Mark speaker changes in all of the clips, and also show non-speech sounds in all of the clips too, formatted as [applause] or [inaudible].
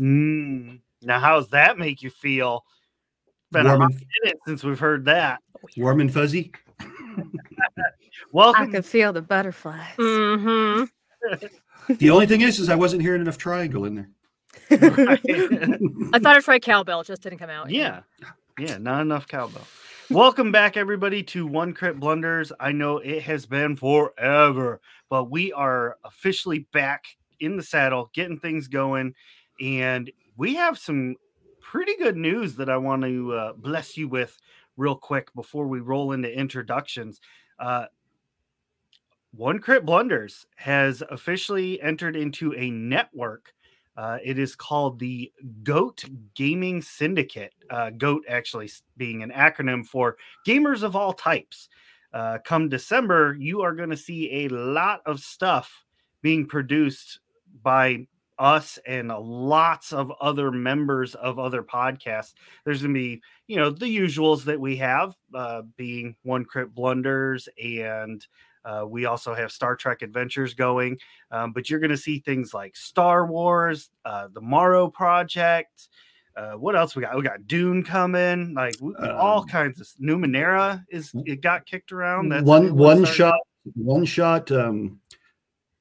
Speaker 1: Mm. Now, how does that make you feel? Been a
Speaker 2: Warm
Speaker 1: hot
Speaker 2: and,
Speaker 1: minute since we've heard that.
Speaker 2: warm and fuzzy.
Speaker 3: I
Speaker 1: Welcome.
Speaker 3: could feel the butterflies. [laughs]
Speaker 4: Mm-hmm.
Speaker 2: The only thing is, is I wasn't hearing enough triangle in
Speaker 1: [laughs]
Speaker 2: there.
Speaker 4: I thought I tried cowbell, it just didn't come out.
Speaker 1: yeah. Yeah. Not enough cowbell. Welcome back, everybody, to One Crit Blunders. I know it has been forever, but we are officially back in the saddle, getting things going. And we have some pretty good news that I want to uh, bless you with real quick before we roll into introductions. Uh, One Crit Blunders has officially entered into a network. Uh, it is called the GOAT Gaming Syndicate. Uh, GOAT actually s- being an acronym for gamers of all types. Uh, come December, you are going to see a lot of stuff being produced by us and lots of other members of other podcasts. There's going to be, you know, the usuals that we have, uh, being One Crit Blunders, and uh, we also have Star Trek Adventures going um, but you're going to see things like Star Wars, uh, the Morrow Project. Uh, what else we got? We got Dune coming, like we, all
Speaker 2: Um,
Speaker 1: kinds of. Numenera is it got kicked around. That's a new
Speaker 2: one one
Speaker 1: starting-
Speaker 2: shot, one shot. Um,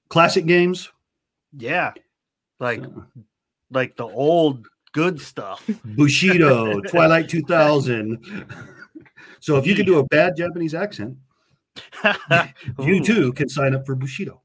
Speaker 2: classic games,
Speaker 1: Yeah, like
Speaker 2: So,
Speaker 1: like the old good stuff. [laughs]
Speaker 2: Bushido, Twilight Two Thousand. So if you can do a bad Japanese accent, [laughs] you
Speaker 1: Ooh.
Speaker 2: too can sign up for Bushido.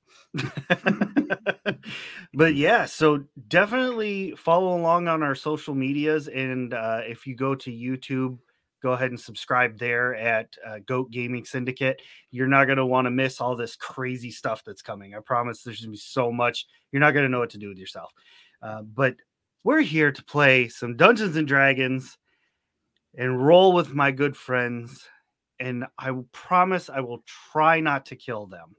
Speaker 1: [laughs] but yeah, so definitely follow along on our social medias. And uh, if you go to YouTube, go ahead and subscribe there at uh, Goat Gaming Syndicate. You're not going to want to miss all this crazy stuff that's coming. I promise there's going to be so much. You're not going to know what to do with yourself. Uh, but we're here to play some Dungeons and Dragons and roll with my good friends. And I will promise I will try not to kill them.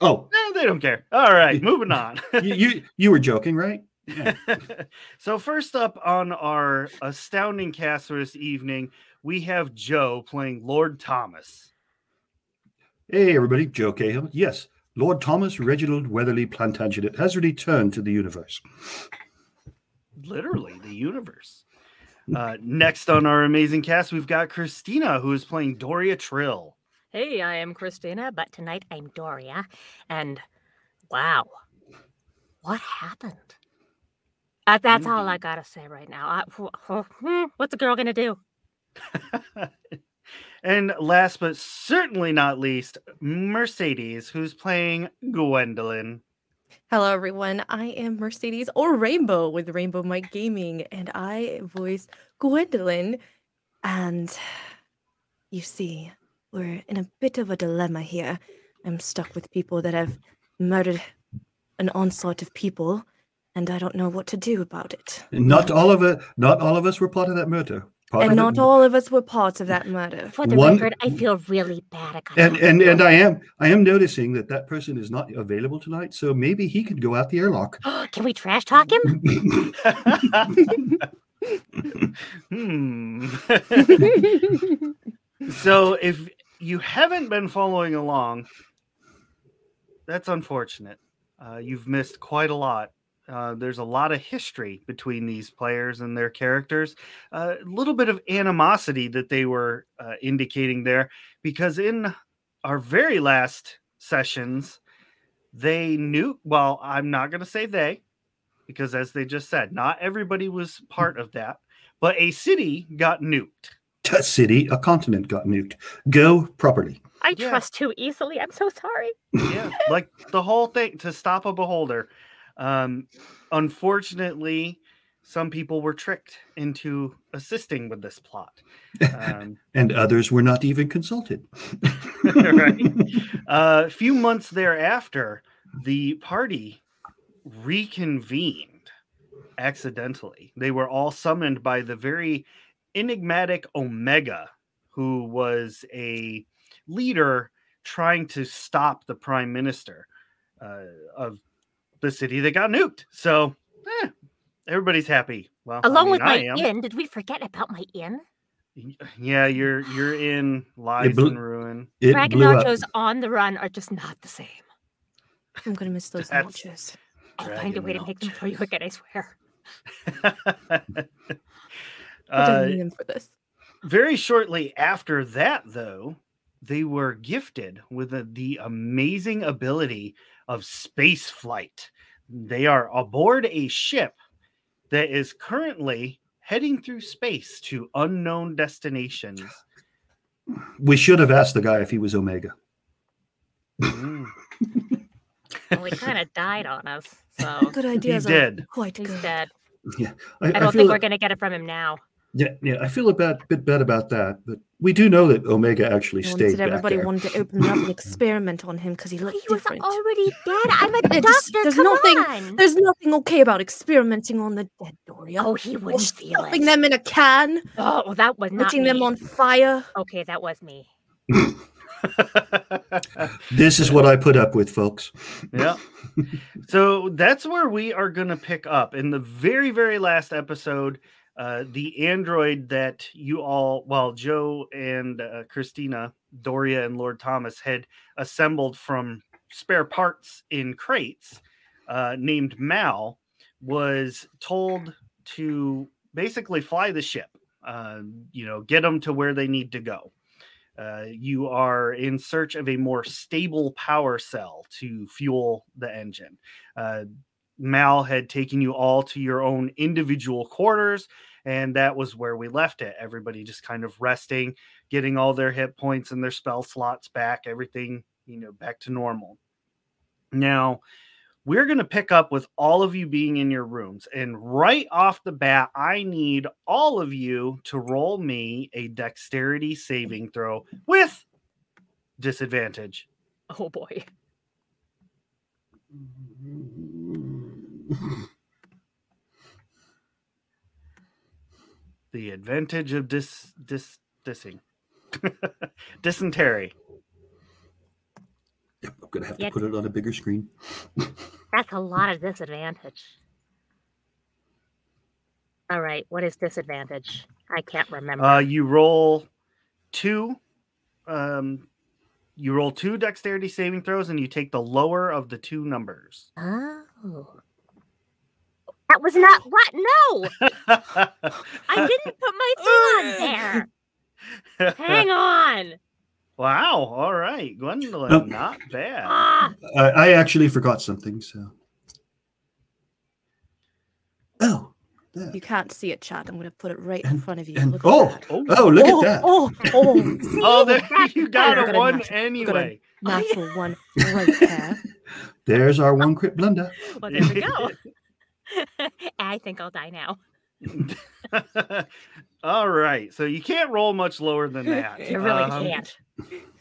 Speaker 2: Oh,
Speaker 1: Eh, they don't care. All right, moving on.
Speaker 2: you you, you were joking, right?
Speaker 1: [laughs] so first up on our astounding cast for this evening, we have Joe playing Lord Thomas.
Speaker 2: Hey, everybody, Joe Cahill. Yes, Lord Thomas Reginald Weatherly Plantagenet has returned to the universe.
Speaker 1: Literally, the universe. Uh, next on our amazing cast, we've got Christina, who is playing Doria Trill. [laughs]
Speaker 4: Hey, I am Christina, but tonight I'm Doria. And wow, what happened? Uh, that's all I gotta say right now. I, wh- wh- hmm, what's a girl gonna do?
Speaker 1: and last but certainly not least, Mercedes, who's playing Gwendolyn.
Speaker 3: Hello, everyone. I am Mercedes or Rainbow with Rainbow Mike Gaming, and I voice Gwendolyn. And you see, we're in a bit of a dilemma here. I'm stuck with people that have murdered an onslaught of people, and I don't know what to do about it.
Speaker 2: And not all of it, not all of us were part of that murder. Part
Speaker 3: And
Speaker 2: of it-
Speaker 3: not all of us were part of
Speaker 1: [laughs]
Speaker 3: that murder.
Speaker 4: For the
Speaker 2: One-
Speaker 4: record, I feel really bad. I gotta
Speaker 2: And
Speaker 4: have
Speaker 2: and
Speaker 4: to
Speaker 2: and I am I am noticing that that person is not available tonight, so maybe he could go out the airlock.
Speaker 4: go. [gasps] Can we trash talk him?
Speaker 1: hmm. [laughs] so if you haven't been following along, that's unfortunate. Uh, you've missed quite a lot. Uh, there's a lot of history between these players and their characters. Uh, A little bit of animosity that they were uh, indicating there, because in our very last sessions, they knew. Well, I'm not going to say they, because as they just said, not everybody was part of that. But a city got nuked.
Speaker 2: Tut city, a continent got nuked. Go properly.
Speaker 4: I
Speaker 1: Yeah.
Speaker 4: trust too easily. I'm so sorry.
Speaker 1: yeah [laughs] like the whole thing to stop a beholder um unfortunately some people were tricked into assisting with this plot um,
Speaker 2: And others were not even consulted.
Speaker 1: Right. uh, a few months thereafter the party reconvened accidentally they were all summoned by the very enigmatic omega who was a leader trying to stop the prime minister uh, of the city that got nuked so eh, everybody's happy well I
Speaker 4: Along
Speaker 1: mean,
Speaker 4: with
Speaker 1: I
Speaker 4: my
Speaker 1: am.
Speaker 4: inn, did we forget about my inn?
Speaker 1: Y- yeah you're you're in lies
Speaker 2: blew-
Speaker 1: and ruin [laughs]
Speaker 2: It
Speaker 4: Dragon
Speaker 2: blew up.
Speaker 4: nachos on the run are just not the same.
Speaker 3: I'm going to miss those
Speaker 1: That's-
Speaker 3: nachos.
Speaker 4: I'll find a way to
Speaker 1: Dragon
Speaker 4: make them for you
Speaker 1: Elches.
Speaker 4: again, I swear.
Speaker 3: I
Speaker 1: uh,
Speaker 3: don't need him for this.
Speaker 1: very shortly after that, though, they were gifted with the, the amazing ability of space flight. They are aboard a ship that is currently heading through space to unknown destinations.
Speaker 2: We should have asked the guy if he was Omega.
Speaker 1: Mm,
Speaker 4: And we kind of died on us,
Speaker 3: [laughs]
Speaker 4: so
Speaker 3: Good ideas are
Speaker 1: oh, did.
Speaker 3: quite
Speaker 4: he's
Speaker 3: good.
Speaker 4: dead.
Speaker 2: I,
Speaker 4: I
Speaker 2: I
Speaker 4: don't
Speaker 2: feel
Speaker 4: think
Speaker 2: a-
Speaker 4: we're going to get it from him now.
Speaker 2: yeah, yeah, I feel a bad, bit bad about that, but we do know that Omega actually
Speaker 3: No one
Speaker 2: stayed
Speaker 3: said
Speaker 2: back
Speaker 3: everybody
Speaker 2: there.
Speaker 3: wanted to open up an experiment on him because he
Speaker 4: He
Speaker 3: looked
Speaker 4: was
Speaker 3: different. [laughs]
Speaker 4: already dead. I'm a
Speaker 3: It
Speaker 4: doctor.
Speaker 3: is- there's
Speaker 4: come
Speaker 3: nothing-
Speaker 4: on.
Speaker 3: There's nothing okay about experimenting on the dead, Doria.
Speaker 4: Oh, he
Speaker 3: Or
Speaker 4: wouldn't feel
Speaker 3: stuffing
Speaker 4: it.
Speaker 3: them in a can,
Speaker 4: [laughs] oh, well, that was not
Speaker 3: putting
Speaker 4: me.
Speaker 3: them on fire.
Speaker 4: Okay, that was me.
Speaker 1: [laughs]
Speaker 2: This is what I put up with, folks.
Speaker 1: yeah. So that's where we are going to pick up in the very, very last episode. Uh, the android that you all, well, Joe and uh, Christina, Doria and Lord Thomas had assembled from spare parts in crates, uh, named Mal, was told to basically fly the ship. Uh, you know, get them to where they need to go. Uh, you are in search of a more stable power cell to fuel the engine. Uh, Mal had taken you all to your own individual quarters, and that was where we left it. Everybody just kind of resting, getting all their hit points and their spell slots back, everything, you know, back to normal. Now, we're going to pick up with all of you being in your rooms. And right off the bat, I need all of you to roll me a dexterity saving throw with disadvantage.
Speaker 4: Oh boy.
Speaker 1: The advantage of dis dis dissing. [laughs] Dysentery.
Speaker 2: Yep, I'm gonna have
Speaker 4: Yeah.
Speaker 2: to put it on a bigger screen.
Speaker 4: That's a lot of disadvantage. All right, what is disadvantage? I can't remember.
Speaker 1: Uh, you roll two. Um, you roll two dexterity saving throws, and you take the lower of the two
Speaker 4: [laughs]
Speaker 1: numbers.
Speaker 4: oh. That was not what? No! I didn't put my
Speaker 3: [laughs]
Speaker 4: thing on
Speaker 1: [laughs]
Speaker 4: there! Hang on!
Speaker 1: Wow. All right, Gwendolyn,
Speaker 2: Nope.
Speaker 1: not bad.
Speaker 4: Ah!
Speaker 2: I, I actually forgot something, so. Oh, that.
Speaker 3: You can't see it, Chad. I'm going to put it right in front of you.
Speaker 2: and-
Speaker 3: Look at
Speaker 2: oh,
Speaker 3: that.
Speaker 1: Oh,
Speaker 2: oh, look
Speaker 3: oh,
Speaker 2: at that.
Speaker 3: Oh,
Speaker 2: [laughs]
Speaker 3: oh,
Speaker 4: See?
Speaker 1: [laughs] oh, there
Speaker 4: That's
Speaker 1: you got
Speaker 4: better.
Speaker 1: a
Speaker 3: Gotta
Speaker 1: one
Speaker 3: match-
Speaker 1: anyway.
Speaker 3: natural
Speaker 4: [laughs]
Speaker 3: one right there.
Speaker 2: There's our one crit blunder.
Speaker 4: Well, there we go.
Speaker 1: [laughs]
Speaker 4: [laughs] I think I'll die now.
Speaker 1: all right, so you can't roll much lower
Speaker 4: [laughs]
Speaker 1: than that.
Speaker 4: You really
Speaker 1: Um,
Speaker 4: can't.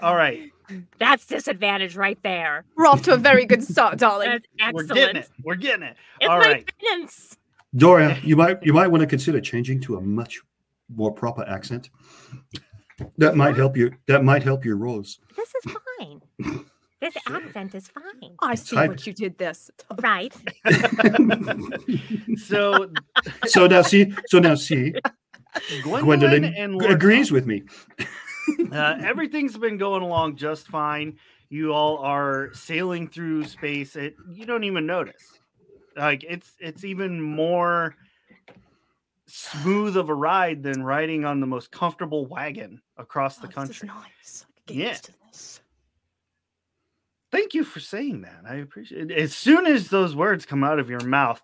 Speaker 1: All right,
Speaker 4: That's disadvantage right there.
Speaker 3: We're off to a very good start, darling.
Speaker 4: That's excellent.
Speaker 1: we're getting it. We're getting it.
Speaker 4: [laughs] It's
Speaker 1: All
Speaker 4: my
Speaker 1: right.
Speaker 4: penance.
Speaker 2: Doria, you might you might want to consider changing to a much more proper accent. That might help you. That might help your rolls.
Speaker 4: This is
Speaker 1: [laughs]
Speaker 4: fine. This accent is fine.
Speaker 3: I see
Speaker 2: Type-
Speaker 3: what you did this.
Speaker 4: Right.
Speaker 1: So
Speaker 2: [laughs] so now see. So now see.
Speaker 1: Gwendolyn,
Speaker 2: Gwendolyn
Speaker 1: and Lord
Speaker 2: agrees with me.
Speaker 1: uh, everything's been going along just fine. You all are sailing through space. It you don't even notice. Like it's it's even more smooth of a ride than riding on the most comfortable wagon across the
Speaker 3: Oh, This is
Speaker 1: country.
Speaker 3: nice. I could get
Speaker 1: Yeah.
Speaker 3: used to this.
Speaker 1: Thank you for saying that. I appreciate it. As soon as those words come out of your mouth,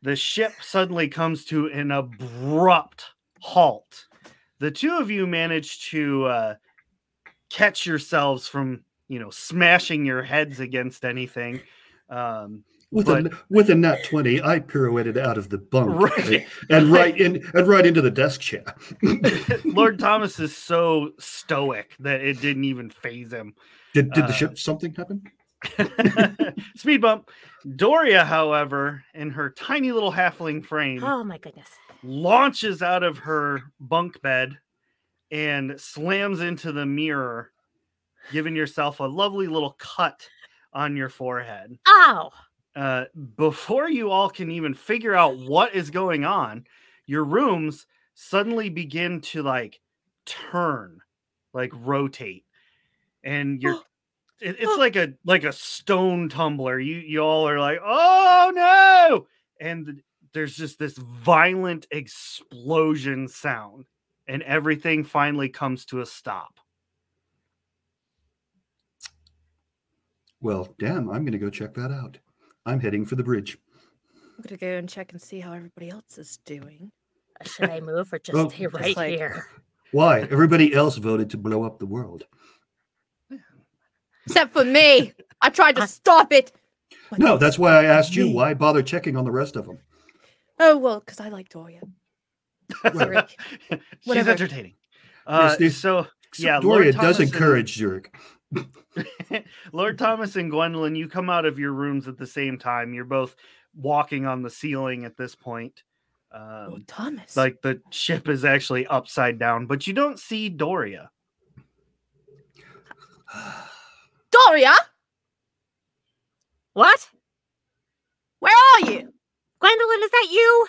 Speaker 1: the ship suddenly comes to an abrupt halt. The two of you manage to uh, catch yourselves from, you know, smashing your heads against anything. Um, [laughs]
Speaker 2: With a with a nat twenty, I pirouetted out of the bunk
Speaker 1: Right.
Speaker 2: and right in and right into the desk chair. [laughs]
Speaker 1: Lord Thomas is so stoic that it didn't even phase him. [laughs]
Speaker 2: Did did
Speaker 1: Uh,
Speaker 2: the ship something happen?
Speaker 1: Speed bump. Doria, however, in her tiny little halfling frame,
Speaker 4: Oh my goodness.
Speaker 1: launches out of her bunk bed and slams into the mirror, giving yourself a lovely little cut on your forehead.
Speaker 4: Oh,
Speaker 1: Uh, before you all can even figure out what is going on, your rooms suddenly begin to like turn, like rotate, and you're it- it's like a like a stone tumbler. You you all are like, oh no! And th- there's just this violent explosion sound, and everything finally comes to a stop. [laughs]
Speaker 2: Well, damn, I'm going to go check that out. I'm heading for the bridge.
Speaker 3: I'm gonna go and check and see how everybody else is doing.
Speaker 4: Should I move or just
Speaker 2: Well,
Speaker 4: stay
Speaker 3: Just
Speaker 4: right
Speaker 3: like-
Speaker 4: here?
Speaker 2: Why? Everybody else voted to blow up the
Speaker 1: [laughs]
Speaker 2: world.
Speaker 3: Except for
Speaker 4: [laughs]
Speaker 3: me. I tried
Speaker 4: I-
Speaker 3: to stop it. but
Speaker 2: No, that's why I asked you.
Speaker 3: Me.
Speaker 2: Why bother checking on the rest of them?
Speaker 1: [laughs]
Speaker 3: Oh well, because I like Doria. Sorry.
Speaker 1: She's
Speaker 3: Whatever.
Speaker 1: entertaining. Uh,
Speaker 2: this-
Speaker 1: so Yeah, Lord
Speaker 2: Doria does
Speaker 1: Thomas and-
Speaker 2: encourage Zurich. [sighs]
Speaker 1: [laughs] Lord Thomas and Gwendolyn, you come out of your rooms at the same time. You're both walking on the ceiling at this point.
Speaker 3: Oh,
Speaker 1: Um,
Speaker 3: Thomas.
Speaker 1: like the ship is actually upside down, but you don't see Doria.
Speaker 3: [laughs] Doria,
Speaker 4: What?
Speaker 3: where are you?
Speaker 4: Gwendolyn, is that you?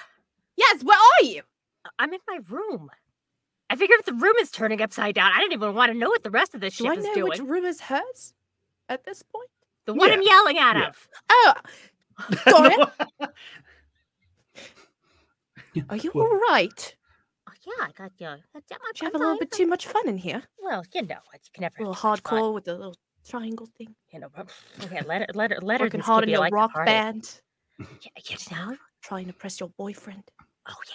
Speaker 3: Yes, where are you?
Speaker 4: I'm in my room. I figure if the room is turning upside down, I didn't even want to know what the rest of this
Speaker 3: Do
Speaker 4: ship
Speaker 3: I
Speaker 4: is
Speaker 3: know
Speaker 4: doing.
Speaker 3: which room is hers at this point?
Speaker 4: The one I'm yelling out
Speaker 1: Yeah.
Speaker 4: of.
Speaker 3: Oh,
Speaker 1: [laughs]
Speaker 3: Doria, are you
Speaker 2: Well-
Speaker 3: all right?
Speaker 4: Oh, yeah, I got you. I'm,
Speaker 3: Did you have a little bit too much fun in here?
Speaker 4: Well, you know, you can never
Speaker 3: A little
Speaker 4: have too much fun,
Speaker 3: hardcore with the little triangle thing.
Speaker 4: You know, but- okay, let it, let it, let it.
Speaker 3: Working hard in your
Speaker 4: like the
Speaker 3: rock
Speaker 4: party.
Speaker 3: band,
Speaker 4: Y- You know?
Speaker 3: trying to press your boyfriend.
Speaker 4: Oh yeah.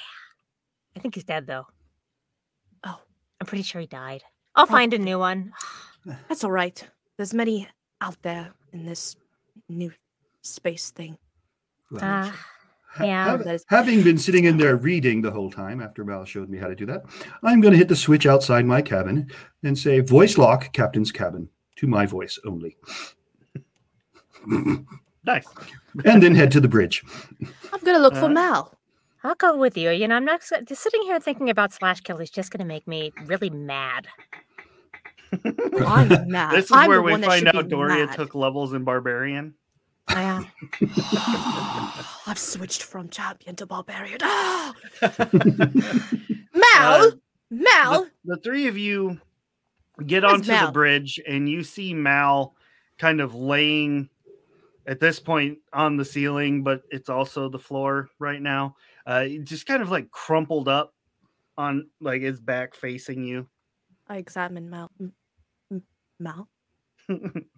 Speaker 4: I think he's dead though.
Speaker 3: Oh.
Speaker 4: I'm pretty sure he died. I'll
Speaker 3: Probably.
Speaker 4: find a new one.
Speaker 3: That's all right. There's many out there in this new space thing.
Speaker 2: Well,
Speaker 4: Uh,
Speaker 2: ha-
Speaker 4: yeah.
Speaker 3: [laughs]
Speaker 2: hav-
Speaker 3: That is-
Speaker 2: having been sitting in
Speaker 3: [laughs]
Speaker 2: there reading the whole time after Mal showed me how to do that, I'm going to hit the switch outside my cabin and say voice lock captain's cabin to my voice only,
Speaker 1: nice.
Speaker 2: and then head to the bridge. [laughs]
Speaker 3: I'm gonna look for
Speaker 1: Uh,
Speaker 3: Mal.
Speaker 1: [laughs]
Speaker 4: I'll go with you. You know, I'm not s- just sitting here thinking about slash kill is just gonna make me really mad.
Speaker 3: I'm mad.
Speaker 1: This is
Speaker 3: I'm
Speaker 1: where
Speaker 3: the
Speaker 1: we
Speaker 3: one that
Speaker 1: find
Speaker 3: should be
Speaker 1: out Doria
Speaker 3: mad.
Speaker 1: took levels in barbarian.
Speaker 4: I, uh,
Speaker 3: [sighs] I've switched from champion to barbarian. [gasps] Ah!
Speaker 1: [laughs]
Speaker 3: Mal,
Speaker 1: Uh,
Speaker 3: Mal,
Speaker 1: the, the three of you get
Speaker 3: Where's
Speaker 1: onto the
Speaker 3: Mal?
Speaker 1: bridge and you see Mal kind of laying at this point on the ceiling, but it's also the floor right now. Uh, just kind of like crumpled up on like his back facing you.
Speaker 3: I examine Mal. M- M- Mal,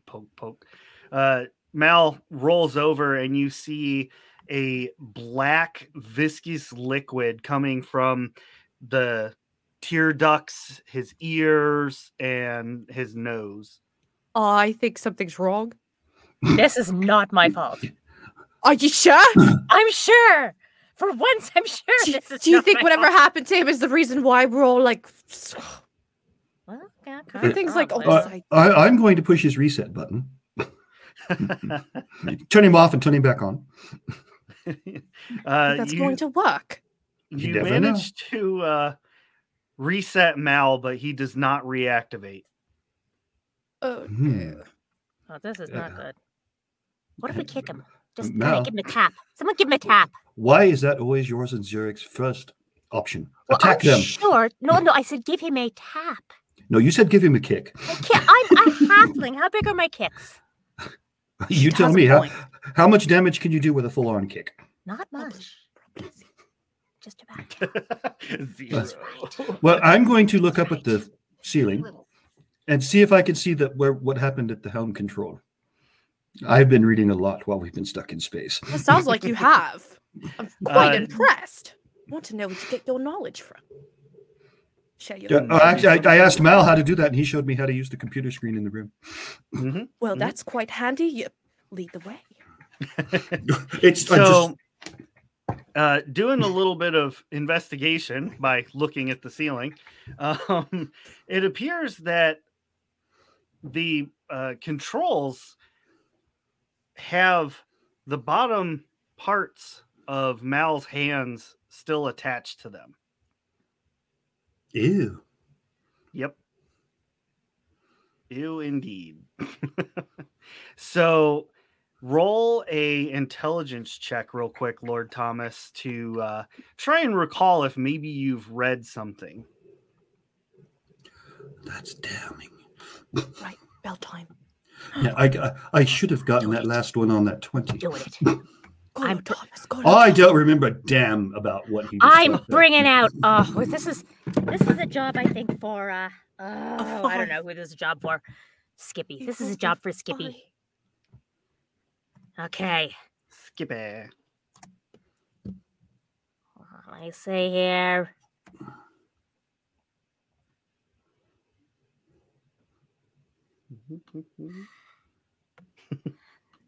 Speaker 1: poke, poke. Uh, Mal rolls over and you see a black viscous liquid coming from the tear ducts, his ears, and his nose.
Speaker 3: I think something's wrong.
Speaker 4: this is not my fault.
Speaker 3: Are you [laughs] sure?
Speaker 4: I'm sure. For once, I'm sure.
Speaker 3: do,
Speaker 4: this is
Speaker 3: do you
Speaker 4: not
Speaker 3: think
Speaker 4: my
Speaker 3: whatever
Speaker 4: fault.
Speaker 3: happened to him is the reason why we're all like? [sighs]
Speaker 4: Well, yeah, kinda
Speaker 3: Everything's like
Speaker 4: probably.
Speaker 3: almost
Speaker 2: Uh,
Speaker 3: like
Speaker 2: I, I'm going to push his reset button, turn him off, and turn him back on.
Speaker 1: [laughs] uh,
Speaker 3: that's
Speaker 1: you,
Speaker 3: going to work.
Speaker 2: You
Speaker 1: you
Speaker 2: never know.
Speaker 1: managed to uh, reset Mal, but he does not reactivate. [laughs]
Speaker 3: Oh,
Speaker 2: Hmm.
Speaker 4: Oh, this is
Speaker 2: Uh,
Speaker 4: not good. What if we
Speaker 2: [laughs]
Speaker 4: kick him? Just kinda
Speaker 2: Mal.
Speaker 4: give him a tap. Someone give him a tap.
Speaker 2: Why is that always yours and Zurich's first option? Attack
Speaker 4: I'm
Speaker 2: them.
Speaker 4: Sure. No, no. I said give him a tap.
Speaker 2: No, you said give him a kick. [laughs]
Speaker 4: I can't. I'm a halfling. How big are my kicks?
Speaker 2: You tell
Speaker 3: has a
Speaker 2: me how,
Speaker 3: point.
Speaker 2: how much damage can you do with a full on kick?
Speaker 4: Not
Speaker 3: Probably-
Speaker 4: much. Just about.
Speaker 1: Zero.
Speaker 2: Well, I'm going to look up at the ceiling and see if I can see that where what happened at the helm control. I've been reading a lot while we've been stuck in space.
Speaker 3: It sounds like you have. I'm quite
Speaker 1: Uh,
Speaker 3: impressed. want to know where you get your knowledge from. Share your
Speaker 2: Yeah, oh, actually, I, I asked Mal how to do that, and he showed me how to use the computer screen in the room.
Speaker 3: [laughs]
Speaker 1: [laughs] Mhm.
Speaker 3: Well,
Speaker 1: Mhm.
Speaker 3: that's quite handy. You lead the way.
Speaker 2: [laughs] It's I'm
Speaker 1: so uh, doing a little bit of investigation by looking at the ceiling [laughs] um, it appears that the uh, controls have the bottom parts of mal's hands still attached to them
Speaker 2: just ew.
Speaker 1: Yep. Ew, indeed. [laughs] so, roll a intelligence check real quick, Lord Thomas, to uh, try and recall if maybe you've read something.
Speaker 2: That's damning.
Speaker 3: Right, bell time.
Speaker 2: Yeah, I, I, I should have gotten that last one on that 20.
Speaker 4: Doing
Speaker 2: [laughs]
Speaker 4: it. I'm
Speaker 3: I'm
Speaker 4: t-
Speaker 3: Thomas. Go
Speaker 2: I don't remember damn about what he was
Speaker 4: I'm
Speaker 2: talking about.
Speaker 4: bringing out. Oh, well, this is this is a job I think for. Uh, oh, I
Speaker 3: farm.
Speaker 4: don't know who this is a job for. Skippy. This is a job for Skippy. Okay.
Speaker 1: [laughs] Skippy.
Speaker 4: Let me see [laughs] here.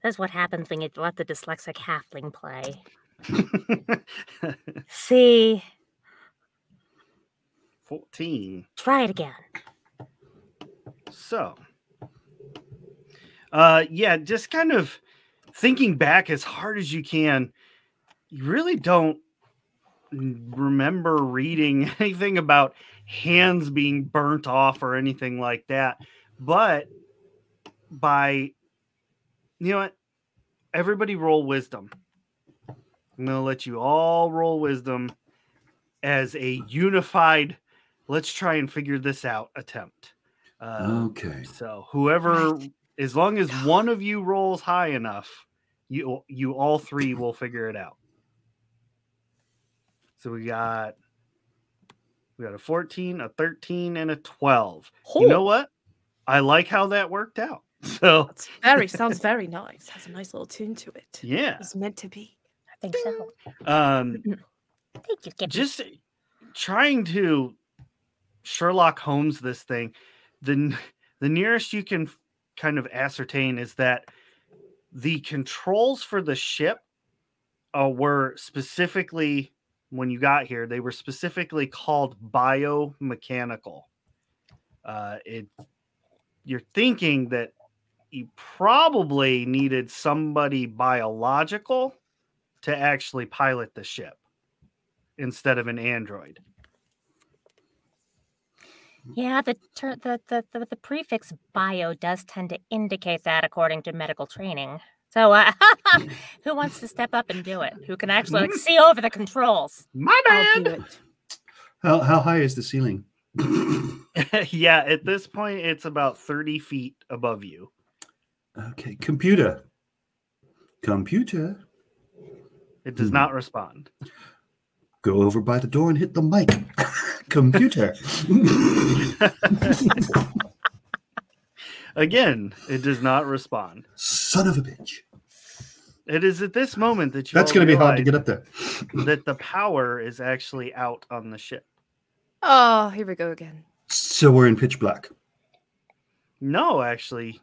Speaker 4: This is what happens when you let the dyslexic halfling play. See,
Speaker 1: 14.
Speaker 4: try it again.
Speaker 1: So, uh, yeah, just kind of thinking back as hard as you can, you really don't n- remember reading [laughs] anything about hands being burnt off or anything like that. But by, you know what? Everybody roll wisdom. I'm going to let you all roll wisdom as a unified, let's try and figure this out attempt. Uh,
Speaker 2: Okay.
Speaker 1: so whoever, as long as one of you rolls high enough, you you all three will figure it out. So we got we got a fourteen, a thirteen, and a twelve. You know what? I like how that worked out. [laughs] So
Speaker 3: That's very sounds very nice. Has a nice little tune to it.
Speaker 1: yeah,
Speaker 3: It's meant to be.
Speaker 4: I think so.
Speaker 1: um,
Speaker 4: Thank you, Skippy.
Speaker 1: just trying to Sherlock Holmes this thing, the n- the nearest you can f- kind of ascertain is that the controls for the ship uh, were specifically when you got here they were specifically called biomechanical. Uh, it you're thinking that you probably needed somebody biological to actually pilot the ship instead of an android.
Speaker 4: Yeah, the, ter- the, the the the prefix bio does tend to indicate that according to medical training. So, uh, [laughs] who wants to step up and do it? Who can actually [laughs] like, see over the controls?
Speaker 1: My
Speaker 3: I'll do it.
Speaker 2: How, how high is
Speaker 1: [coughs]
Speaker 2: the ceiling?
Speaker 1: [laughs] yeah, at this point, it's about 30 feet above you.
Speaker 2: Okay. Computer. Computer.
Speaker 1: It does
Speaker 2: Hmm.
Speaker 1: not respond.
Speaker 2: Go over by the door and hit the mic. [coughs]
Speaker 1: [laughs]
Speaker 2: Computer.
Speaker 1: Again, it does not respond.
Speaker 2: Son of a bitch.
Speaker 1: It is at this moment that you
Speaker 2: That's
Speaker 1: all
Speaker 2: going to be hard to
Speaker 1: realize
Speaker 2: get up there.
Speaker 1: that the power is actually out on the ship.
Speaker 3: Oh, here we go again.
Speaker 2: So we're in pitch black.
Speaker 1: No, actually,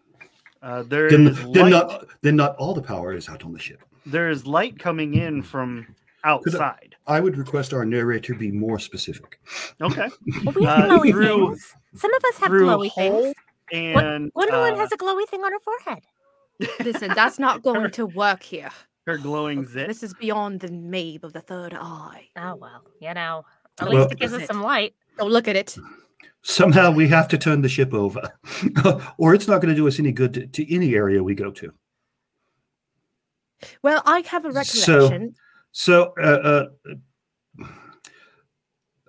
Speaker 1: uh, there
Speaker 2: Then,
Speaker 1: is
Speaker 2: then
Speaker 1: light.
Speaker 2: not then not all the power is out on the ship.
Speaker 1: There is light coming in from outside.
Speaker 2: I would request our narrator be more specific.
Speaker 1: Okay,
Speaker 4: Well, we have
Speaker 1: Uh,
Speaker 4: glowy
Speaker 1: through-
Speaker 4: things. Some of us have
Speaker 1: through
Speaker 4: glowy
Speaker 1: hole
Speaker 4: things.
Speaker 1: and
Speaker 4: Gwendolyn
Speaker 1: uh,
Speaker 4: has a glowy thing on her forehead.
Speaker 3: Listen, that's [laughs] not going to work here.
Speaker 1: her glowing zit.
Speaker 3: This is beyond the mabe of the third eye.
Speaker 4: Oh well, you know. At
Speaker 2: Well-
Speaker 4: least it gives us some light.
Speaker 3: Don't Oh, look at it.
Speaker 2: Somehow we have to turn the ship over, [laughs] or it's not going to do us any good to, to any area we go to.
Speaker 3: Well, I have a
Speaker 2: So-
Speaker 3: recollection.
Speaker 2: So, uh, uh,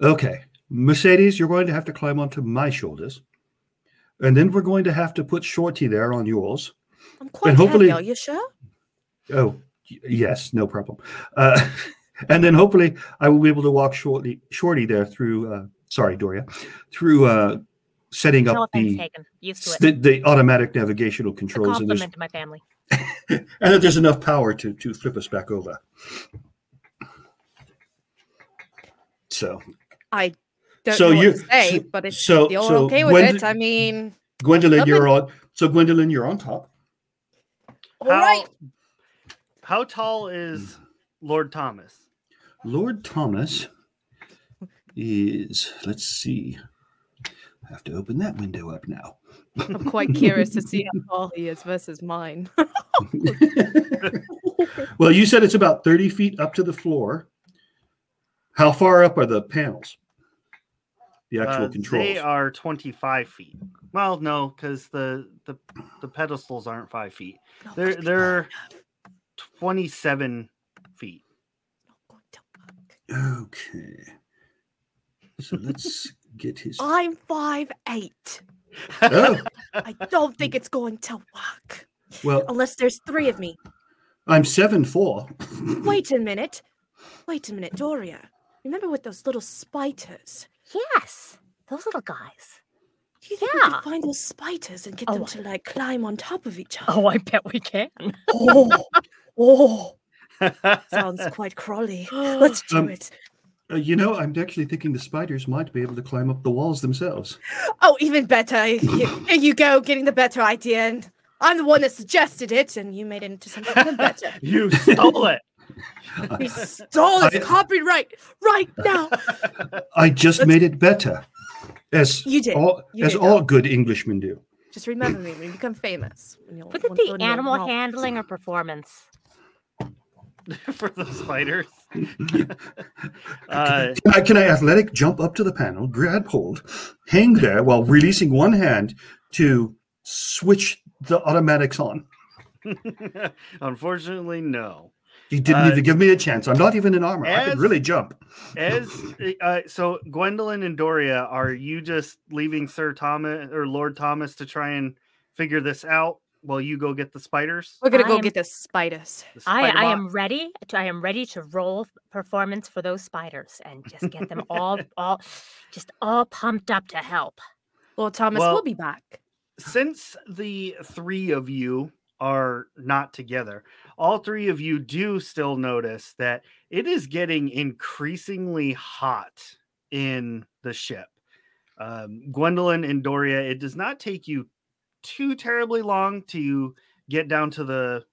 Speaker 2: okay, Mercedes, you're going to have to climb onto my shoulders, and then we're going to have to put Shorty there on yours.
Speaker 3: I'm quite
Speaker 2: hopefully-
Speaker 3: heavy. Are you sure?
Speaker 2: Oh, y- yes, no problem. Uh, [laughs] and then hopefully I will be able to walk shortly, Shorty there through. Uh, sorry, Doria, through uh, setting
Speaker 4: No
Speaker 2: up
Speaker 4: offense
Speaker 2: the,
Speaker 4: taken. Used to
Speaker 2: s-
Speaker 4: it.
Speaker 2: the the automatic navigational
Speaker 4: It's a
Speaker 2: controls, and, there's,
Speaker 4: compliment to my family.
Speaker 2: [laughs] and that there's enough power to to flip us back over. So
Speaker 3: I don't
Speaker 2: So
Speaker 3: know what
Speaker 2: you-
Speaker 3: to say,
Speaker 2: so-
Speaker 3: but if
Speaker 2: so-
Speaker 3: you're
Speaker 2: so
Speaker 3: okay with
Speaker 2: Gwendol-
Speaker 3: it, I mean,
Speaker 2: Gwendolyn,
Speaker 3: Lovely.
Speaker 2: you're on. So Gwendolyn, you're on top.
Speaker 3: all right.
Speaker 1: How tall
Speaker 2: Hmm.
Speaker 1: is Lord Thomas?
Speaker 2: Lord Thomas is. Let's see. I have to open that window up now.
Speaker 3: I'm quite curious to [laughs] see how tall he is versus mine. [laughs]
Speaker 2: well, you said it's about 30 feet up to the floor. How far up are the panels? The actual
Speaker 1: Uh,
Speaker 2: controls.
Speaker 1: They are 25 feet. Well, no, because the, the the pedestals aren't five feet.
Speaker 3: Not
Speaker 1: They're
Speaker 3: gonna be-
Speaker 1: they're 27 feet.
Speaker 3: not going to work.
Speaker 2: Okay. So let's get his.
Speaker 3: I'm five eight.
Speaker 2: Oh,
Speaker 3: I don't think it's going to work
Speaker 2: well,
Speaker 3: unless there's three of me.
Speaker 2: I'm seven four.
Speaker 3: Wait a minute. Wait a minute, Doria. Remember with those little spiders?
Speaker 4: Yes, those little guys.
Speaker 3: Do you think we
Speaker 4: Yeah.
Speaker 3: could find those spiders and get
Speaker 4: Oh,
Speaker 3: them
Speaker 4: I-
Speaker 3: to like climb on top of each other?
Speaker 4: Oh, I bet we [gasps] can.
Speaker 3: Oh, oh, sounds
Speaker 1: Sounds
Speaker 3: quite crawly. Let's do
Speaker 2: Um,
Speaker 3: it.
Speaker 2: Uh, you know, I'm actually thinking the spiders might be able to climb up the walls themselves.
Speaker 3: Oh, even better. You, here you go, getting the better idea. And I'm the one that suggested it, and you made it into something even better.
Speaker 1: [laughs] you stole it.
Speaker 3: We stole
Speaker 2: I-
Speaker 3: its copyright right now.
Speaker 2: I just
Speaker 3: Let's-
Speaker 2: made it better, as
Speaker 3: You did.
Speaker 2: all
Speaker 3: You
Speaker 2: as
Speaker 3: did,
Speaker 2: all good Englishmen do.
Speaker 3: Just remember me when you become famous. When you'll
Speaker 4: Would it
Speaker 3: want to go
Speaker 4: be
Speaker 3: into a
Speaker 4: animal
Speaker 3: mall.
Speaker 4: handling or performance?
Speaker 1: [laughs] for the spiders. [laughs] uh,
Speaker 2: Can I, can I athletic jump up to the panel, grab hold, hang there while releasing one hand to switch the automatics on?
Speaker 1: [laughs] unfortunately, no.
Speaker 2: You didn't
Speaker 1: Uh,
Speaker 2: even give me a chance. I'm not even in armor. I
Speaker 1: as-
Speaker 2: can really jump.
Speaker 1: As uh, so, Gwendolyn and Doria, are you just leaving Sir Thomas or Lord Thomas to try and figure this out while you go get the spiders?
Speaker 3: We're going to
Speaker 4: I
Speaker 3: go
Speaker 4: am-
Speaker 3: get the spiders.
Speaker 1: The
Speaker 4: I, I
Speaker 1: spider
Speaker 4: am ready. To, I am ready to roll performance for those spiders and just get them [laughs] all, all, just all pumped up to help.
Speaker 3: Well, Thomas,
Speaker 1: Well-
Speaker 3: we'll be back.
Speaker 1: since the three of you are not together, all three of you do still notice that it is getting increasingly hot in the ship. Um, Gwendolyn and Doria, it does not take you too terribly long to get down to the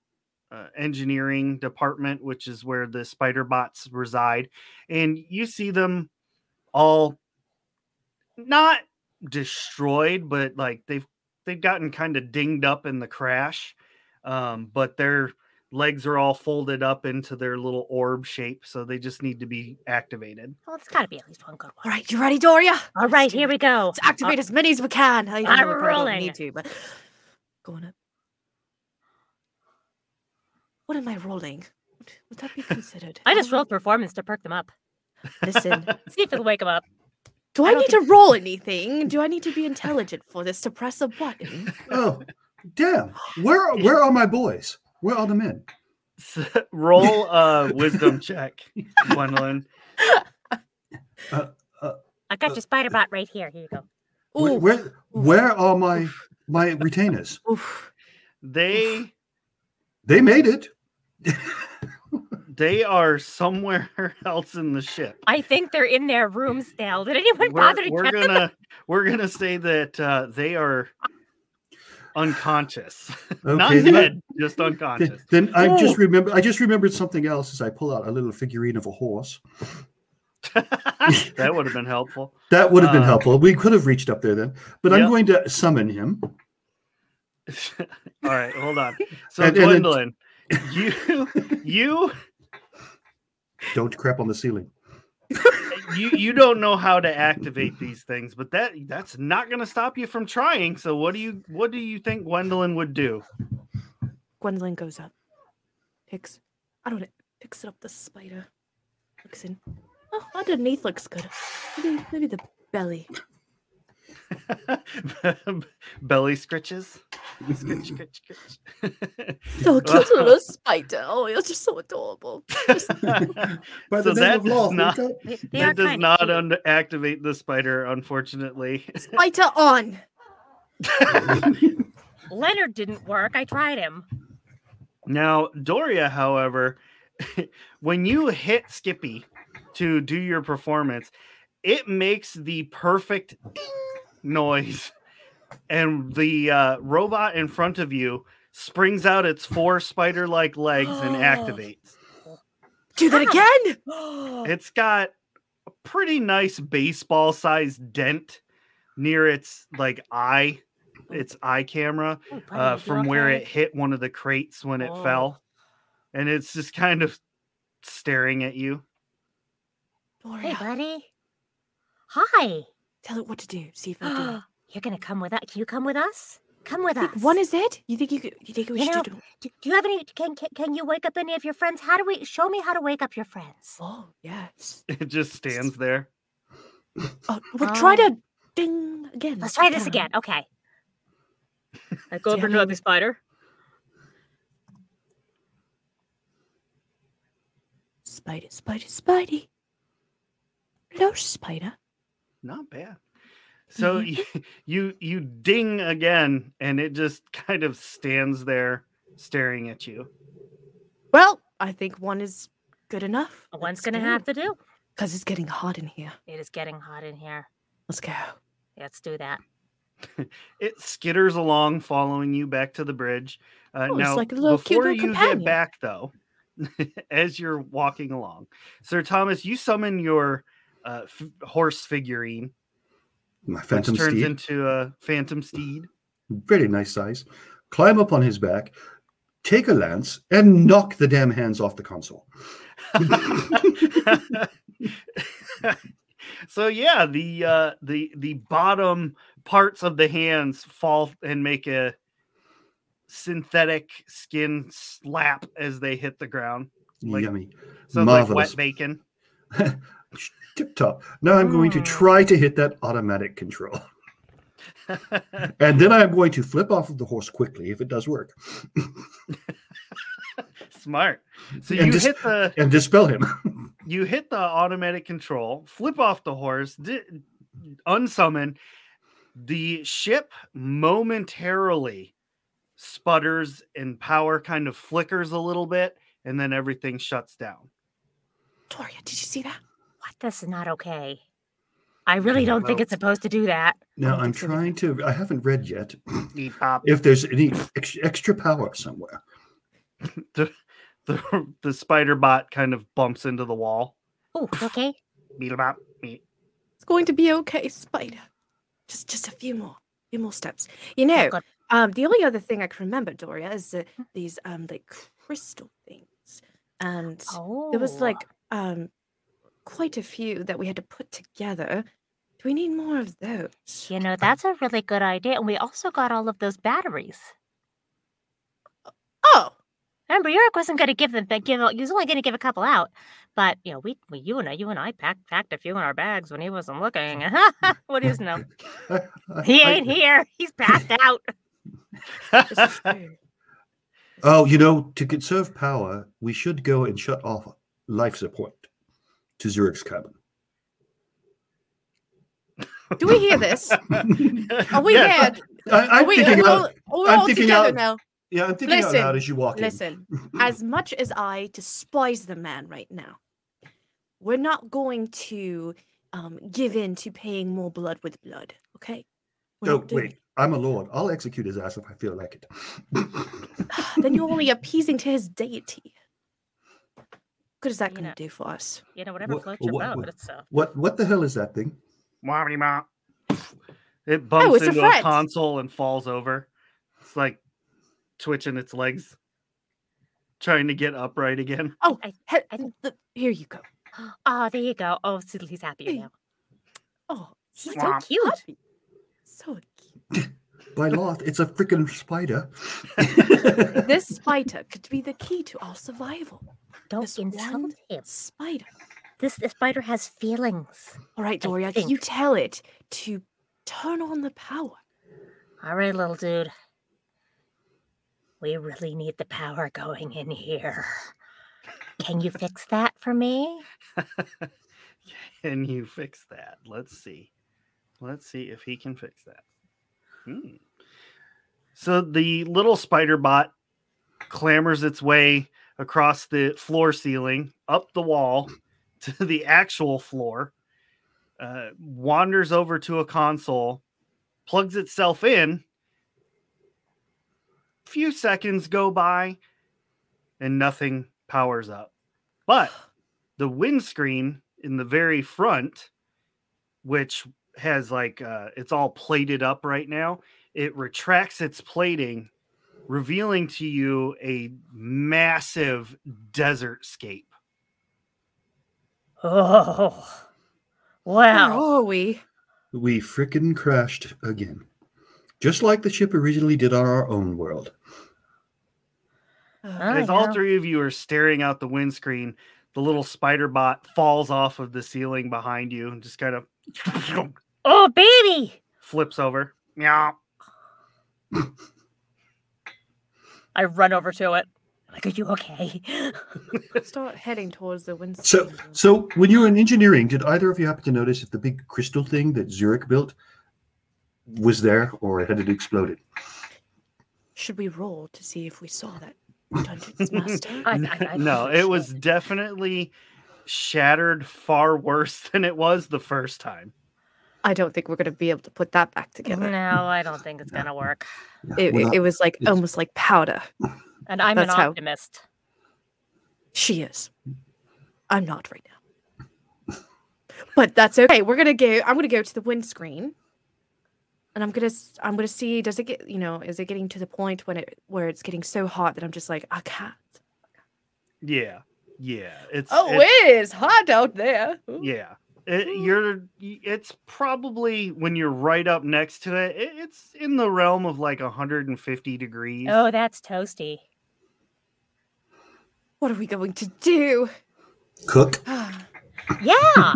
Speaker 1: uh, engineering department, which is where the spider bots reside. And you see them all not destroyed, but like they've they've gotten kind of dinged up in the crash. Um, but their legs are all folded up into their little orb shape, so they just need to be activated.
Speaker 4: Well, it's got to be at least one good
Speaker 3: All
Speaker 4: one.
Speaker 3: right, you ready, Doria?
Speaker 4: All right, here we go.
Speaker 3: Let's activate as many as we can. I even
Speaker 4: uh, I'm
Speaker 3: know we probably
Speaker 4: rolling.
Speaker 3: don't need to, but go on up. What am I rolling? Would that be considered?
Speaker 4: I just
Speaker 3: Um,
Speaker 4: rolled performance to perk them up. [laughs]
Speaker 3: Listen,
Speaker 4: See if it'll wake them up.
Speaker 3: do
Speaker 4: I
Speaker 3: I,
Speaker 4: don't
Speaker 3: need to roll anything? Do I need to be intelligent for this to press a
Speaker 4: [laughs]
Speaker 3: button?
Speaker 2: Oh, damn! Where where are my boys? Where are the men?
Speaker 1: S- [laughs] Roll a [laughs] wisdom check, Gwendolyn.
Speaker 4: I
Speaker 1: Uh,
Speaker 4: got your spider bot right here. Here you go.
Speaker 2: Where
Speaker 3: Ooh,
Speaker 2: where, where are my my retainers?
Speaker 3: oof.
Speaker 1: They
Speaker 2: They made it.
Speaker 1: they are somewhere [laughs] else in the
Speaker 4: [laughs]
Speaker 1: ship.
Speaker 4: I think they're in their rooms now. Did anyone
Speaker 1: We're,
Speaker 4: bother to
Speaker 1: we're
Speaker 4: get them?
Speaker 1: gonna we're gonna say that uh, they are unconscious, [laughs] not
Speaker 2: Okay, let-
Speaker 1: dead, just unconscious. [laughs]
Speaker 2: Then, then I just
Speaker 4: Oh.
Speaker 2: remember. I just remembered something else as I pull out a little figurine of a horse.
Speaker 1: that would have been helpful.
Speaker 2: That would have been
Speaker 1: Uh,
Speaker 2: helpful. We could have reached up there then. But
Speaker 1: Yep.
Speaker 2: I'm going to summon him.
Speaker 1: [laughs] All right, hold on. So
Speaker 2: And- and then-
Speaker 1: Gwendolyn, you you
Speaker 2: Don't crap on the ceiling.
Speaker 1: you you don't know how to activate these things, but that that's not going to stop you from trying. So what do you what do you think Gwendolyn would do? [laughs]
Speaker 3: Gwendolyn goes up, picks. I don't know, picks up the spider, looks in. Oh, underneath looks good. Maybe, maybe the belly.
Speaker 1: Belly
Speaker 4: [laughs]
Speaker 1: scritches. Scritch, scritch, scritch.
Speaker 3: So cute [laughs] little spider. Oh, you're just so adorable.
Speaker 1: So that does not-
Speaker 4: They- they
Speaker 1: [laughs]
Speaker 4: are
Speaker 1: that does
Speaker 4: kinda
Speaker 1: not
Speaker 4: cute.
Speaker 1: un- activate the spider, unfortunately.
Speaker 3: Spider on.
Speaker 4: Leonard didn't work. I tried him.
Speaker 1: Now, Doria, however, [laughs] when you hit Skippy to do your performance, it makes the perfect ding noise, and the uh, robot in front of you springs out its four spider-like legs and activates.
Speaker 3: Do that again.
Speaker 1: [gasps] It's got a pretty nice baseball-sized dent near its like eye, its eye camera
Speaker 4: Oh, buddy,
Speaker 1: uh,
Speaker 4: you
Speaker 1: from where
Speaker 4: okay?
Speaker 1: it hit one of the crates when it
Speaker 4: Oh.
Speaker 1: fell, and it's just kind of staring at you. [laughs]
Speaker 4: [sighs] Hey,
Speaker 3: Doria,
Speaker 4: buddy. Hi.
Speaker 3: tell it what to do. See if it'll
Speaker 4: [gasps]
Speaker 3: do it.
Speaker 4: You're gonna come with us. Can you come with us? Come with
Speaker 3: Think
Speaker 4: us.
Speaker 3: One is it? You think you could, you think we
Speaker 4: You
Speaker 3: should
Speaker 4: know-
Speaker 3: do it?
Speaker 4: Do, do you have any? Can, can can you wake up any of your friends? How do we? Show me how to wake up your friends.
Speaker 3: Oh yes.
Speaker 1: It just stands there.
Speaker 3: Oh, we'll try
Speaker 4: Oh.
Speaker 3: to ding again.
Speaker 4: Let's try this
Speaker 3: Yeah.
Speaker 4: again. Okay. I [laughs] go up
Speaker 3: Damn
Speaker 4: and hug the
Speaker 3: it.
Speaker 4: spider.
Speaker 3: Spider, spider, spidey. Hello, spider.
Speaker 1: Not bad.
Speaker 3: [laughs]
Speaker 1: So you, [laughs] you you ding again, and it just kind of stands there staring at you.
Speaker 3: Well, I think one is good enough.
Speaker 4: One's gonna have to do.
Speaker 3: Because it's getting hot in here.
Speaker 4: It is getting hot in here.
Speaker 3: Let's go.
Speaker 4: Let's do that.
Speaker 1: It skitters along, following you back to the bridge. Uh,
Speaker 3: Oh, it's
Speaker 1: now,
Speaker 3: like a little cute
Speaker 1: before
Speaker 3: little
Speaker 1: you
Speaker 3: companion.
Speaker 1: get back, though, [laughs] as you're walking along, Sir Thomas, you summon your uh, f- horse figurine,
Speaker 2: My phantom
Speaker 1: which turns
Speaker 2: steed.
Speaker 1: into a phantom
Speaker 2: [laughs]
Speaker 1: steed.
Speaker 2: very nice size, climb up on his back, take a lance, and knock the damn hands off the console.
Speaker 1: so yeah, the uh, the the bottom parts of the hands fall and make a synthetic skin slap as they hit the ground. Like-
Speaker 2: Yummy.
Speaker 1: So it's like
Speaker 2: Marvelous.
Speaker 1: wet bacon. [laughs]
Speaker 2: Tip top. Now I'm going to
Speaker 1: Hmm.
Speaker 4: Mm.
Speaker 2: try to hit that automatic control. And then I'm going to flip off of the horse quickly if it does work
Speaker 1: Smart. So
Speaker 2: And
Speaker 1: you
Speaker 2: just-
Speaker 1: hit the
Speaker 2: and dispel him.
Speaker 1: you hit the automatic control, flip off the horse, di- unsummon. The ship momentarily sputters and power kind of flickers a little bit, and then everything shuts down.
Speaker 3: Doria, did you see that?
Speaker 4: What? This is not okay. I really don't think
Speaker 1: well-
Speaker 4: it's supposed to do that.
Speaker 2: Now
Speaker 3: don't
Speaker 2: I'm
Speaker 3: think so either.
Speaker 2: trying to, I haven't read yet
Speaker 1: Beep, bop. [laughs]
Speaker 2: if there's any ex- extra power somewhere.
Speaker 1: The, the spider bot kind of bumps into the wall.
Speaker 4: Oh, okay.
Speaker 1: Beep, bop, beep.
Speaker 3: It's going to be okay, spider. Just just a few more, few more steps. You
Speaker 4: Oh,
Speaker 3: know,
Speaker 4: God.
Speaker 3: um, the only other thing I can remember, Doria, is uh, these um like crystal things, and there was
Speaker 4: Oh,
Speaker 3: like um quite a few that we had to put together. Do we need more of those?
Speaker 4: you know, that's a really good idea. And we also got all of those batteries.
Speaker 3: [laughs] Oh,
Speaker 4: Remember, Eric wasn't going to give them, give out- he was only going to give a couple out. But you know, we, we you and I, you and I packed packed a few in our bags when he wasn't looking. [laughs] what is no?
Speaker 2: I- I-
Speaker 4: He
Speaker 2: I-
Speaker 4: ain't here. He's passed out.
Speaker 3: this is true.
Speaker 2: Oh, you know, to conserve power, we should go and shut off life support to Zurich's cabin.
Speaker 3: Do we hear this? Are
Speaker 1: [laughs]
Speaker 3: oh, we
Speaker 1: Yes.
Speaker 3: here?
Speaker 2: I,
Speaker 3: Are
Speaker 2: I'm
Speaker 3: we
Speaker 2: thinking
Speaker 3: are
Speaker 2: out.
Speaker 3: all, we're
Speaker 2: I'm
Speaker 3: all
Speaker 2: thinking
Speaker 3: together
Speaker 2: out-
Speaker 3: now.
Speaker 2: Yeah, I'm thinking
Speaker 3: Listen,
Speaker 2: out loud as you walk
Speaker 3: Listen,
Speaker 2: in.
Speaker 3: as much as I despise the man right now, we're not going to um, give in to paying more blood with blood, okay? We're
Speaker 2: oh
Speaker 3: not doing
Speaker 2: wait, I'm a lord. I'll execute his ass if I feel like it. [laughs]
Speaker 3: it. [sighs] then you're only appeasing to his deity. Good is that
Speaker 4: You
Speaker 3: going to
Speaker 4: know-
Speaker 3: do for us?
Speaker 4: You know, whatever
Speaker 2: What-
Speaker 4: floats your
Speaker 2: what-
Speaker 4: boat.
Speaker 2: what-
Speaker 4: But it's uh,
Speaker 2: what what the hell is that thing?
Speaker 1: Wobbly mop. It bumps
Speaker 3: Oh, it's a
Speaker 1: into a
Speaker 3: friend.
Speaker 1: console and falls over. It's like twitching its legs, trying to get upright again.
Speaker 3: He-
Speaker 4: I think-
Speaker 3: the- here you go.
Speaker 4: oh, there you go. Oh, see, he's happier now.
Speaker 3: Oh,
Speaker 4: He's
Speaker 3: it's
Speaker 4: so
Speaker 1: Swamp.
Speaker 4: cute.
Speaker 3: puppy. So cute. [laughs]
Speaker 2: By Loth, it's a freaking spider.
Speaker 3: This spider could be the key to our survival.
Speaker 4: Don't
Speaker 3: This
Speaker 4: insult
Speaker 3: one-
Speaker 4: him.
Speaker 3: Spider.
Speaker 4: This, this spider has feelings.
Speaker 3: All right,
Speaker 4: I
Speaker 3: Doria,
Speaker 4: think-
Speaker 3: you tell it to turn on the power.
Speaker 4: All right, little dude. We really need the power going in here. Can you fix that for me?
Speaker 1: [laughs] Can you fix that? Let's see. Let's see if he can fix that. Hmm. So the little spider bot clambers its way across the floor ceiling, up the wall [laughs] to the actual floor, uh, wanders over to a console, plugs itself in. Few seconds go by and nothing powers up. But the windscreen in the very front, which has like uh, it's all plated up right now, it retracts its plating, revealing to you a massive desert scape.
Speaker 4: Oh,
Speaker 3: Where
Speaker 4: wow.
Speaker 3: are we?
Speaker 2: we freaking crashed again. Just like the ship originally did on our own world.
Speaker 3: Ugh.
Speaker 4: I
Speaker 1: As all
Speaker 4: know.
Speaker 1: three of you are staring out the windscreen, the little spider bot falls off of the ceiling behind you and [laughs] just kind of
Speaker 4: Oh, baby.
Speaker 1: flips over. Meow.
Speaker 4: I run over to it. Like, are you okay? [laughs]
Speaker 3: Start heading towards the wind.
Speaker 2: So, so when you were in engineering, did either of you happen to notice if the big crystal thing that Zurich built was there, or had it exploded?
Speaker 3: Should we roll to see if we saw that dungeon's master?
Speaker 4: [laughs]
Speaker 3: [laughs]
Speaker 4: I- I-
Speaker 1: [laughs]
Speaker 4: I
Speaker 1: no,
Speaker 4: [laughs] think we
Speaker 1: it was
Speaker 4: should.
Speaker 1: definitely shattered far worse than it was the first time.
Speaker 3: I don't think we're going to be able to put that back together.
Speaker 4: No, I don't think it's gonna work.
Speaker 2: Yeah,
Speaker 3: It,
Speaker 2: well,
Speaker 3: it, it was like
Speaker 2: it's-
Speaker 3: almost like powder.
Speaker 4: And I'm
Speaker 3: That's
Speaker 4: an
Speaker 3: how-
Speaker 4: optimist.
Speaker 3: She is. I'm not right now. But that's okay. We're gonna go. I'm gonna go to the windscreen, and I'm gonna. s- I'm gonna see. Does it get? You know, is it getting to the point when it where it's getting so hot that I'm just like, I can't.
Speaker 1: Yeah, yeah. It's
Speaker 3: Oh, is hot out there.
Speaker 1: Yeah. It,
Speaker 3: Mm.
Speaker 1: you're y- it's probably when you're right up next to it, it it's in the realm of like 150 degrees
Speaker 4: Oh, that's toasty.
Speaker 3: What are we going to do? [sighs]
Speaker 2: Cook.
Speaker 4: Yeah.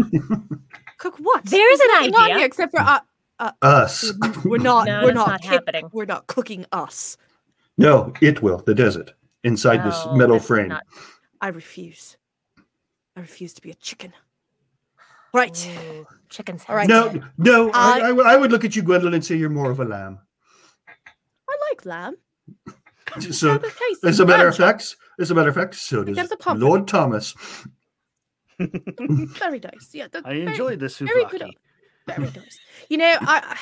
Speaker 3: Cook what?
Speaker 4: There's an
Speaker 3: nothing on
Speaker 4: idea.
Speaker 3: here except for uh,
Speaker 2: Us.
Speaker 3: we're not.
Speaker 4: No,
Speaker 3: we're
Speaker 4: that's
Speaker 3: not,
Speaker 4: not
Speaker 3: kick-
Speaker 4: happening.
Speaker 3: We're not cooking us.
Speaker 2: No, it will. The desert inside this
Speaker 4: No,
Speaker 2: metal
Speaker 4: this is
Speaker 2: frame.
Speaker 4: Oh, not-
Speaker 3: I refuse. I refuse to be a chicken. Right.
Speaker 4: Ooh, chicken
Speaker 3: All right. Uh,
Speaker 2: No, no. I,
Speaker 3: I-
Speaker 2: I w- I would look at you, Gwendolyn, and say you're more of a lamb.
Speaker 3: I like lamb. [laughs]
Speaker 2: So,
Speaker 3: Sounds tasty.
Speaker 2: as a matter
Speaker 3: Lamb
Speaker 2: of fact, as a matter of fact, so does
Speaker 3: Against the pumpkin.
Speaker 2: Lord Thomas.
Speaker 3: chop, Very nice. Yeah, that's
Speaker 1: i
Speaker 3: very-
Speaker 1: enjoyed this
Speaker 3: very good.
Speaker 1: souvlaki.
Speaker 3: Very nice. You know, I,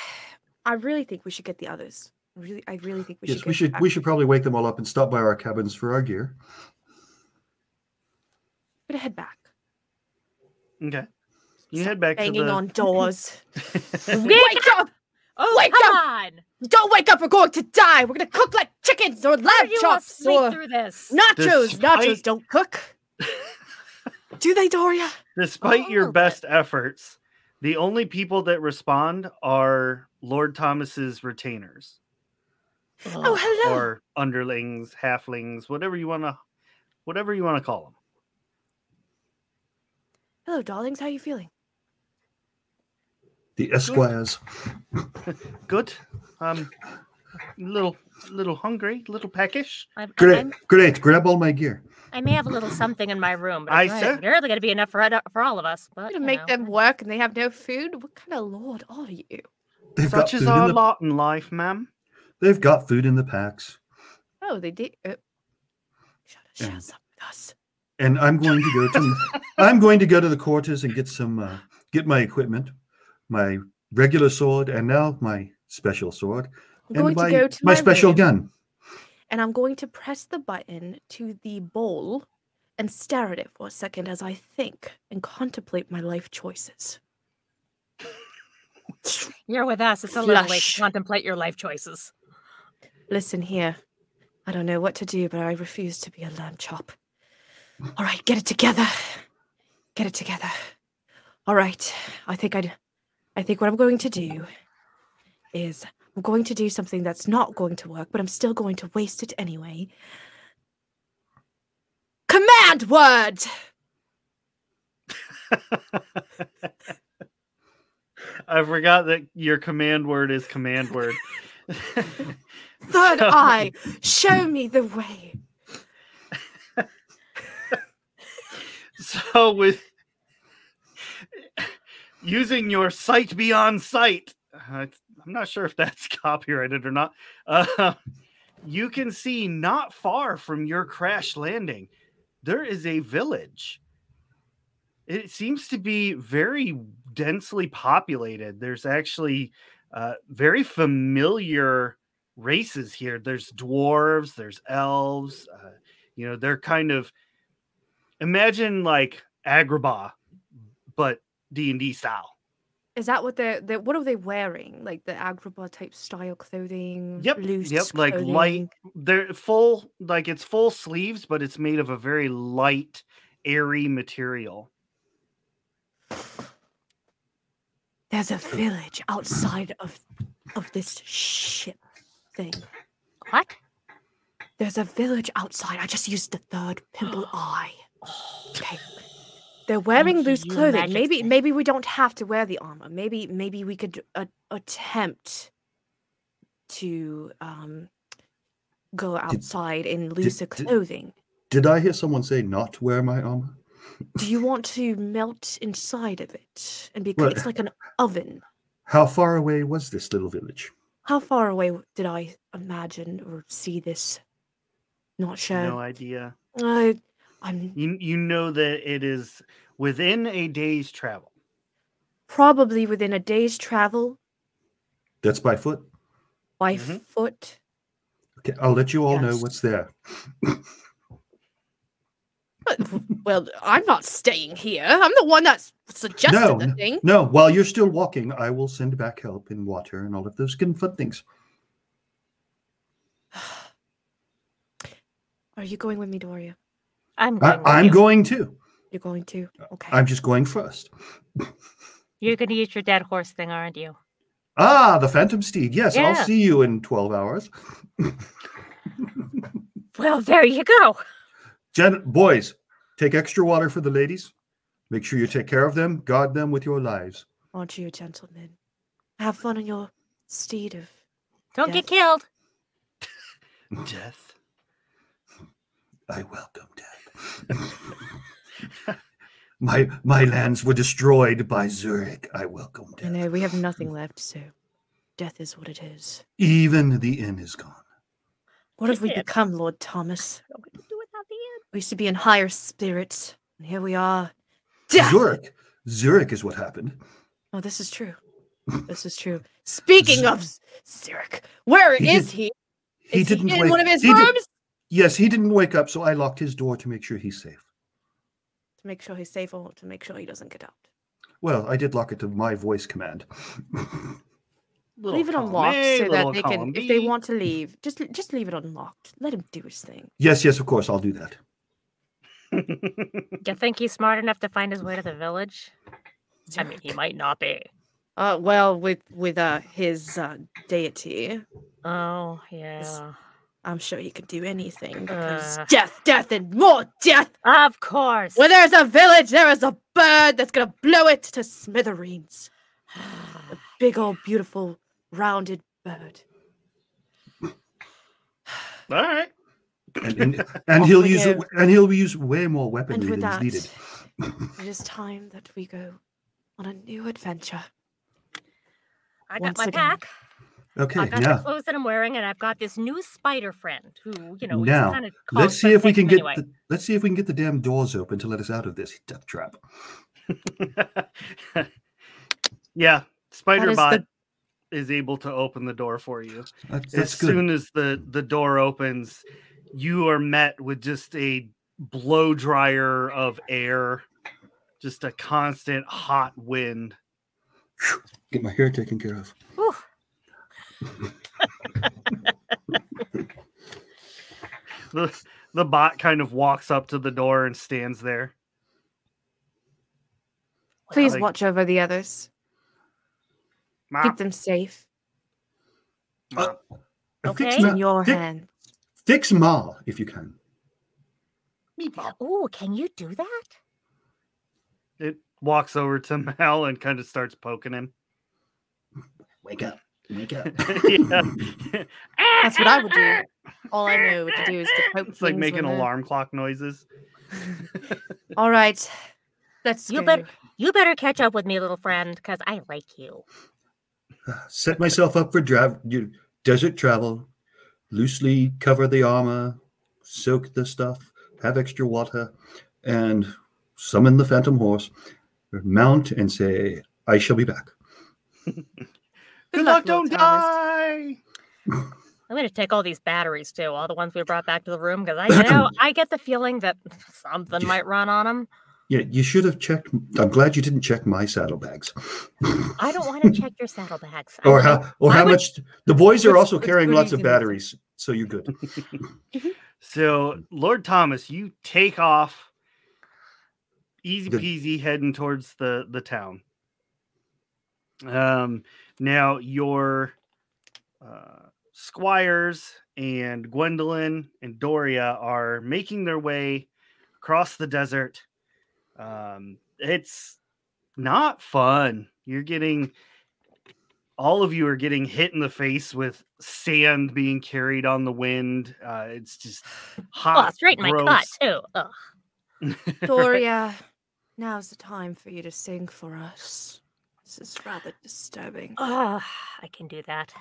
Speaker 3: I really think we should get the others. Really, I really think we
Speaker 2: yes,
Speaker 3: should.
Speaker 2: we
Speaker 3: get
Speaker 2: should
Speaker 3: back-
Speaker 2: we should probably wake them all up and stop by our cabins for our gear.
Speaker 3: we're gonna head back.
Speaker 1: okay you
Speaker 3: Stop
Speaker 1: head back to
Speaker 3: Banging
Speaker 1: the
Speaker 3: on
Speaker 4: [laughs]
Speaker 3: doors.
Speaker 4: Wake
Speaker 3: up!
Speaker 4: Oh,
Speaker 3: Wake
Speaker 4: come
Speaker 3: up!
Speaker 4: on!
Speaker 3: Don't wake up! We're going to die. We're gonna cook like chickens or
Speaker 4: How
Speaker 3: lamb
Speaker 4: did you all
Speaker 3: chops
Speaker 4: sleep
Speaker 3: or
Speaker 4: through this?
Speaker 3: nachos. Nachos
Speaker 1: Despite-
Speaker 3: don't cook. [laughs] Do they, Doria?
Speaker 1: despite
Speaker 4: all
Speaker 3: Oh,
Speaker 4: of
Speaker 1: your
Speaker 4: it.
Speaker 1: best efforts the only people that respond are lord thomas's retainers
Speaker 3: Oh, hello.
Speaker 1: or underlings halflings whatever you want to whatever you want to call them
Speaker 3: Hello, darlings. How are you feeling?
Speaker 2: The Esquires.
Speaker 1: good um little little hungry little peckish
Speaker 4: I'm,
Speaker 2: Great,
Speaker 4: I'm-
Speaker 2: great. Grab all my gear.
Speaker 4: I may have a little something in my room, but
Speaker 1: I
Speaker 4: it's
Speaker 1: said-
Speaker 4: not barely going to be enough for, for all of us. But
Speaker 3: We're
Speaker 4: you
Speaker 3: gonna make
Speaker 4: know.
Speaker 3: them work, and they have no food. What kind of lord are you?
Speaker 2: They've got
Speaker 1: such
Speaker 2: food
Speaker 1: is
Speaker 2: in
Speaker 1: our
Speaker 2: the,
Speaker 1: lot in life ma'am
Speaker 2: They've got food in the packs,
Speaker 3: Oh, they did. Uh, shut shut
Speaker 2: And-
Speaker 3: up with us.
Speaker 2: and I'm going to go
Speaker 3: [laughs]
Speaker 2: to I'm going to go to the quarters and get some uh, get my equipment, my regular sword, and now my special sword,
Speaker 3: I'm
Speaker 2: and
Speaker 3: going
Speaker 2: my
Speaker 3: to go to
Speaker 2: my,
Speaker 3: my,
Speaker 2: special
Speaker 3: room,
Speaker 2: gun.
Speaker 3: and I'm going to press the button to the bowl and stare at it for a second as I think and contemplate my life choices. [laughs]
Speaker 4: You're with us. It's a little late
Speaker 3: Flush.
Speaker 4: to contemplate your life choices.
Speaker 3: Listen here, I don't know what to do, but I refuse to be a lamb chop. All right, get it together. Get it together. All right, I think I, I think what I'm going to do is I'm going to do something that's not going to work, but I'm still going to waste it anyway. Command word.
Speaker 1: [laughs] I forgot that your command word is command [laughs] word.
Speaker 3: Third
Speaker 1: [laughs] So-
Speaker 3: eye, show me the way.
Speaker 1: [laughs] So with using your sight beyond sight, uh, it's- I'm not sure if that's [laughs] copyrighted or not. Uh, you can see not far from your crash landing, there is a village. It seems to be very densely populated. There's actually uh, very familiar races here. There's dwarves, there's elves. Uh, you know, they're kind of imagine like Agrabah, but D and D style.
Speaker 3: Is that what they're, they What are they wearing? Like the Agrabah type style clothing?
Speaker 1: Yep,
Speaker 3: Loose
Speaker 1: yep, like light
Speaker 3: clothing?
Speaker 1: They're full, like it's full sleeves, but it's made of a very light, airy material.
Speaker 3: There's a village outside of of this ship thing.
Speaker 4: What?
Speaker 3: There's a village outside. I just used the third
Speaker 2: [gasps]
Speaker 3: pimple eye.
Speaker 2: [sighs]
Speaker 3: Okay. They're wearing loose
Speaker 4: you,
Speaker 3: clothing.
Speaker 4: magic
Speaker 3: Maybe
Speaker 4: thing.
Speaker 3: maybe we don't have to wear the armor. Maybe maybe we could uh, attempt to um, go outside in looser
Speaker 2: did-
Speaker 3: clothing.
Speaker 2: Did I hear someone say not to wear my armor?
Speaker 3: Do you want to melt inside of it and become?
Speaker 2: Well-
Speaker 3: It's like an oven.
Speaker 2: How far away was this little village?
Speaker 3: How far away w- did I imagine or see this? Not sure.
Speaker 1: No idea.
Speaker 3: I, I'm
Speaker 1: You you know that it is within a day's travel.
Speaker 3: probably within a day's travel
Speaker 2: That's by foot.
Speaker 3: by
Speaker 2: Mm-hmm.
Speaker 1: Mhm.
Speaker 3: foot.
Speaker 2: Okay, I'll let you all know
Speaker 3: Yes.
Speaker 2: what's there.
Speaker 3: But, w- well, I'm not staying here. I'm the one that's suggested
Speaker 2: No,
Speaker 3: the thing. [sighs]
Speaker 2: No, while you're still walking, I will send back help and water and all of those good fun things.
Speaker 3: Are you going with me, Doria?
Speaker 4: I'm
Speaker 2: I,
Speaker 4: going. with
Speaker 2: I'm
Speaker 4: you.
Speaker 2: going too.
Speaker 3: You're going to?
Speaker 2: Uh,
Speaker 3: Okay.
Speaker 2: I'm just going first.
Speaker 4: You're going to use your dead horse thing, aren't you?
Speaker 2: Ah, the Phantom Steed. Yes,
Speaker 4: Yeah.
Speaker 2: I'll see you in 12 hours.
Speaker 4: Well, there you go.
Speaker 2: Gen- boys, take extra water for the ladies. Make sure you take care of them, guard them with your lives.
Speaker 3: Aren't you a gentleman? Have fun on your steed of.
Speaker 4: Don't
Speaker 3: Yes.
Speaker 4: get killed.
Speaker 1: Death.
Speaker 2: I welcome death. [laughs] my my lands were destroyed by Zurich. I welcome
Speaker 3: You
Speaker 2: death.
Speaker 3: know, we
Speaker 2: [laughs]
Speaker 3: have nothing left, so death is what it is.
Speaker 2: Even the inn is gone.
Speaker 3: What have we
Speaker 4: Yeah.
Speaker 3: become, Lord Thomas?
Speaker 4: What do we do without the end?
Speaker 3: We used to be in higher spirits, and here we are. Death!
Speaker 2: Zurich. Zurich is what happened.
Speaker 3: Oh, this is true. This is true. Speaking [laughs] of S- Zurich, where
Speaker 2: He
Speaker 3: is
Speaker 2: did-
Speaker 3: he?
Speaker 2: He
Speaker 3: is
Speaker 2: didn't
Speaker 3: he in
Speaker 2: wake
Speaker 3: one of his
Speaker 2: he did-
Speaker 3: rooms?
Speaker 2: yes, he didn't wake up, so I locked his door to make sure he's safe.
Speaker 3: To make sure he's safe or to make sure he doesn't get out.
Speaker 2: Well, I did lock it to my voice command. [laughs]
Speaker 1: Little
Speaker 3: leave it
Speaker 1: column
Speaker 3: unlocked
Speaker 1: A,
Speaker 3: so that
Speaker 1: little
Speaker 3: they
Speaker 1: column
Speaker 3: can, if they
Speaker 1: B.
Speaker 3: want to leave, just l- just leave it unlocked. Let him do his thing.
Speaker 2: yes, yes, of course, I'll
Speaker 1: [laughs]
Speaker 2: do that.
Speaker 4: [laughs] You think he's smart enough to find his way to the village? I mean, he
Speaker 3: Zurich.
Speaker 4: might not be.
Speaker 3: Uh, well, with with uh his uh, deity,
Speaker 4: Oh, yeah.
Speaker 3: I'm sure he could do anything because
Speaker 4: Uh.
Speaker 3: death, death, and more death.
Speaker 4: Of course. [sighs]
Speaker 3: Where there's a village, there is a bird that's gonna blow it to smithereens. A big old beautiful rounded bird.
Speaker 1: [laughs] All right. [laughs]
Speaker 2: And, and, and
Speaker 3: Off
Speaker 2: he'll
Speaker 3: we
Speaker 2: use it,
Speaker 3: go.
Speaker 2: and he'll use way more
Speaker 3: And
Speaker 2: weaponry
Speaker 3: with
Speaker 2: than is
Speaker 3: that,
Speaker 2: needed.
Speaker 3: it is time that we go on a new adventure.
Speaker 4: I got
Speaker 3: once
Speaker 4: my
Speaker 3: again.
Speaker 4: pack.
Speaker 2: Okay,
Speaker 4: I've got
Speaker 2: now
Speaker 4: the clothes that I'm wearing, and I've got this new spider friend who, you know,
Speaker 2: Now,
Speaker 4: is kind of
Speaker 2: let's see if we can get the, let's see if we can get the damn doors open to let us out of this death trap.
Speaker 1: yeah,
Speaker 3: is
Speaker 1: Spiderbot
Speaker 3: the-
Speaker 1: is able to open the door for you.
Speaker 2: That's,
Speaker 1: as
Speaker 2: that's good.
Speaker 1: soon as the the door opens, you are met with just a blow dryer of air, just a constant hot wind.
Speaker 2: Get my hair taken care of.
Speaker 4: Whew.
Speaker 1: The the bot kind of walks up to the door and stands there.
Speaker 3: Please
Speaker 1: like-
Speaker 3: watch over the others.
Speaker 1: Mop,
Speaker 4: Ah.
Speaker 3: Keep them safe.
Speaker 1: mop.
Speaker 2: Uh, Fix
Speaker 4: Okay.
Speaker 3: It's
Speaker 2: ma,
Speaker 3: in your
Speaker 2: Dick-
Speaker 3: hand.
Speaker 2: fix ma if you can.
Speaker 4: Oh, can you do that?
Speaker 1: It walks over to [laughs] Mal and kind of starts poking him.
Speaker 2: Wake up! Wake up!
Speaker 1: [laughs] yeah.
Speaker 2: [laughs]
Speaker 3: That's what I would do. All I know to do is to poke
Speaker 1: It's like
Speaker 3: things
Speaker 1: making
Speaker 3: with a-
Speaker 1: alarm clock noises.
Speaker 3: All right, let's
Speaker 4: You
Speaker 3: go.
Speaker 4: bet- You better catch up with me, little friend, because I like you.
Speaker 2: Set myself up for dra- you- desert travel. Loosely cover the armor, soak the stuff, have extra water, and summon the phantom horse. Mount and say, "I shall be back."
Speaker 1: Good luck, don't
Speaker 3: Lord Thomas.
Speaker 1: die.
Speaker 4: I'm going to take all these batteries too, all the ones we brought back to the
Speaker 3: [coughs]
Speaker 4: room, because I you know I get the feeling that [laughs] something might run on them.
Speaker 2: Yeah, you should have checked. I'm glad you didn't check my saddlebags.
Speaker 4: I don't
Speaker 3: [laughs]
Speaker 4: want to check your saddlebags. I
Speaker 2: or
Speaker 4: don't-
Speaker 3: uh,
Speaker 2: how or
Speaker 4: I
Speaker 2: how
Speaker 4: would-
Speaker 2: much the boys are
Speaker 3: Let's-
Speaker 2: also
Speaker 3: let's
Speaker 2: carrying
Speaker 3: put
Speaker 2: lots
Speaker 3: these
Speaker 2: of
Speaker 3: in the-
Speaker 2: batteries so you're good
Speaker 1: So, Lord Thomas, you take off easy
Speaker 2: Good.
Speaker 1: peasy heading towards the the town. Um now your uh squires and Gwendolyn and Doria are making their way across the desert. Um it's not fun. You're getting all of you are getting hit in the face with sand being carried on the wind. Uh, it's just hot.
Speaker 4: oh, straight in my
Speaker 1: gross.
Speaker 4: cut too. Ugh. [laughs]
Speaker 3: Doria, now's the time for you to sing for us. This is rather disturbing.
Speaker 4: Ugh, I can do that.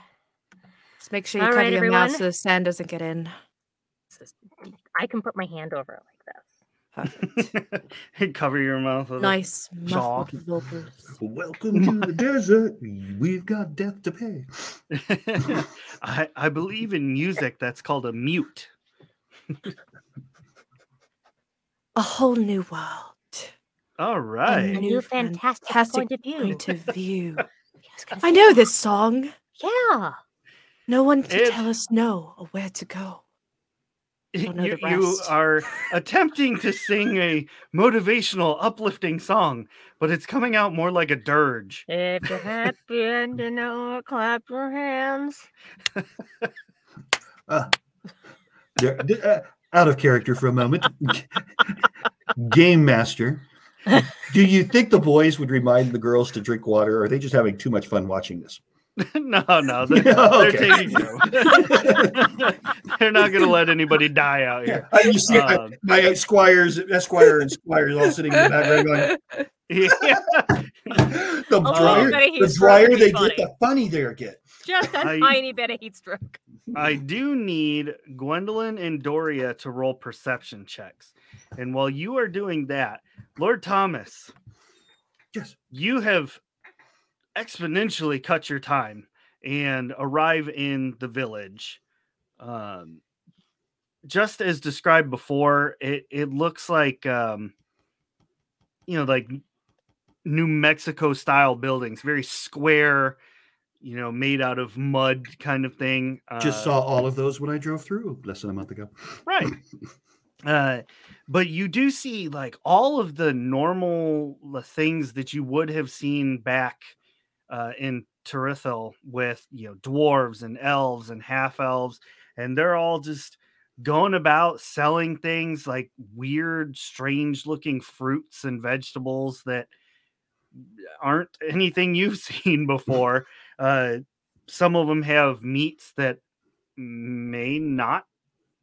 Speaker 3: Just make sure you
Speaker 4: All
Speaker 3: cover
Speaker 4: right,
Speaker 3: your mouth
Speaker 4: everyone.
Speaker 3: so the sand doesn't get in.
Speaker 4: This is- I can put my hand over it like this.
Speaker 3: Perfect.
Speaker 1: [laughs] Cover your mouth. With a-
Speaker 3: nice
Speaker 1: Jaw.
Speaker 3: muffled vocals.
Speaker 2: Welcome to the desert. We've got death to pay.
Speaker 1: [laughs] I, I believe in music that's called a mute.
Speaker 3: A whole new world.
Speaker 1: All right.
Speaker 4: A
Speaker 3: Mm.
Speaker 4: new
Speaker 3: New
Speaker 4: fantastic,
Speaker 3: fantastic
Speaker 4: point of view.
Speaker 1: [laughs]
Speaker 3: Point of view.
Speaker 4: I was gonna
Speaker 3: I
Speaker 4: say-
Speaker 3: know this song.
Speaker 4: Yeah.
Speaker 3: No one to
Speaker 1: It's-
Speaker 3: tell us no or where
Speaker 1: [laughs]
Speaker 3: to go. Don't know
Speaker 1: You,
Speaker 3: the
Speaker 1: you
Speaker 3: rest. [laughs]
Speaker 1: are attempting to sing a motivational, uplifting song, but it's coming out more like a dirge. [laughs]
Speaker 4: If you're happy and you know, it, clap your hands.
Speaker 2: Uh, there- d- uh, out of character for a moment. [laughs] Game master. Do you think the boys would remind the girls to drink water, or are they just having too much fun watching this?
Speaker 1: no,
Speaker 3: [laughs]
Speaker 1: no, [laughs] they're, they're
Speaker 2: [laughs] Okay.
Speaker 1: taking you. [laughs] they're not going to let anybody die out
Speaker 2: [laughs]
Speaker 1: here.
Speaker 2: I just see
Speaker 1: Um, [laughs]
Speaker 2: my esquires, esquire, and squires all sitting in the background
Speaker 1: [laughs]
Speaker 2: going,
Speaker 1: yeah.
Speaker 2: the
Speaker 1: Oh,
Speaker 4: little
Speaker 2: drier,
Speaker 4: bit of heat
Speaker 2: the
Speaker 4: stroke
Speaker 2: drier
Speaker 4: would be
Speaker 2: they
Speaker 4: funny.
Speaker 2: get, the funny they get.
Speaker 4: Just a
Speaker 1: I-
Speaker 4: tiny bit of heat stroke.
Speaker 1: I do need Gwendolyn and Doria to roll perception checks. And while you are doing that, Lord Thomas,
Speaker 2: Yes.
Speaker 1: you have exponentially cut your time and arrive in the village. Um, just as described before, it, it looks like, um, you know, like New Mexico style buildings, very square, you know, made out of mud kind of thing.
Speaker 2: Just
Speaker 1: Uh,
Speaker 2: saw all of those when I drove through less than a month ago.
Speaker 1: right uh but you do see like all of the normal l- things that you would have seen back uh in Tirithel with you know dwarves and elves and half elves and they're all just going about selling things like weird strange looking fruits and vegetables that aren't anything you've [laughs] seen before uh some of them have meats that may not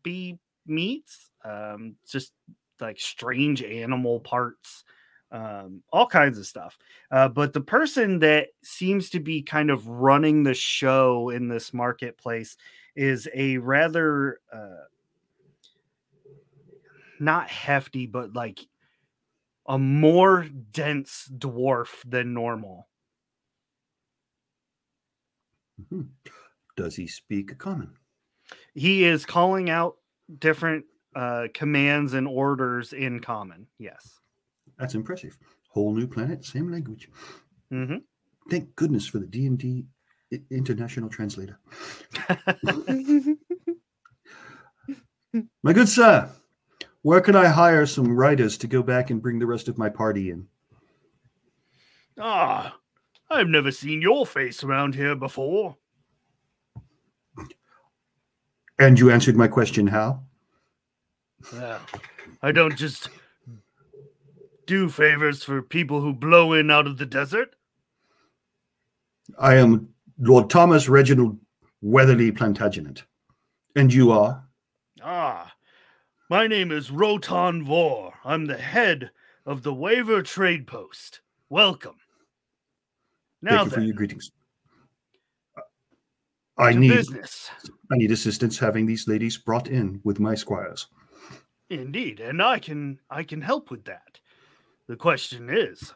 Speaker 1: be meats, um, just like strange animal parts, um, all kinds of stuff. Uh, but the person that seems to be kind of running the show in this marketplace is a rather uh, not hefty, but like a more dense dwarf than normal.
Speaker 2: Mhm. Does he speak a common?
Speaker 1: He is calling out different uh, commands and orders in common. Yes.
Speaker 2: That's impressive. Whole new planet, same language.
Speaker 1: hmm
Speaker 2: Thank goodness for the D and D international translator.
Speaker 3: [laughs]
Speaker 2: My good sir, where can I hire some writers to go back and bring the rest of my party in?
Speaker 1: Ah, I've never seen your face around here before.
Speaker 2: And you answered my question. How?
Speaker 1: Well, I don't just do favors for people who blow in out of the desert.
Speaker 2: I am Lord Thomas Reginald Weatherly Plantagenet, and you are.
Speaker 1: Ah, my name is Rotan Vor. I'm the head of the Waver Trade Post. Welcome. Now
Speaker 2: Thank you for
Speaker 1: then,
Speaker 2: your greetings. I
Speaker 1: to
Speaker 2: need
Speaker 1: business.
Speaker 2: I need assistance having these ladies brought in with my squires.
Speaker 1: Indeed, and I can I can help with that. The question is,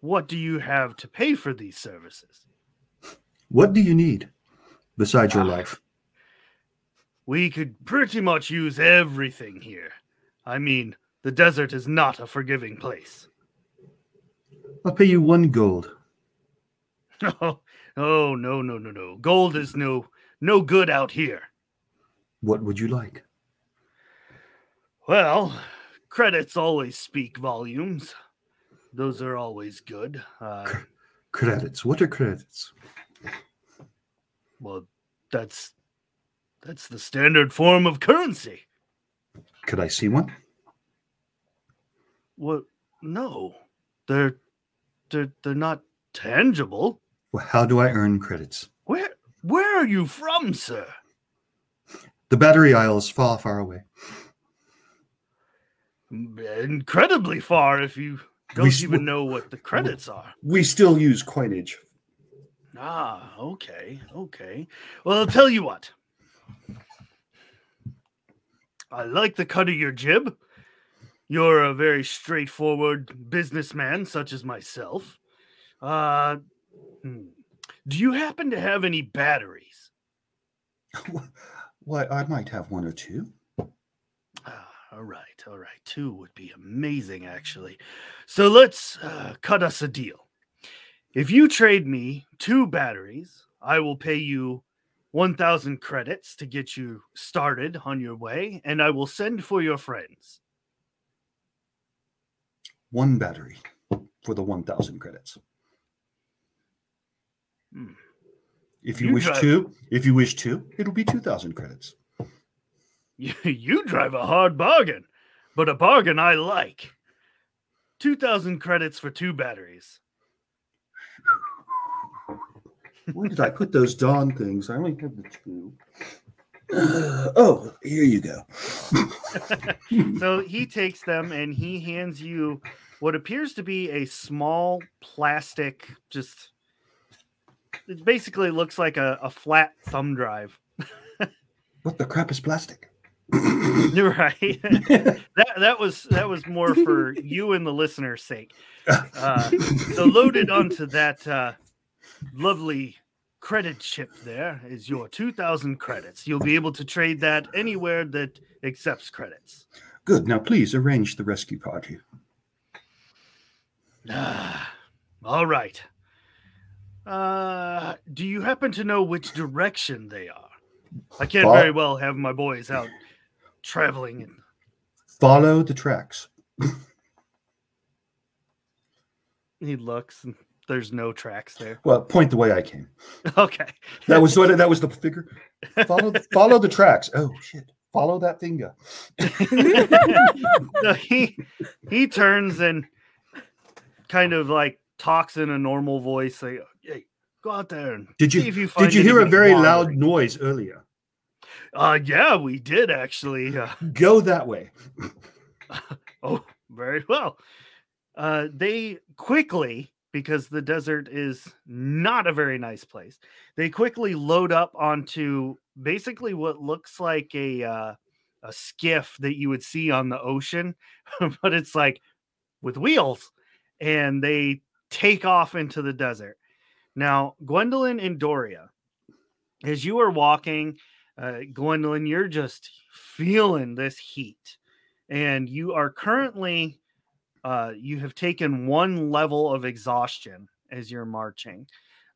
Speaker 1: what do you have to pay for these services?
Speaker 2: What do you need besides your
Speaker 1: Ah.
Speaker 2: life?
Speaker 1: We could pretty much use everything here. I mean, the desert is not a forgiving place. [laughs]
Speaker 2: I'll pay you one gold.
Speaker 1: oh, no, no, no, no. Gold is no no good out here.
Speaker 2: What would you like?
Speaker 1: Well, credits always speak volumes. Those are always good. Uh,
Speaker 2: Credits. What are credits?
Speaker 1: well, that's that's the standard form of currency.
Speaker 2: Could I see one?
Speaker 1: What? No, they're they're they're not tangible.
Speaker 2: Well, how do I earn credits?
Speaker 1: Where where are you from, sir?
Speaker 2: The battery isle is far, far away.
Speaker 1: Incredibly far if you don't
Speaker 2: sw-
Speaker 1: even know what the credits are.
Speaker 2: We still use [laughs] coinage.
Speaker 1: Ah, okay, okay. Well, I'll tell you what. I like the cut of your jib. You're a very straightforward businessman, such as myself. Uh, hmm. do you happen to have any batteries?
Speaker 2: Why, I might have one or two.
Speaker 1: Ah, all right, all right. Two would be amazing, actually. So let's uh, cut us a deal. If you trade me two batteries, I will pay you 1,000 credits to get you started on your way, and I will send for your friends. [laughs]
Speaker 2: One battery for the 1,000 credits.
Speaker 1: Hmm.
Speaker 2: If you,
Speaker 1: You
Speaker 2: wish
Speaker 1: drive-
Speaker 2: two, if you wish two, it'll be 2,000 credits.
Speaker 1: You, you drive a hard bargain, but a bargain I like. 2,000 credits for two batteries.
Speaker 2: Where did I put those darn things? I only have the two. [sighs] Uh, oh, here you go.
Speaker 1: So he takes them and he hands you what appears to be a small plastic, just it basically looks like a, a flat thumb drive.
Speaker 2: [laughs]
Speaker 1: [laughs]
Speaker 2: What the crap is plastic?
Speaker 1: You're right. that that was that was more for you and the listener's sake. [laughs] Uh, so loaded onto that uh, lovely credit chip there is your 2000 credits. You'll be able to trade that anywhere that accepts credits.
Speaker 2: Good. Now, please arrange the rescue party.
Speaker 1: Ah, all right. Uh, do you happen to know which direction they are? I can't very
Speaker 2: Fo-
Speaker 1: well have my boys out traveling. In.
Speaker 2: Follow the tracks.
Speaker 1: He looks, and there's no tracks there. [laughs]
Speaker 2: Well, point the way I came.
Speaker 1: Okay. [laughs]
Speaker 2: That was what. That was the figure. Follow. Follow the tracks. Oh shit! Follow that finger.
Speaker 1: so he he turns and kind of like talks in a normal voice, like, "Hey, go out there and
Speaker 2: Did
Speaker 1: see
Speaker 2: you?
Speaker 1: if you find."
Speaker 2: Did you hear a
Speaker 1: anybody
Speaker 2: very loud
Speaker 1: wandering."
Speaker 2: noise earlier?
Speaker 1: Uh, yeah, we did actually. Uh,
Speaker 2: Go that way.
Speaker 1: Oh, [laughs] very well. Uh, they quickly, because the desert is not a very nice place, they quickly load up onto basically what looks like a uh, a skiff that you would see on the ocean, [laughs] but it's like with wheels, and they take off into the desert. Now, Gwendolyn and Doria, as you are walking, uh, Gwendolyn, you're just feeling this heat and you are currently uh, you have taken one level of exhaustion as you're marching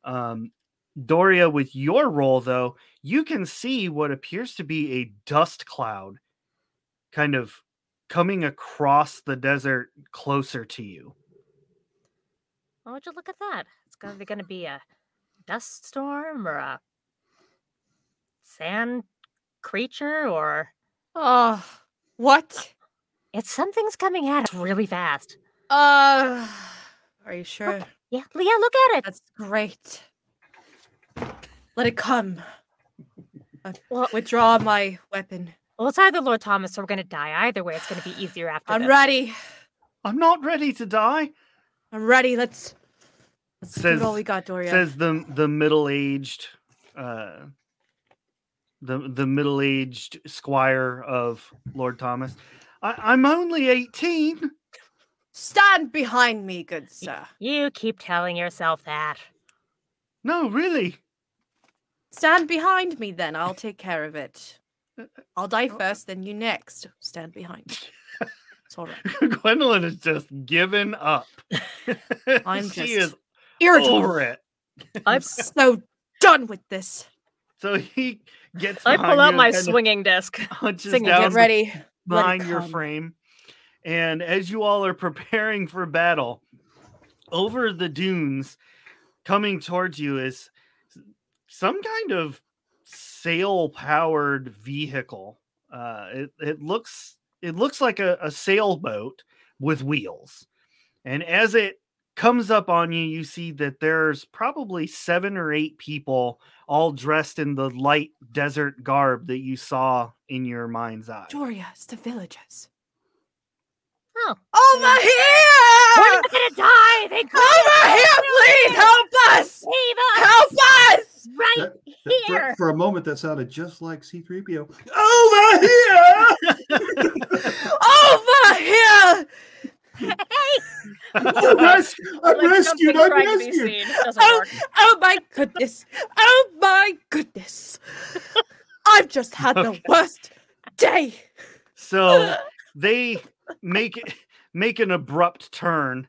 Speaker 1: um, doria with your roll though you can see what appears to be a dust cloud kind of coming across the desert closer to you
Speaker 4: Oh, would you look at that? It's going to be going to [sighs] be a dust storm or a sand creature or
Speaker 3: Oh, what?
Speaker 4: it's something's coming at us really fast.
Speaker 3: Uh, are you sure?
Speaker 4: Yeah, Leah, look at it.
Speaker 3: That's great. Let it come. I
Speaker 4: Well-
Speaker 3: withdraw my weapon.
Speaker 4: Well, it's either Lord Thomas or we're going to die. Either way, it's going to be easier after
Speaker 3: I'm
Speaker 4: this.
Speaker 3: ready.
Speaker 1: i'm not ready to die
Speaker 3: I'm ready. Let's do
Speaker 1: says
Speaker 3: it all we got, Doria.
Speaker 1: says the the middle-aged uh the the middle-aged squire of lord thomas I, i'm only 18
Speaker 3: Stand behind me, good sir.
Speaker 4: You keep telling yourself that.
Speaker 1: no really [laughs]
Speaker 3: Stand behind me, then. I'll take care of it. I'll die first, then you next. Stand behind. me. It's all [laughs] right.
Speaker 1: gwendolyn is just given
Speaker 4: [laughs]
Speaker 1: up
Speaker 3: I'm
Speaker 1: she
Speaker 3: just
Speaker 1: is
Speaker 3: irritable.
Speaker 1: over it
Speaker 3: I'm so done with this.
Speaker 1: so he gets
Speaker 4: I
Speaker 1: behind
Speaker 4: pull out
Speaker 1: you
Speaker 4: my
Speaker 1: and kinda
Speaker 4: swinging disc.
Speaker 1: punches
Speaker 4: singing,
Speaker 1: down
Speaker 3: Get ready. Let it
Speaker 1: behind your
Speaker 3: come.
Speaker 1: frame. And as you all are [laughs] preparing for battle, over the dunes, coming towards you is s- some kind of sail powered vehicle. Uh, it, it looks it looks like a, a sailboat with wheels. And as it comes up on you, you see that there's probably seven or eight people all dressed in the light desert garb that you saw in your mind's
Speaker 3: [laughs]
Speaker 1: eye.
Speaker 3: Doria's to villages.
Speaker 4: Oh.
Speaker 3: Over
Speaker 4: [laughs]
Speaker 3: here!
Speaker 4: We're [laughs] not gonna die. They could
Speaker 3: Over here, please! Help us!
Speaker 4: leave us
Speaker 3: Help us!
Speaker 4: right
Speaker 2: That- for-
Speaker 4: here.
Speaker 2: For, a moment, that sounded just like C3PO. Over here!
Speaker 3: Over here!
Speaker 4: Hey,
Speaker 2: I'm, res- I'm rescued! I'm rescued!
Speaker 3: Oh, oh my goodness! Oh my
Speaker 1: [laughs]
Speaker 3: goodness! I've just had the
Speaker 1: Okay.
Speaker 3: worst day!
Speaker 4: [laughs]
Speaker 1: So
Speaker 3: [gasps]
Speaker 1: they make make an abrupt turn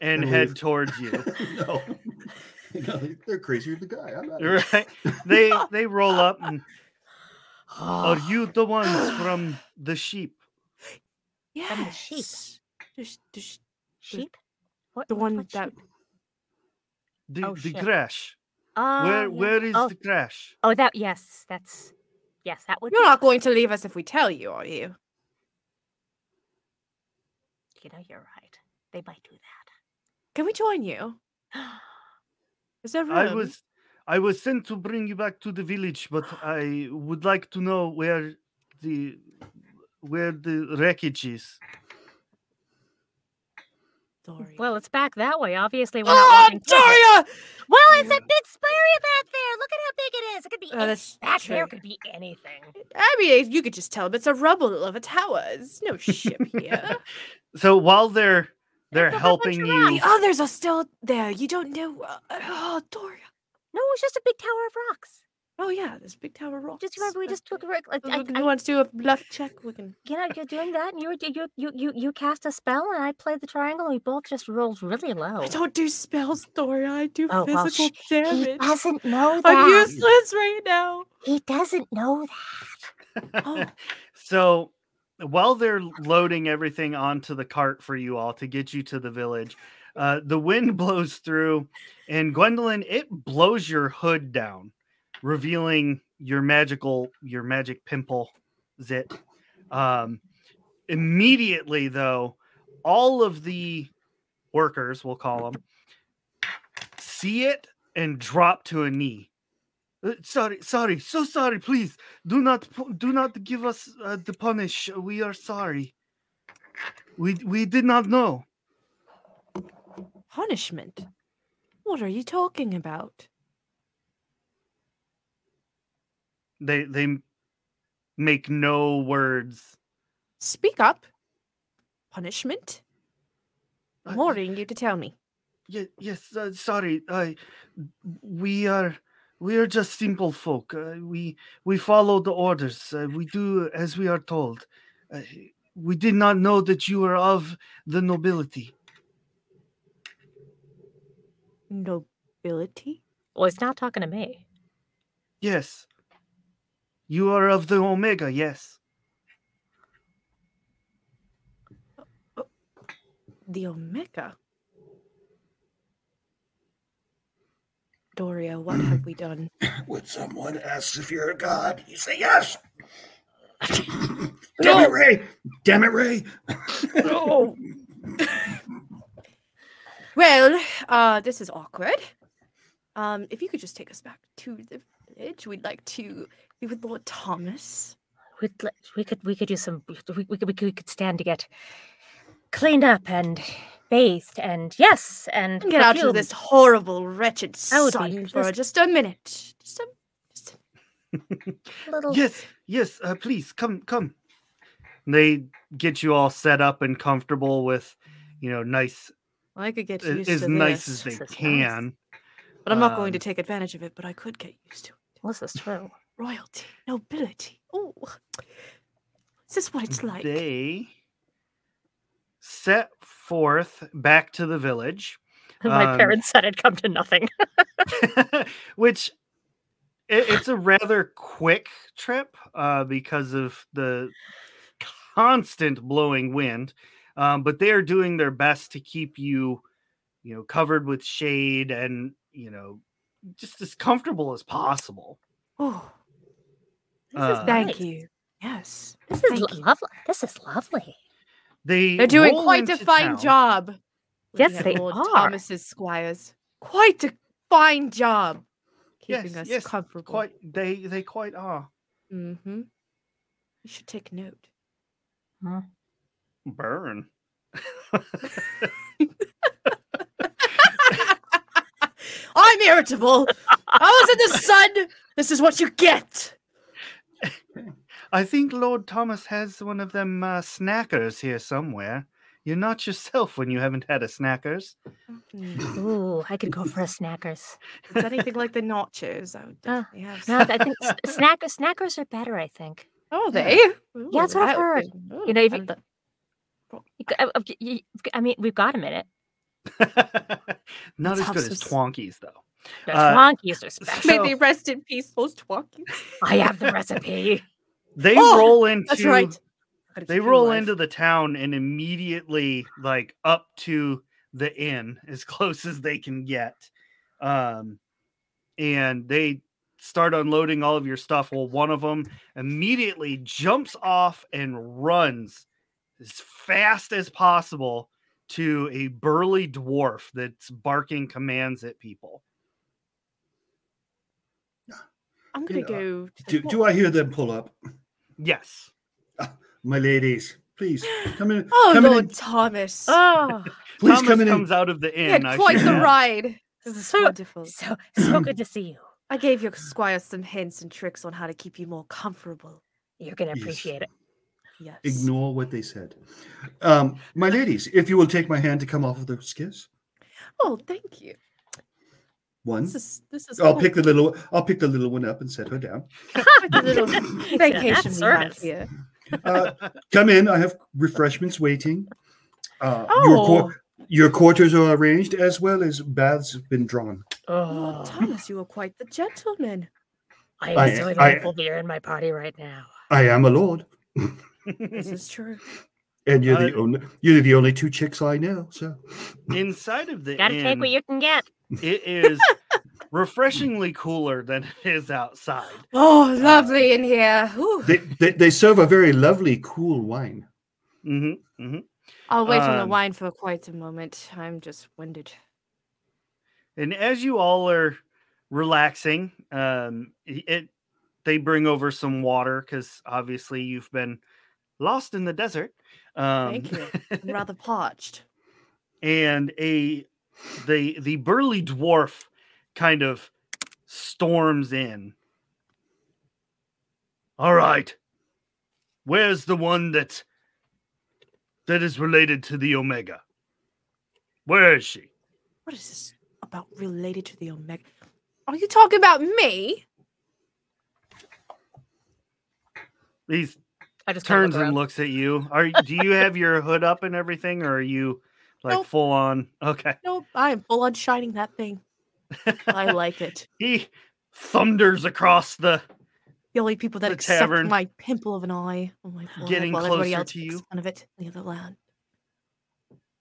Speaker 1: and
Speaker 2: And
Speaker 1: head
Speaker 2: leave.
Speaker 1: towards
Speaker 2: [laughs]
Speaker 1: you. [laughs]
Speaker 2: no. no, they- they're crazier than the guy. I'm not.
Speaker 1: [laughs] Right? They they roll up and are
Speaker 4: Oh,
Speaker 1: you the
Speaker 4: [laughs]
Speaker 1: ones from the sheep?
Speaker 4: From the sheep.
Speaker 3: Yes. The, sh- the, sh-
Speaker 4: sheep. What,
Speaker 3: the
Speaker 4: what-
Speaker 3: one
Speaker 4: what
Speaker 3: that
Speaker 4: sheep?
Speaker 1: The,
Speaker 4: Oh,
Speaker 1: the
Speaker 4: shit.
Speaker 1: crash.
Speaker 4: Oh,
Speaker 1: where
Speaker 4: yeah.
Speaker 1: where is
Speaker 4: oh,
Speaker 1: the crash?
Speaker 4: oh, that yes, that's yes, that would.
Speaker 3: you're
Speaker 4: be
Speaker 3: not going to leave us if we tell you, are you?
Speaker 4: You know, you're right. They might do that.
Speaker 3: Can we join you? Is there room?
Speaker 1: I
Speaker 4: mm.
Speaker 1: was I was sent to bring you back to the village, but I would like to know where the where the wreckage is.
Speaker 3: Doria.
Speaker 4: Well, it's back that way. Obviously, we're not
Speaker 3: [laughs] oh,
Speaker 4: walking through it.
Speaker 3: Doria!
Speaker 4: Well, it's
Speaker 2: Yeah.
Speaker 4: a big area back there. Look at how big it is. It could be
Speaker 3: Oh,
Speaker 4: any-
Speaker 3: that's
Speaker 4: back there
Speaker 3: true.
Speaker 4: could be anything.
Speaker 3: I mean, you could just tell them it's a rubble of a tower. There's no ship
Speaker 4: [laughs]
Speaker 3: here.
Speaker 1: So while they're they're
Speaker 4: Look up a bunch
Speaker 1: helping
Speaker 4: of
Speaker 1: you
Speaker 3: the others are still there. You don't know. Uh, oh, Doria.
Speaker 4: No, it's just a big tower of rocks.
Speaker 3: Oh, yeah, there's a big tower of rocks.
Speaker 4: Just remember, we just took a rock. Like, I,
Speaker 3: If
Speaker 4: I-
Speaker 3: you want to do a bluff check, we can.
Speaker 4: you know, you're doing that, and you were you you you you cast a spell, and I played the triangle, and we both just rolled really low.
Speaker 3: I don't do spells, Doria. I do
Speaker 4: Oh, well,
Speaker 3: physical
Speaker 4: sh- He
Speaker 3: damage.
Speaker 4: doesn't know
Speaker 3: I'm
Speaker 4: that.
Speaker 3: useless right now.
Speaker 4: He doesn't know that.
Speaker 3: [laughs] Oh,
Speaker 1: So while they're loading everything onto the cart for you all to get you to the village, uh, the wind [laughs] blows through, and Gwendolyn, it blows your hood down, revealing your magical your magic pimple zit. Um, immediately, though, all of the workers, we'll call them, see it and drop to a knee. "Uh, Sorry, sorry, so sorry. Please, do not pu- do not give us uh, the punish. We are sorry. We we did not know.
Speaker 3: punishment. What are you talking about?
Speaker 1: They they m- make no words.
Speaker 3: Speak up. Punishment?
Speaker 1: Uh,
Speaker 3: I'm ordering you to tell me.
Speaker 1: ye- yes, uh, sorry. I we are we are just simple folk. Uh, we we follow the orders. Uh, we do as we are told. Uh, we did not know that you were of the nobility.
Speaker 3: Nobility?
Speaker 4: Well, he's not talking to me.
Speaker 1: Yes. You are of the Omega. Yes.
Speaker 3: The Omega? Doria, what have we done?
Speaker 2: When someone asks if you're a god, you say
Speaker 3: [coughs]
Speaker 2: yes. Damn
Speaker 3: No.
Speaker 2: it, Ray! Damn it, Ray!
Speaker 3: No. [laughs] Well, uh, this is awkward. Um, if you could just take us back to the village, we'd like to be with Lord Thomas.
Speaker 4: We'd, li- we could we could do some we, we, could, we could we could stand to get cleaned up and bathed and yes and
Speaker 3: Get out of
Speaker 4: perfumed.
Speaker 3: this horrible, wretched
Speaker 4: I would be
Speaker 3: sun for
Speaker 4: pissed.
Speaker 3: just a minute. Just a, just Oh.
Speaker 4: little
Speaker 1: Yes, yes, uh, please come, come. They get you all set up and comfortable with, you know, nice
Speaker 3: a, I could get
Speaker 1: a-
Speaker 3: used
Speaker 1: as
Speaker 3: to
Speaker 1: nice
Speaker 3: this,
Speaker 1: as they
Speaker 4: This is nice.
Speaker 1: can.
Speaker 3: but I'm not going to
Speaker 1: um,
Speaker 3: take advantage of it. But I could get used to it.
Speaker 4: this is true.
Speaker 3: Royalty, nobility. Oh, is this what it's like?
Speaker 1: They set forth back to the village,
Speaker 4: [laughs] My
Speaker 1: Um,
Speaker 4: parents said it'd come
Speaker 3: [laughs]
Speaker 4: to nothing.
Speaker 1: [laughs] which it, it's a rather quick trip uh, because of the constant blowing wind. Um, but they are doing their best to keep you, you know, covered with shade and you know, just as comfortable as possible.
Speaker 3: Oh,
Speaker 4: This
Speaker 1: Uh,
Speaker 4: is
Speaker 3: thank
Speaker 4: nice.
Speaker 3: you. Yes,
Speaker 4: This is
Speaker 3: Thank
Speaker 4: lo-
Speaker 3: you.
Speaker 4: lovely. This is lovely.
Speaker 1: They
Speaker 3: they're doing
Speaker 1: roll
Speaker 3: quite a
Speaker 1: into
Speaker 3: fine
Speaker 1: town.
Speaker 3: job.
Speaker 4: Yes,
Speaker 3: looking at
Speaker 4: they
Speaker 3: old
Speaker 4: are.
Speaker 3: Thomas's squires. Quite a fine job keeping
Speaker 1: Yes,
Speaker 3: us
Speaker 1: yes,
Speaker 3: comfortable.
Speaker 1: Quite they they quite ah, are.
Speaker 3: Mm-hmm. You should take note.
Speaker 1: Burn.
Speaker 3: [laughs] I'm irritable. I was in the sun. This is what you get.
Speaker 1: I think Lord Thomas has one of them uh, snackers here somewhere. You're not yourself when you haven't had a snackers.
Speaker 3: Mm.
Speaker 4: Ooh, I could go for a
Speaker 3: [laughs]
Speaker 4: Snackers.
Speaker 3: If it's anything like the nachos, I would
Speaker 4: Uh,
Speaker 3: definitely have.
Speaker 4: No,
Speaker 3: some.
Speaker 4: I think s- snack Snackers are better. I think.
Speaker 3: Oh,
Speaker 2: Yeah.
Speaker 3: they? Ooh,
Speaker 4: that's what I've
Speaker 3: that would
Speaker 4: heard.
Speaker 3: be-
Speaker 4: You know,
Speaker 3: ooh,
Speaker 4: if
Speaker 3: I
Speaker 4: you-
Speaker 3: lo-
Speaker 4: You c- I- I- y- y- I mean, we've got a minute.
Speaker 1: [laughs] not as
Speaker 3: helps
Speaker 1: good as
Speaker 3: us.
Speaker 1: Twonkies though.
Speaker 4: The
Speaker 1: Uh,
Speaker 4: Twonkies are special.
Speaker 3: [laughs] May
Speaker 1: So-
Speaker 3: they rest in peace, those twonkies.
Speaker 4: I have the recipe.
Speaker 1: They
Speaker 3: Oh,
Speaker 1: roll into
Speaker 3: That's right.
Speaker 1: they roll into the town and immediately like up to the inn as [laughs] close as they can get um and they start unloading all of your stuff well one of them immediately jumps off and runs as fast as possible to a burly dwarf that's barking commands at people
Speaker 3: I'm gonna
Speaker 2: know,
Speaker 3: go. To the
Speaker 2: Do, do
Speaker 3: floor.
Speaker 2: I hear them pull up?
Speaker 1: yes
Speaker 2: My ladies, please come in.
Speaker 3: Oh,
Speaker 2: come
Speaker 3: Lord
Speaker 2: in,
Speaker 3: Thomas.
Speaker 4: [laughs] Oh,
Speaker 2: please
Speaker 1: Thomas
Speaker 2: come in.
Speaker 1: comes out of the
Speaker 3: you
Speaker 1: inn
Speaker 3: had
Speaker 1: I
Speaker 3: quite
Speaker 1: should
Speaker 3: the
Speaker 1: add.
Speaker 3: ride. This is
Speaker 4: So-
Speaker 3: wonderful.
Speaker 4: so so good to see you.
Speaker 3: I gave your squire some hints and tricks on how to keep you more comfortable.
Speaker 4: You're gonna
Speaker 2: Yes.
Speaker 4: appreciate it.
Speaker 3: Yes.
Speaker 2: Ignore what they said. Um, my ladies, if you will take my hand to come off of the skiffs.
Speaker 3: Oh, thank you.
Speaker 2: One.
Speaker 3: This is this is.
Speaker 2: I'll
Speaker 3: cool.
Speaker 2: pick the little. I'll pick the little one up and set her
Speaker 3: [laughs]
Speaker 2: down.
Speaker 3: Quite the
Speaker 2: [laughs]
Speaker 3: little vacation
Speaker 4: Yeah, that's
Speaker 3: we have
Speaker 4: service.
Speaker 3: here.
Speaker 2: Uh, come in. I have refreshments waiting. Uh, your,
Speaker 3: "Oh,
Speaker 2: quar- your quarters are arranged as well as baths have been drawn.
Speaker 1: Ah.
Speaker 3: Lord
Speaker 4: Oh,
Speaker 3: Thomas, you are quite the gentleman.
Speaker 4: I am
Speaker 2: I-
Speaker 4: so
Speaker 2: I-
Speaker 4: thankful that you're in my party right now.
Speaker 2: I am a lord,
Speaker 3: This
Speaker 1: Mm-hmm.
Speaker 3: is true.
Speaker 2: and you're the
Speaker 1: Uh,
Speaker 2: only. You're the only two chicks I know. So
Speaker 1: [laughs] inside of the
Speaker 4: Gotta take
Speaker 1: inn-
Speaker 4: what you can get.
Speaker 1: It is refreshingly cooler than it is outside.
Speaker 3: Oh, lovely in here. Whew.
Speaker 2: they, they they serve a very lovely, cool wine.
Speaker 1: hmm
Speaker 3: I'll wait on the
Speaker 1: Um,
Speaker 3: wine for quite a moment. I'm just winded.
Speaker 1: And as you all are relaxing, um, i- it they bring over some water because obviously you've been lost in the desert. Um,
Speaker 3: Thank you.
Speaker 1: [laughs]
Speaker 3: I'm rather parched.
Speaker 1: and a the the burly dwarf kind of storms in. All right. Where's the one that that is related to the Omega? Where is she?
Speaker 3: What is this about related to the Omega? Are you talking about me?
Speaker 1: He
Speaker 4: I just kinda look
Speaker 1: turns and
Speaker 4: around.
Speaker 1: looks at you. Are do you have your hood up and everything, or are you like
Speaker 3: Nope.
Speaker 1: full on? Okay.
Speaker 3: Nope, I am full on shining that thing. [laughs]
Speaker 1: [laughs]
Speaker 3: I like it.
Speaker 1: He thunders across the
Speaker 3: The only people that
Speaker 1: The
Speaker 3: accept
Speaker 1: tavern.
Speaker 3: my pimple of an eye on my forehead,
Speaker 1: Getting
Speaker 3: while everybody
Speaker 1: closer
Speaker 3: else
Speaker 1: to
Speaker 3: makes
Speaker 1: you.
Speaker 3: fun of it in the other land.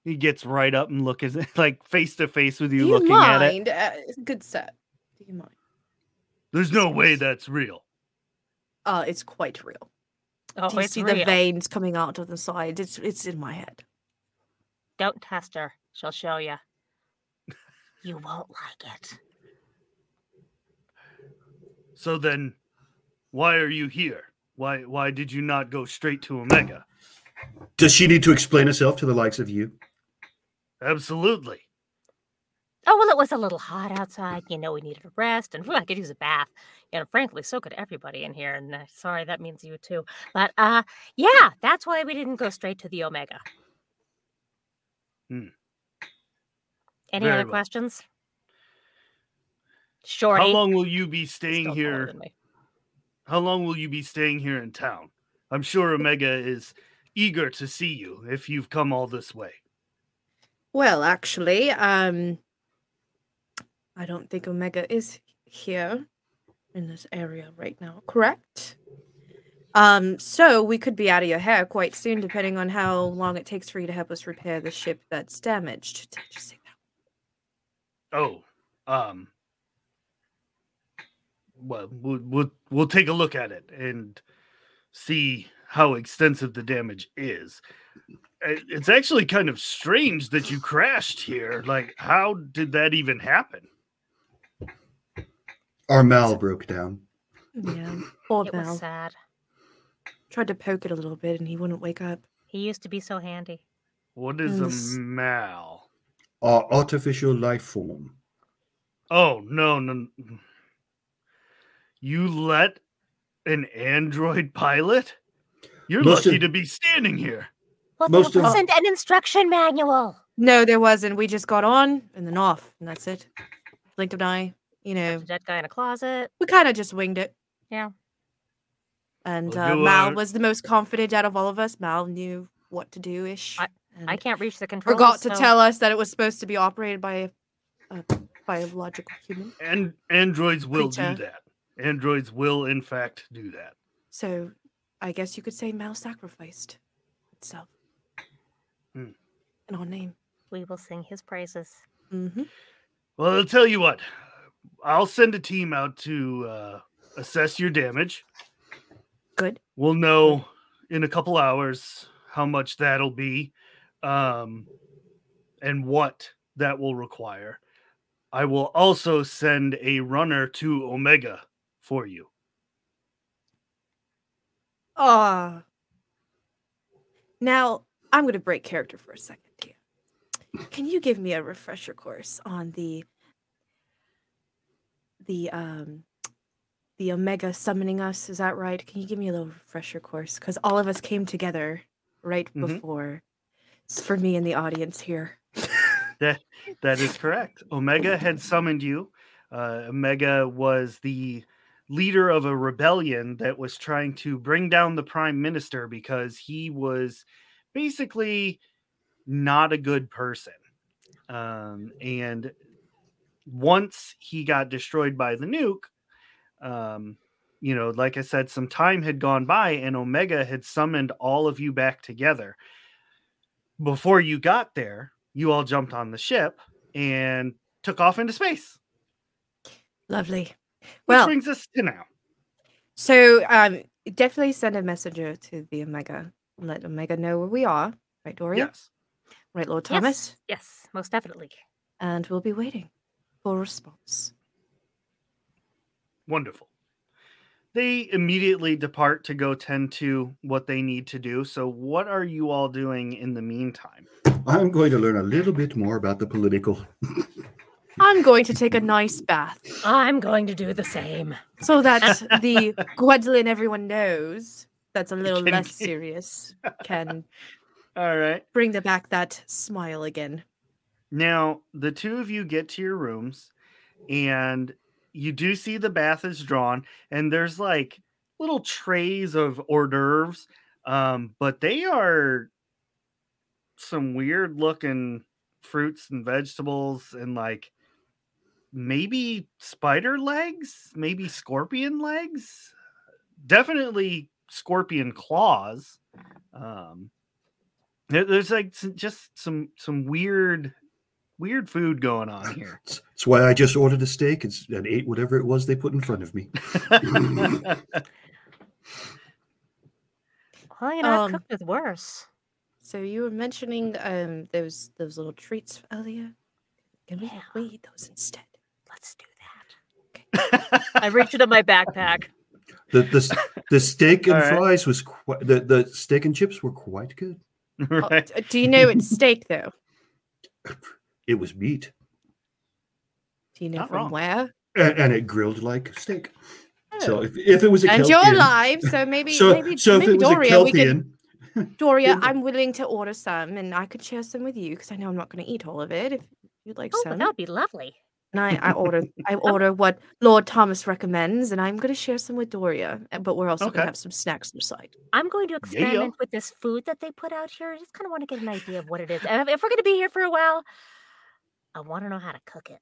Speaker 1: he gets right up and looks [laughs] like face to face with
Speaker 3: Do
Speaker 1: you,
Speaker 3: you
Speaker 1: looking at it.
Speaker 3: mind? Uh, good set. Do you mind?
Speaker 1: There's no way that's real.
Speaker 3: Uh, it's quite real.
Speaker 4: Oh,
Speaker 3: Do you
Speaker 4: it's
Speaker 3: see the
Speaker 4: real.
Speaker 3: veins coming out of the sides? It's it's in my head.
Speaker 4: Don't test her. She'll show you. You won't like it.
Speaker 1: So then why are you here? Why why did you not go straight to Omega?
Speaker 2: Does she need to explain herself to the likes of you?
Speaker 1: Absolutely.
Speaker 4: Oh well, it was a little hot outside. You know, we needed a rest, and whew, I could use a bath. And frankly, so could everybody in here. And uh, sorry, that means you too. But uh, yeah, that's why we didn't go straight to the Omega.
Speaker 1: Hmm.
Speaker 4: Any
Speaker 1: Very
Speaker 4: other
Speaker 1: well.
Speaker 4: questions? Shorty,
Speaker 1: How long will you be
Speaker 4: He's
Speaker 1: staying
Speaker 4: still taller
Speaker 1: here?
Speaker 4: than me.
Speaker 1: How long will you be staying here in town? I'm sure Omega is eager to see you if you've come all this way.
Speaker 3: Well, actually, um, I don't think Omega is here in this area right now. Correct. Um, so we could be out of your hair quite soon, depending on how long it takes for you to help us repair the ship that's damaged. Did I just say that?
Speaker 1: Oh, um well, we'll we'll, we'll take a look at it and see how extensive the damage is. it- it's actually kind of strange that you crashed here. Like, how did that even happen?
Speaker 2: Our mal broke down.
Speaker 3: Yeah. [laughs] Poor
Speaker 4: It was
Speaker 3: Mel.
Speaker 4: sad.
Speaker 3: Tried to poke it a little bit and he wouldn't wake up.
Speaker 4: He used to be so handy.
Speaker 1: What is a
Speaker 3: Yes.
Speaker 1: mal?
Speaker 2: Our artificial life form.
Speaker 1: Oh no, no! n- You let an android pilot? You're
Speaker 2: Most
Speaker 1: lucky
Speaker 2: of-
Speaker 1: to be standing here.
Speaker 4: Well,
Speaker 2: Most
Speaker 4: there
Speaker 2: of-
Speaker 4: wasn't an instruction manual.
Speaker 3: No, there wasn't. We just got on and then off, and that's it. Blinked an eye. You know,
Speaker 4: There's a dead guy in a closet.
Speaker 3: we kind of just winged it.
Speaker 4: Yeah.
Speaker 3: And
Speaker 1: Well,
Speaker 3: uh,
Speaker 1: you
Speaker 3: Mal
Speaker 1: are-
Speaker 3: was the most confident out of all of us. Mal knew what to do ish.
Speaker 4: I can't reach the controls.
Speaker 3: forgot to
Speaker 4: so-
Speaker 3: tell us that it was supposed to be operated by a, a biological human.
Speaker 1: And androids will do
Speaker 3: Creature.
Speaker 1: that. Androids will, in fact, do that.
Speaker 3: So I guess you could say Mal sacrificed itself
Speaker 1: Hmm.
Speaker 3: in our name.
Speaker 4: We will sing his praises.
Speaker 3: hmm
Speaker 1: Well, I'll tell you what. I'll send a team out to uh, assess your damage.
Speaker 3: Good.
Speaker 1: We'll know in a couple hours how much that'll be um, and what that will require. I will also send a runner to Omega for you.
Speaker 3: Ah. Now, I'm going to break character for a second here. Can you give me a refresher course on the the um the Omega summoning us? Is that right? Can you give me a little refresher course cuz all of us came together right
Speaker 1: Mhm.
Speaker 3: before it's for me and the audience here.
Speaker 1: That is correct. Omega had summoned you. Uh, Omega was the leader of a rebellion that was trying to bring down the prime minister because he was basically not a good person. Um, and once he got destroyed by the nuke, um, you know, like I said, some time had gone by and Omega had summoned all of you back together. Before you got there, you all jumped on the ship and took off into space,
Speaker 3: Lovely.
Speaker 1: which
Speaker 3: Well,
Speaker 1: brings us to now.
Speaker 3: So um definitely send a messenger to the Omega. Let Omega know where we are. Right, Doria?
Speaker 1: Yes.
Speaker 3: Right, Lord
Speaker 4: Yes.
Speaker 3: Thomas?
Speaker 4: Yes, most definitely.
Speaker 3: And we'll be waiting for a response.
Speaker 1: Wonderful. They immediately depart to go tend to what they need to do. So, what are you all doing in the meantime?
Speaker 2: I'm going to learn a little bit more about the political.
Speaker 3: I'm going to take a nice bath
Speaker 4: I'm going to do the same.
Speaker 3: so that
Speaker 1: [laughs]
Speaker 3: the Gwendolyn everyone knows that's a little
Speaker 1: Can [laughs]
Speaker 3: less
Speaker 1: be-
Speaker 3: serious can
Speaker 1: All right.
Speaker 3: bring the back that smile again.
Speaker 1: Now, the two of you get to your rooms and you do see the bath is drawn, and there's like little trays of hors d'oeuvres, um, but they are some weird looking fruits and vegetables and like maybe spider legs, maybe scorpion legs, definitely scorpion claws. Um, there- there's like s- just some some weird weird food going on
Speaker 2: [laughs]
Speaker 1: here.
Speaker 2: It's, it's why I just ordered a steak and, s- and ate whatever it was they put in front of me.
Speaker 4: Well, you know, I've
Speaker 3: Um,
Speaker 4: cooked with worse.
Speaker 3: So you were mentioning um those those little treats earlier. Can we
Speaker 4: Yeah.
Speaker 3: we eat those instead?
Speaker 4: Let's do that. I reached into my backpack.
Speaker 2: The
Speaker 1: [laughs]
Speaker 2: the, s- the steak and
Speaker 1: All right.
Speaker 2: fries was quite the, the steak and chips were quite good.
Speaker 3: Oh,
Speaker 1: [laughs] right. [laughs]
Speaker 3: d- do you know it's steak though?
Speaker 2: It was meat
Speaker 3: Do you know
Speaker 1: Not
Speaker 3: from
Speaker 1: wrong.
Speaker 3: where?
Speaker 2: and, and it grilled like steak. So
Speaker 3: Oh.
Speaker 2: if, if it was a
Speaker 3: and
Speaker 2: Kelpian,
Speaker 3: you're alive, so maybe
Speaker 2: so
Speaker 3: maybe,
Speaker 2: so if
Speaker 3: maybe
Speaker 2: it was
Speaker 3: Doria,
Speaker 2: a
Speaker 3: we could
Speaker 2: Kelpian,
Speaker 3: Doria,
Speaker 2: Yeah.
Speaker 3: I'm willing to order some, and I could share some with you because I know I'm not going to eat all of it. If you'd like
Speaker 4: [laughs] Oh, but
Speaker 3: some,
Speaker 4: that would be lovely.
Speaker 3: and I, I order, I order what Lord Thomas recommends, and I'm going to share some with Doria. uh, But we're also going
Speaker 1: Okay.
Speaker 3: to have some snacks on the side.
Speaker 4: I'm going to experiment with this food that they put out here. I just kind of want to get an idea of what it is. And if we're going to be here for a while, I want to know how to cook it.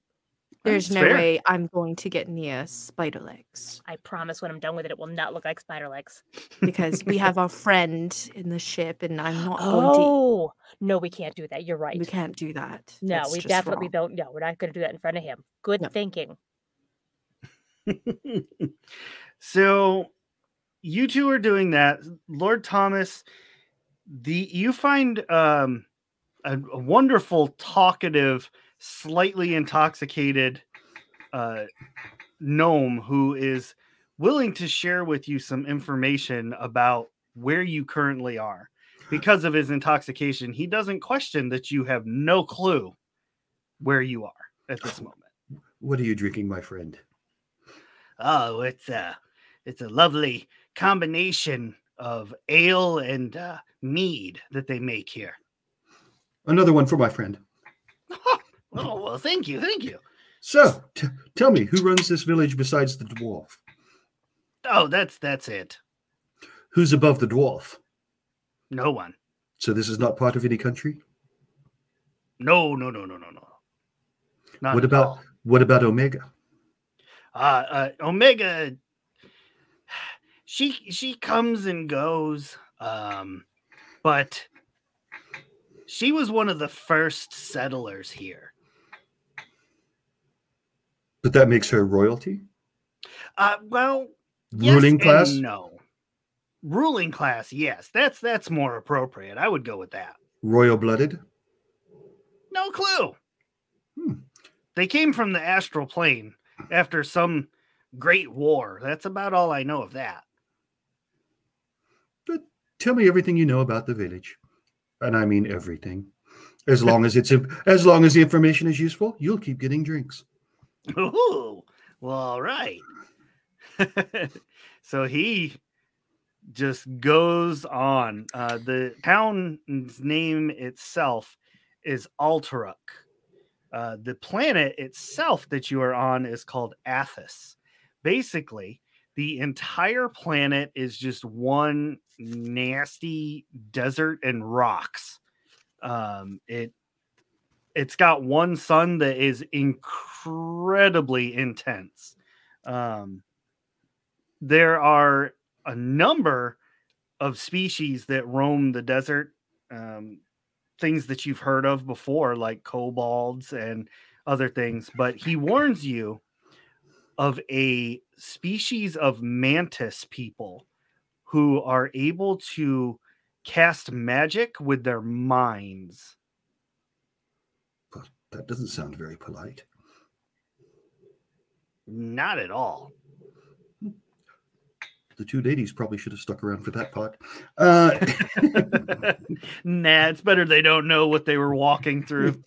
Speaker 3: There's
Speaker 1: That's
Speaker 3: no
Speaker 1: fair.
Speaker 3: way I'm going to get near spider legs
Speaker 4: I promise when I'm done with it, it will not look like spider legs.
Speaker 3: because we have our friend in the ship, and I'm not going
Speaker 4: Oh, no, we can't do that. You're
Speaker 3: to.
Speaker 4: right.
Speaker 3: We can't do that.
Speaker 4: No,
Speaker 3: That's
Speaker 4: we
Speaker 3: just
Speaker 4: definitely
Speaker 3: wrong.
Speaker 4: don't. No, we're not going to do that in front of him. Good
Speaker 3: No. [laughs]
Speaker 4: thinking. [laughs]
Speaker 1: so you two are doing that. Lord Thomas the you find um, a, a wonderful, talkative, slightly intoxicated uh, gnome who is willing to share with you some information about where you currently are. Because of his intoxication, he doesn't question that you have no clue where you are at this moment.
Speaker 2: What are you drinking, my friend?
Speaker 1: Oh, it's a it's a lovely combination of ale and uh, mead that they make here.
Speaker 2: Another one for my friend.
Speaker 1: oh well, thank you, thank you.
Speaker 2: So, t- tell me, who runs this village besides the dwarf?
Speaker 1: Oh, that's that's it.
Speaker 2: Who's above the dwarf?
Speaker 1: No one.
Speaker 2: So this is not part of any country.
Speaker 1: No, no, no, no, no, no. Not
Speaker 2: what
Speaker 1: at
Speaker 2: about
Speaker 1: all.
Speaker 2: what about Omega?
Speaker 1: uh, uh Omega? She she comes and goes, um, but she was one of the first settlers here.
Speaker 2: But that makes her royalty,
Speaker 1: Uh, well, yes
Speaker 2: ruling
Speaker 1: and
Speaker 2: class.
Speaker 1: No, ruling class. Yes, that's that's more appropriate. I would go with that.
Speaker 2: royal blooded.
Speaker 1: No clue.
Speaker 2: Hmm.
Speaker 1: They came from the astral plane after some great war. That's about all I know of that.
Speaker 2: Tell me everything you know about the village, and I mean everything. As long as it's as long as the information is useful, you'll keep getting drinks.
Speaker 1: Ooh, well, all right. [laughs] so he just goes on. Uh, the town's name itself is Alteruk. Uh, the planet itself that you are on is called Athos. Basically, the entire planet is just one nasty desert and rocks. Um, it it's got one sun that is incredibly intense. Um, there are a number of species that roam the desert. Um, things that you've heard of before, like kobolds and other things. But he warns you of a species of mantis people who are able to cast magic with their minds.
Speaker 2: That doesn't sound very polite.
Speaker 1: Not at all.
Speaker 2: The two ladies probably should have stuck around for that part. Uh, [laughs]
Speaker 1: nah, it's better they don't know what they were walking through.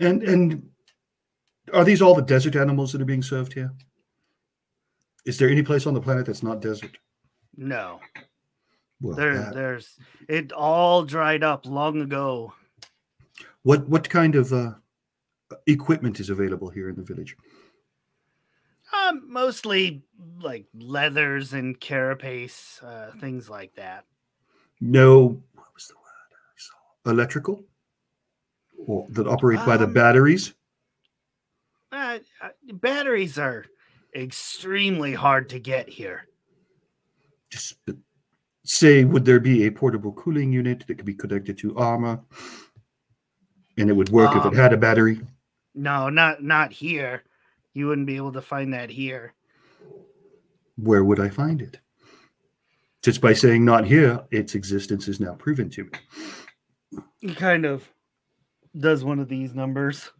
Speaker 2: and and are these all the desert animals that are being served here? Is there any place on the planet that's not desert?
Speaker 1: No,
Speaker 2: Well,
Speaker 1: there,
Speaker 2: that-
Speaker 1: there's it all dried up long ago.
Speaker 2: what what kind of uh, equipment is available here in the village?
Speaker 1: Um, mostly like leathers and carapace, uh, things like that.
Speaker 2: No, what was the word I saw? Electrical, or that operate by the
Speaker 1: Um,
Speaker 2: batteries.
Speaker 1: Uh, uh, batteries are extremely hard to get here.
Speaker 2: Just b- say, would there be a portable cooling unit that could be connected to armor, and it would work if
Speaker 1: Um,
Speaker 2: it had a battery?
Speaker 1: No, not not here. You wouldn't be able to find that here.
Speaker 2: where would I find it? Just by saying not here, its existence is now proven to me.
Speaker 1: he kind of does one of these numbers.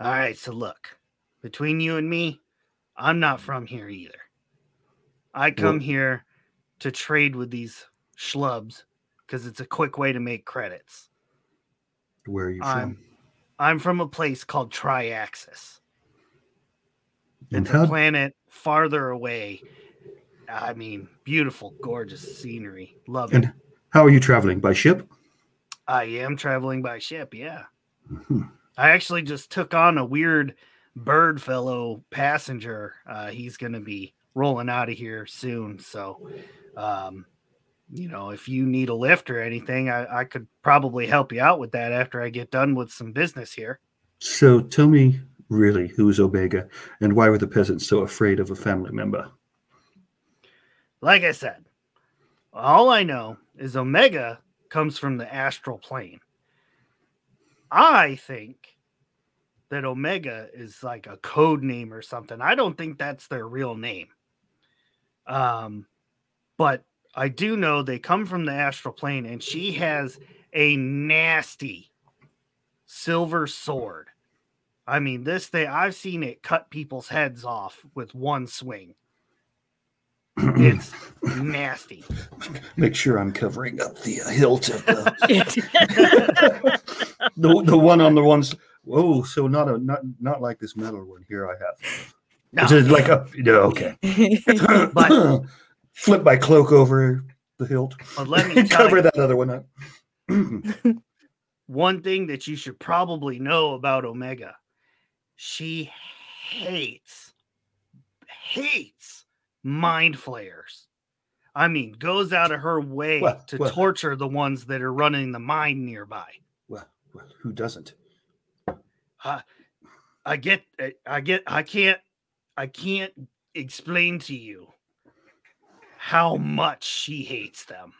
Speaker 1: All right, so look, between you and me, I'm not from here either. I come here to trade with these schlubs because it's a quick way to make credits.
Speaker 2: Where are you
Speaker 1: I'm-
Speaker 2: from?
Speaker 1: I'm from a place called Triaxis.
Speaker 2: And
Speaker 1: It's a
Speaker 2: how,
Speaker 1: planet farther away. I mean, beautiful, gorgeous scenery. Love it.
Speaker 2: and how are you traveling? By ship?
Speaker 1: I am traveling by ship, yeah.
Speaker 2: Mhm.
Speaker 1: I actually just took on a weird bird fellow passenger. Uh, he's going to be rolling out of here soon. So, um, you know, if you need a lift or anything, I, I could probably help you out with that after I get done with some business here.
Speaker 2: So tell me really who is Omega and why were the peasants so afraid of a family member?
Speaker 1: Like I said, all I know is Omega comes from the astral plane. I think that Omega is like a code name or something. I don't think that's their real name. Um, but I do know they come from the astral plane, and she has a nasty silver sword. I mean, this thing I've seen it cut people's heads off with one swing.
Speaker 2: [clears throat]
Speaker 1: It's nasty.
Speaker 2: Make sure I'm covering up the hilt of the [laughs] the, the one on the ones. Oh, so not a not not like this metal one here. I have.
Speaker 1: No.
Speaker 2: Is it like a no? Okay.
Speaker 1: But-
Speaker 2: [clears throat] flip my cloak over the hilt
Speaker 1: But let me
Speaker 2: [laughs] and
Speaker 1: tell
Speaker 2: cover
Speaker 1: you,
Speaker 2: that other one up. [clears throat]
Speaker 1: one thing that you should probably know about Omega. She hates hates mind flayers. I mean, goes out of her way
Speaker 2: Well,
Speaker 1: to
Speaker 2: well.
Speaker 1: torture the ones that are running the mine nearby.
Speaker 2: well, well, who doesn't?
Speaker 1: I get I get I can't I can't explain to you how much she hates them.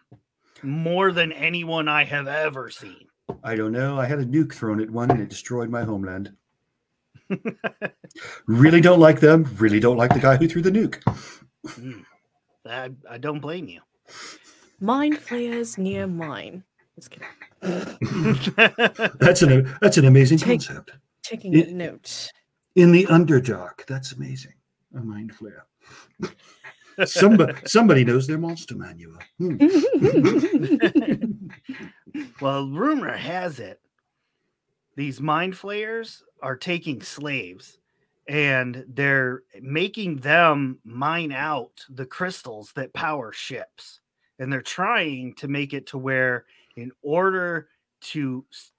Speaker 1: More than anyone I have ever seen.
Speaker 2: I don't know. I had a nuke thrown at one and it destroyed my
Speaker 1: [laughs]
Speaker 2: homeland. really don't like them. Really don't like the guy who threw the nuke.
Speaker 1: Mm. I, I don't blame you.
Speaker 3: [laughs] Mind flayers near mine. Just kidding.
Speaker 4: [laughs]
Speaker 2: That's an that's an amazing
Speaker 3: Take-
Speaker 2: concept.
Speaker 3: Taking
Speaker 2: It-
Speaker 3: [laughs]
Speaker 4: [laughs]
Speaker 3: note.
Speaker 2: In the underdark, that's amazing. A mind flare.
Speaker 1: [laughs]
Speaker 2: Somebody somebody knows their monster manual. Hmm.
Speaker 1: [laughs] well, rumor has it these mind flayers are taking slaves and they're making them mine out the crystals that power ships. And they're trying to make it to where in order to s-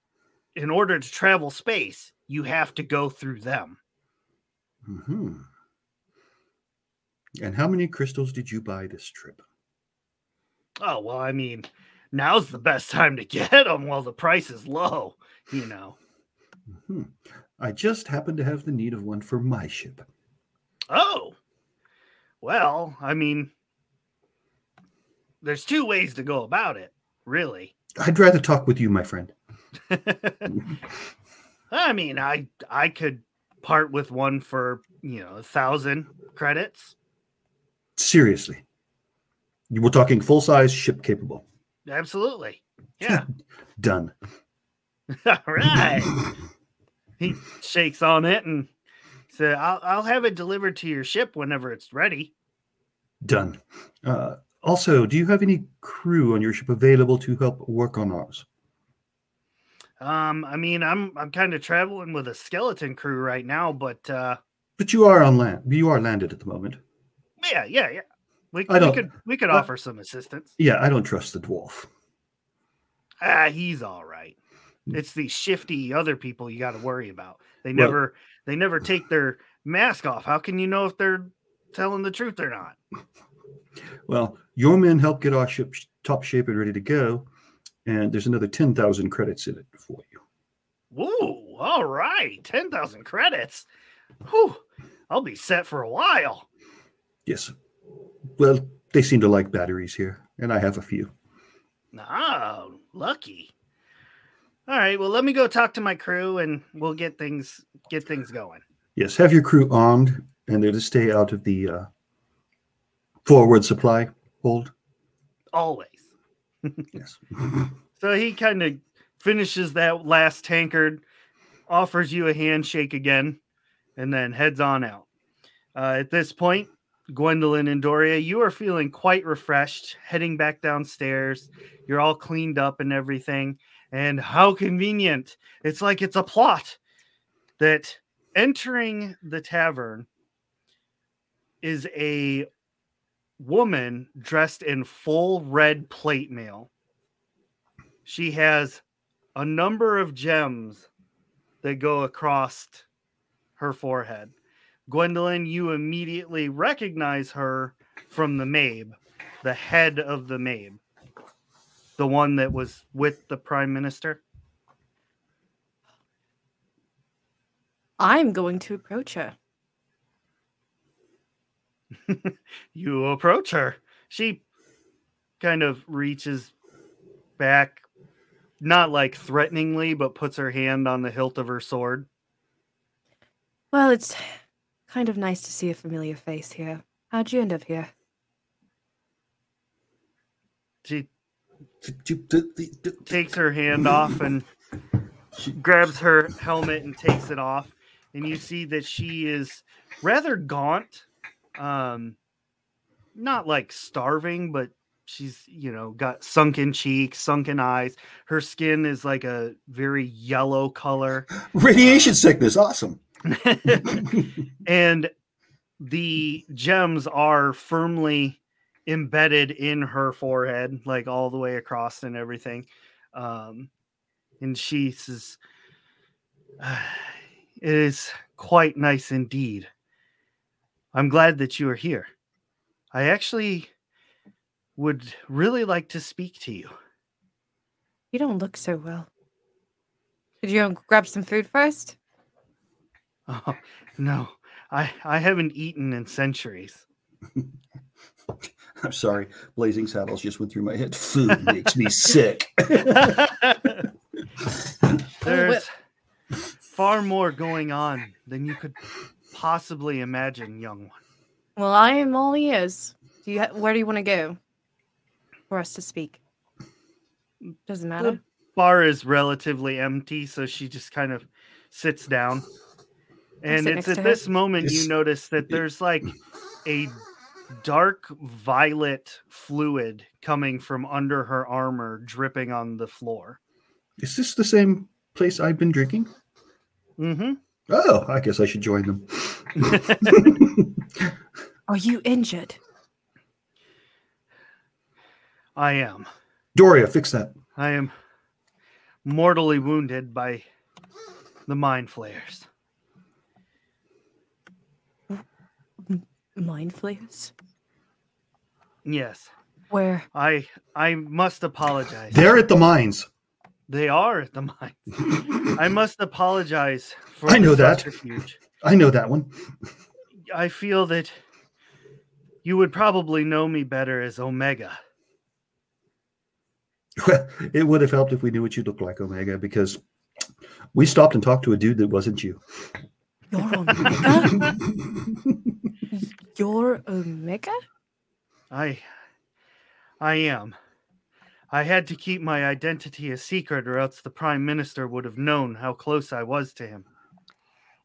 Speaker 1: in order to travel space, you have to go through them.
Speaker 2: hmm And how many crystals did you buy this trip?
Speaker 1: Oh, well, I mean, now's the best time to get them while the price is low, you know.
Speaker 2: hmm I just happen to have the need of one for my ship.
Speaker 1: Oh, well, I mean, there's two ways to go about it, really.
Speaker 2: I'd rather talk with you, my friend.
Speaker 1: I mean, I I could part with one for you know a thousand credits.
Speaker 2: Seriously. You were talking full size ship capable.
Speaker 1: Absolutely, yeah. [laughs]
Speaker 2: Done.
Speaker 1: All right. He shakes on it and said, "I'll I'll have it delivered to your ship whenever it's ready."
Speaker 2: [laughs] Done. Uh, also, do you have any crew on your ship available to help work on ours?
Speaker 1: Um, I mean, I'm I'm kind of traveling with a skeleton crew right now, but uh,
Speaker 2: But you are on land. You are landed at the moment.
Speaker 1: yeah, yeah, yeah. We,
Speaker 2: I
Speaker 1: we
Speaker 2: don't-
Speaker 1: could we could
Speaker 2: I-
Speaker 1: offer some assistance.
Speaker 2: Yeah, I don't trust the dwarf.
Speaker 1: Ah, he's all right. It's these shifty other people you got to worry about. They
Speaker 2: Well-
Speaker 1: never they never take their mask off. How can you know if they're telling the truth or not?
Speaker 2: Well, your men help get our ship sh- top shape and ready to go, and there's another ten thousand credits in it for you.
Speaker 1: Woo! All right, ten thousand credits. Whew, I'll be set for a while.
Speaker 2: Yes. Well, they seem to like batteries here, and I have a few.
Speaker 1: Oh, lucky. All right, well, let me go talk to my crew, and we'll get things get things going.
Speaker 2: Yes, have your crew armed, and they're to stay out of the uh, forward supply hold.
Speaker 1: Always.
Speaker 2: Yes.
Speaker 1: So he kind of finishes that last tankard, offers you a handshake again, and then heads on out. Uh, at this point, Gwendolyn and Doria, you are feeling quite refreshed, heading back downstairs. You're all cleaned up and everything. And how convenient. It's like it's a plot that entering the tavern is a woman dressed in full red plate mail she has a number of gems that go across her forehead. Gwendolyn, you immediately recognize her from the Mabe, the head of the Mabe, the one that was with the prime minister.
Speaker 3: I'm going to approach her.
Speaker 1: You approach her. She kind of reaches back, not like threateningly, but puts her hand on the hilt of her sword.
Speaker 3: Well, it's kind of nice to see a familiar face here. How'd you end up here?
Speaker 1: She takes her hand off and she grabs her helmet and takes it off. And you see that she is rather gaunt. Um, not like starving, but she's, you know, got sunken cheeks, sunken eyes. Her skin is like a very yellow color. [laughs]
Speaker 2: Radiation sickness, awesome.
Speaker 1: and the gems are firmly embedded in her forehead, like all the way across and everything. Um, and she says, "Ah, It is quite nice indeed. I'm glad that you are here. I actually would really like to speak to you. [laughs]
Speaker 3: You don't look so well. Did you go grab some food first?
Speaker 1: Oh, no, I, I haven't eaten in centuries.
Speaker 2: I'm sorry, blazing saddles just went through my head. Food makes me sick.
Speaker 3: [laughs]
Speaker 1: There's far more going on than you could possibly imagine, young one.
Speaker 3: Well, I am all ears. Do you ha- where do you want to go for us to speak? Doesn't matter.
Speaker 1: bar is relatively empty, so she just kind of sits down. And
Speaker 3: sit
Speaker 1: it's
Speaker 3: next
Speaker 1: at
Speaker 3: to her.
Speaker 1: this moment
Speaker 2: Yes.
Speaker 1: you notice that there's like a dark violet fluid coming from under her armor dripping on the floor.
Speaker 2: Is this the same place I've been drinking?
Speaker 1: Mm-hmm.
Speaker 2: Oh, I guess I should join them.
Speaker 3: Are you injured?
Speaker 1: I am.
Speaker 2: [laughs] Doria, fix that.
Speaker 1: I am mortally wounded by the mind flayers.
Speaker 3: Mind flayers?
Speaker 1: Yes.
Speaker 3: Where?
Speaker 1: I I must apologize.
Speaker 2: They're at the mines.
Speaker 1: They are at the mine. I must apologize for
Speaker 2: I know
Speaker 1: the
Speaker 2: that.
Speaker 1: subterfuge.
Speaker 2: I know that one.
Speaker 1: I feel that you would probably know me better as Omega.
Speaker 2: it would have helped if we knew what you looked like, Omega, because we stopped and talked to a dude that wasn't you.
Speaker 3: [laughs] You're Omega? You're Omega?
Speaker 1: I I am. I had to keep my identity a secret or else the prime minister would have known how close I was to him.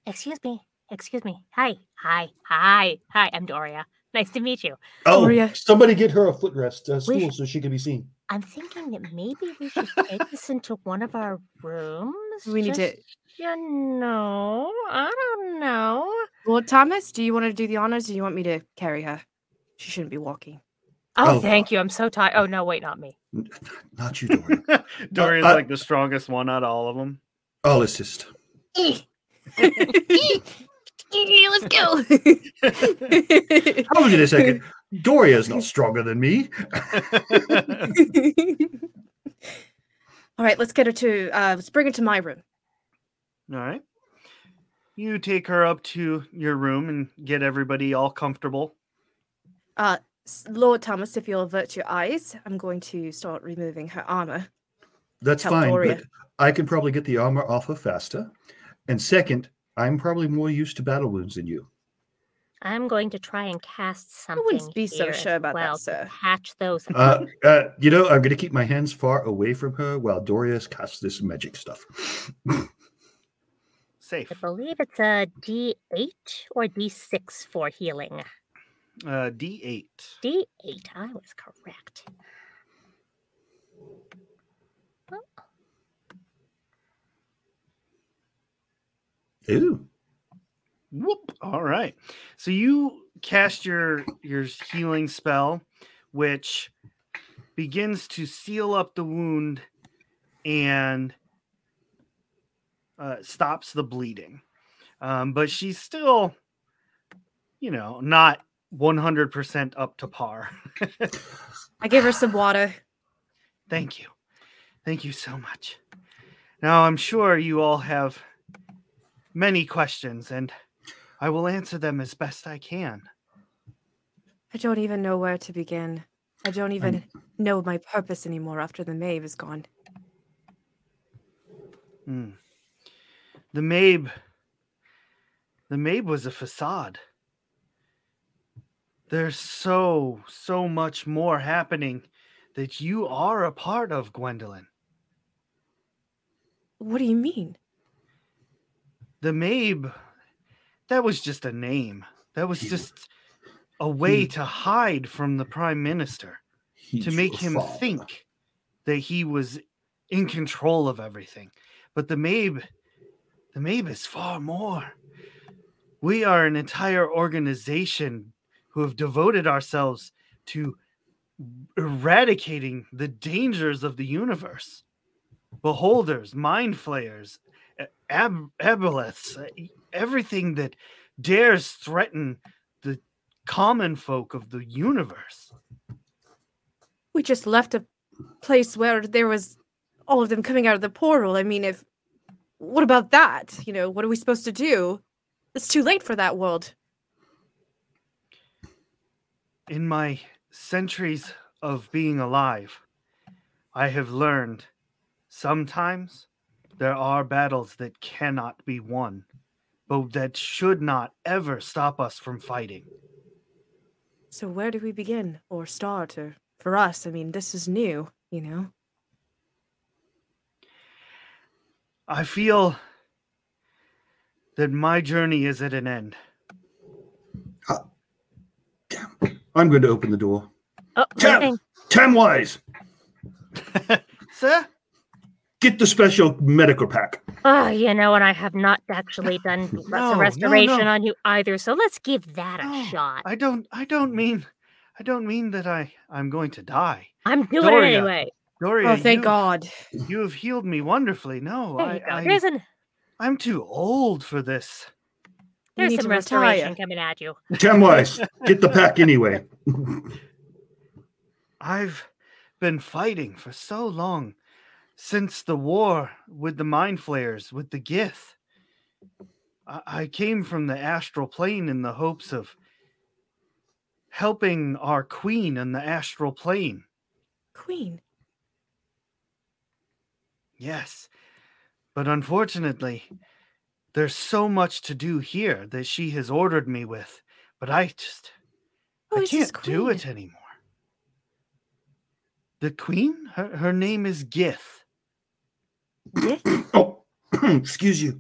Speaker 4: Excuse me. Excuse me. Hi. Hi. Hi. Hi. I'm Doria. Nice to meet you.
Speaker 2: Oh,
Speaker 3: Doria.
Speaker 2: somebody get her a footrest, a
Speaker 4: We-
Speaker 2: stool, so she can be seen.
Speaker 4: I'm thinking that maybe we should
Speaker 3: [laughs]
Speaker 4: take this into one of our rooms.
Speaker 3: We need to-
Speaker 4: just, You know, I don't know.
Speaker 3: Lord Thomas, do you want to do the honors? Or do you want me to carry her? She shouldn't be [laughs] walking.
Speaker 4: Oh,
Speaker 2: Oh.
Speaker 4: thank you. I'm so tired. Oh no, wait, not me.
Speaker 2: Not you, Doria.
Speaker 1: Dorian's
Speaker 2: Uh, I-
Speaker 1: like the strongest one out of all of them.
Speaker 2: I'll assist.
Speaker 3: [laughs] Let's go.
Speaker 2: Hold it a second. Doria's not stronger than me.
Speaker 1: [laughs]
Speaker 3: All right, let's get her to. Uh, let's bring her to my room.
Speaker 1: All right. You take her up to your room and get everybody all comfortable.
Speaker 3: S- Lord Thomas, if you'll avert your eyes, I'm going to start removing her armor.
Speaker 2: That's
Speaker 3: Tell
Speaker 2: fine.
Speaker 3: Doria.
Speaker 2: But I can probably get the armor off of faster. And second, I'm probably more used to battle wounds than you.
Speaker 4: I'm going to try and cast something.
Speaker 3: I wouldn't be so
Speaker 4: here as
Speaker 3: sure about
Speaker 4: well
Speaker 3: that,
Speaker 4: [sighs]
Speaker 3: sir.
Speaker 4: Patch those.
Speaker 2: Uh, uh, you know, I'm going to keep my hands far away from her while Doria casts this magic stuff.
Speaker 1: Safe.
Speaker 4: I believe it's a D8 or D6 for healing.
Speaker 1: Uh, D8.
Speaker 4: D8. I was correct.
Speaker 2: Ooh.
Speaker 1: Whoop. All right. So you cast your your healing spell, which begins to seal up the wound and uh, stops the bleeding. Um, but she's still, you know, not 100% up to par.
Speaker 3: I give her some water.
Speaker 1: Thank you. Thank you so much. Now, I'm sure you all have many questions, and I will answer them as best I can.
Speaker 3: I don't even know where to begin. I don't even know my purpose anymore after the Maeve is gone.
Speaker 1: Hmm. The Mabe. The Mabe was a facade. There's so, so much more happening that you are a part of, Gwendolyn.
Speaker 3: What do you mean?
Speaker 1: The Mabe, that was just a name. That was just a way to hide from the Prime Minister,
Speaker 2: He's
Speaker 1: to make
Speaker 2: your
Speaker 1: him
Speaker 2: father.
Speaker 1: think that he was in control of everything. But the Mabe, the Mabe is far more. We are an entire organization who have devoted ourselves to eradicating the dangers of the universe. Beholders, mind flayers, a- ab- aboleths, uh, e- everything that dares threaten the common folk of the universe.
Speaker 3: We just left a place where there was all of them coming out of the portal. I mean, if what about that? You know, what are we supposed to do? It's too late for that world.
Speaker 1: In my centuries of being alive, I have learned sometimes there are battles that cannot be won, but that should not ever stop us from fighting.
Speaker 3: So where do we begin or start or for us? I mean, this is new, you know.
Speaker 1: I feel that my journey is at an end.
Speaker 2: I'm going to open the door.
Speaker 4: Oh,
Speaker 2: Jump!
Speaker 4: thing.
Speaker 2: Tamwise,
Speaker 1: Sir?
Speaker 2: get the special medical pack.
Speaker 4: Oh, you know, and I have not actually done lots
Speaker 1: No, no,
Speaker 4: of restoration
Speaker 1: no.
Speaker 4: on you either, so let's give that a
Speaker 1: No,
Speaker 4: shot.
Speaker 1: I don't I don't mean I don't mean that I I'm going to die.
Speaker 4: I'm doing
Speaker 1: Doria,
Speaker 4: it anyway.
Speaker 1: Doria,
Speaker 3: oh, thank
Speaker 1: you-
Speaker 3: God.
Speaker 1: You have healed me wonderfully. No,
Speaker 4: There
Speaker 1: I,
Speaker 4: you go.
Speaker 1: I
Speaker 4: there's an,
Speaker 1: I'm too old for this.
Speaker 3: You
Speaker 4: there's
Speaker 3: need
Speaker 4: some
Speaker 3: to retire.
Speaker 4: restoration coming at you.
Speaker 2: Tamwise, get the pack anyway.
Speaker 1: I've been fighting for so long since the war with the mind flayers, with the Gith. I, I came from the astral plane in the hopes of helping our queen in the astral plane.
Speaker 3: Queen.
Speaker 1: Yes. But unfortunately, there's so much to do here that she has ordered me with, but I just
Speaker 3: Who
Speaker 1: I
Speaker 3: is this
Speaker 1: can't do it
Speaker 3: queen?
Speaker 1: anymore. The queen? Her, her name is Gith.
Speaker 3: Gith?
Speaker 2: Oh, [clears throat] excuse you.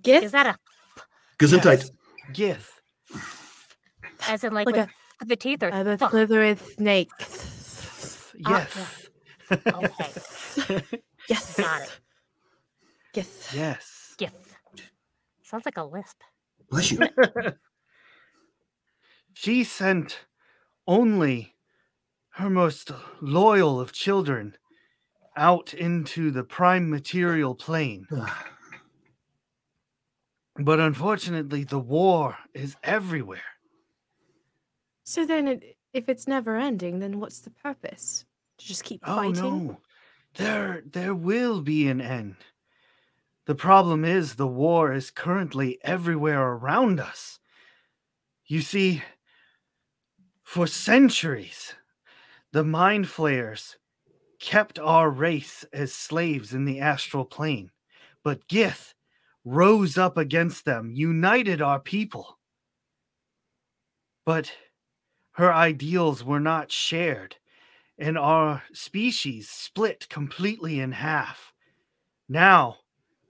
Speaker 3: Gith?
Speaker 4: Is that a
Speaker 2: Gesundheit.
Speaker 1: Gith.
Speaker 4: as in like,
Speaker 3: Like
Speaker 4: with the teeth or
Speaker 3: I'm a
Speaker 4: fuck?
Speaker 3: slither snake.
Speaker 4: Ah,
Speaker 1: Yes.
Speaker 4: Okay,
Speaker 3: Yes.
Speaker 4: Got it.
Speaker 3: Yes.
Speaker 1: [laughs] yes.
Speaker 4: gif. Sounds like a lisp.
Speaker 2: Bless you. [sighs]
Speaker 1: She sent only her most loyal of children out into the prime material plane. But unfortunately, the war is everywhere.
Speaker 3: So then, it, if it's never ending, then what's the purpose? To just keep
Speaker 1: Oh
Speaker 3: fighting?
Speaker 1: no. There there will be an end. The problem is the war is currently everywhere around us. You see, for centuries, the mind flayers kept our race as slaves in the astral plane, but Gith rose up against them, united our people. But her ideals were not shared and our species split completely in half. Now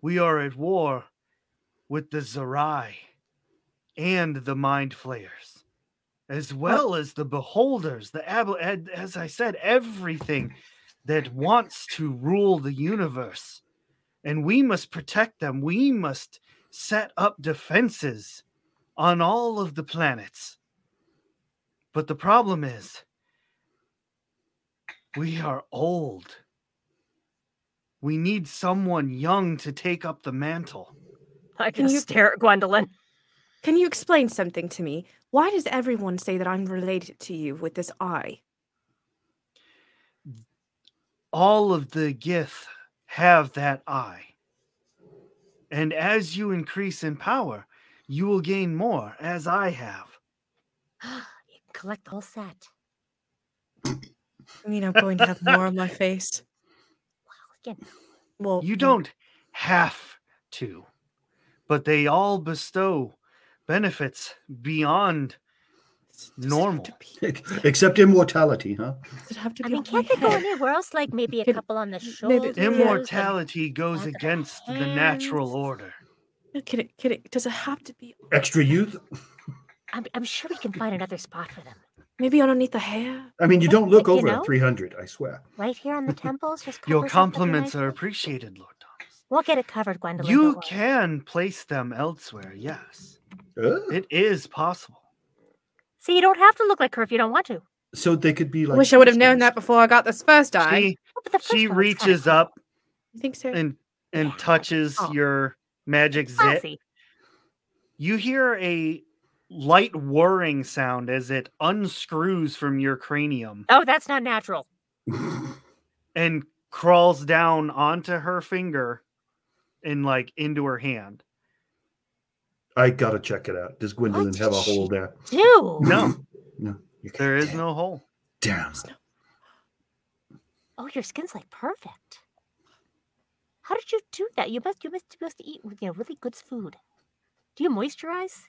Speaker 1: we are at war with the Zerai and the Mind Flayers, as well as the Beholders, the Ab- and as I said, everything that wants to rule the universe. And we must protect them. We must set up defenses on all of the planets. But the problem is, we are old. We need someone young to take up the mantle.
Speaker 4: I
Speaker 3: Can
Speaker 4: can
Speaker 3: you-
Speaker 4: stare at Gwendolyn. [gasps]
Speaker 3: Can you explain something to me? Why does everyone say that I'm related to you with this I?
Speaker 1: All of the Gith have that eye. And as you increase in power, you will gain more, as I have.
Speaker 4: you can collect the whole set. Oh,
Speaker 3: I mean, I'm going to have more on my face.
Speaker 4: Again,
Speaker 3: Well,
Speaker 1: You
Speaker 3: mm,
Speaker 1: don't have to, but they all bestow benefits beyond
Speaker 3: Does it have
Speaker 1: Normal.
Speaker 3: to be-
Speaker 2: Except immortality, huh?
Speaker 3: Does it have to
Speaker 4: I
Speaker 3: be
Speaker 4: mean,
Speaker 3: off my
Speaker 4: can't they go
Speaker 3: head?
Speaker 4: anywhere else? Like maybe a
Speaker 3: Can-
Speaker 4: couple on the
Speaker 3: maybe-
Speaker 4: shoulders. and-
Speaker 1: Immortality goes
Speaker 4: Other
Speaker 1: against the
Speaker 4: hands.
Speaker 1: natural order.
Speaker 3: Can it, can it, does it have to be
Speaker 2: Extra youth.
Speaker 4: I'm, I'm sure we can find another spot for them.
Speaker 3: maybe underneath the hair?
Speaker 2: I mean, you
Speaker 4: But-
Speaker 2: don't look
Speaker 4: but you
Speaker 2: over
Speaker 4: know-
Speaker 2: 300, I swear.
Speaker 4: Right here on the temples. Just
Speaker 1: Your
Speaker 4: covers up every
Speaker 1: compliments
Speaker 4: nice-
Speaker 1: are appreciated, Lord Thomas.
Speaker 4: We'll get it covered, Gwendolyn. don't
Speaker 1: You
Speaker 4: worry.
Speaker 1: can place them elsewhere, yes.
Speaker 2: Oh.
Speaker 1: It is possible.
Speaker 4: See, you don't have to look like her if you don't want to. Oh,
Speaker 2: So they could be like.
Speaker 5: Wish I would have known
Speaker 2: sisters.
Speaker 5: that before I got this first eye.
Speaker 1: She,
Speaker 4: but the first
Speaker 1: she
Speaker 4: one was kinda
Speaker 1: reaches
Speaker 4: cool.
Speaker 1: up
Speaker 3: You think so?
Speaker 1: and and touches
Speaker 4: Oh.
Speaker 1: your magic zit.
Speaker 4: Classy.
Speaker 1: You hear a light whirring sound as it unscrews from your cranium
Speaker 4: Oh, that's not natural.
Speaker 1: and crawls down onto her finger and like into her hand.
Speaker 2: [sighs] I gotta check it out. Does Gwendolyn
Speaker 4: What
Speaker 2: have a
Speaker 4: did she-
Speaker 2: hole there?
Speaker 4: Ew.
Speaker 1: No,
Speaker 2: No. You can't.
Speaker 1: there is
Speaker 2: Damn.
Speaker 1: no hole.
Speaker 2: Damn.
Speaker 4: [gasps] Oh, your skin's like perfect. How did you do that? You must, you must, you must eat you know, really good food. Do you moisturize?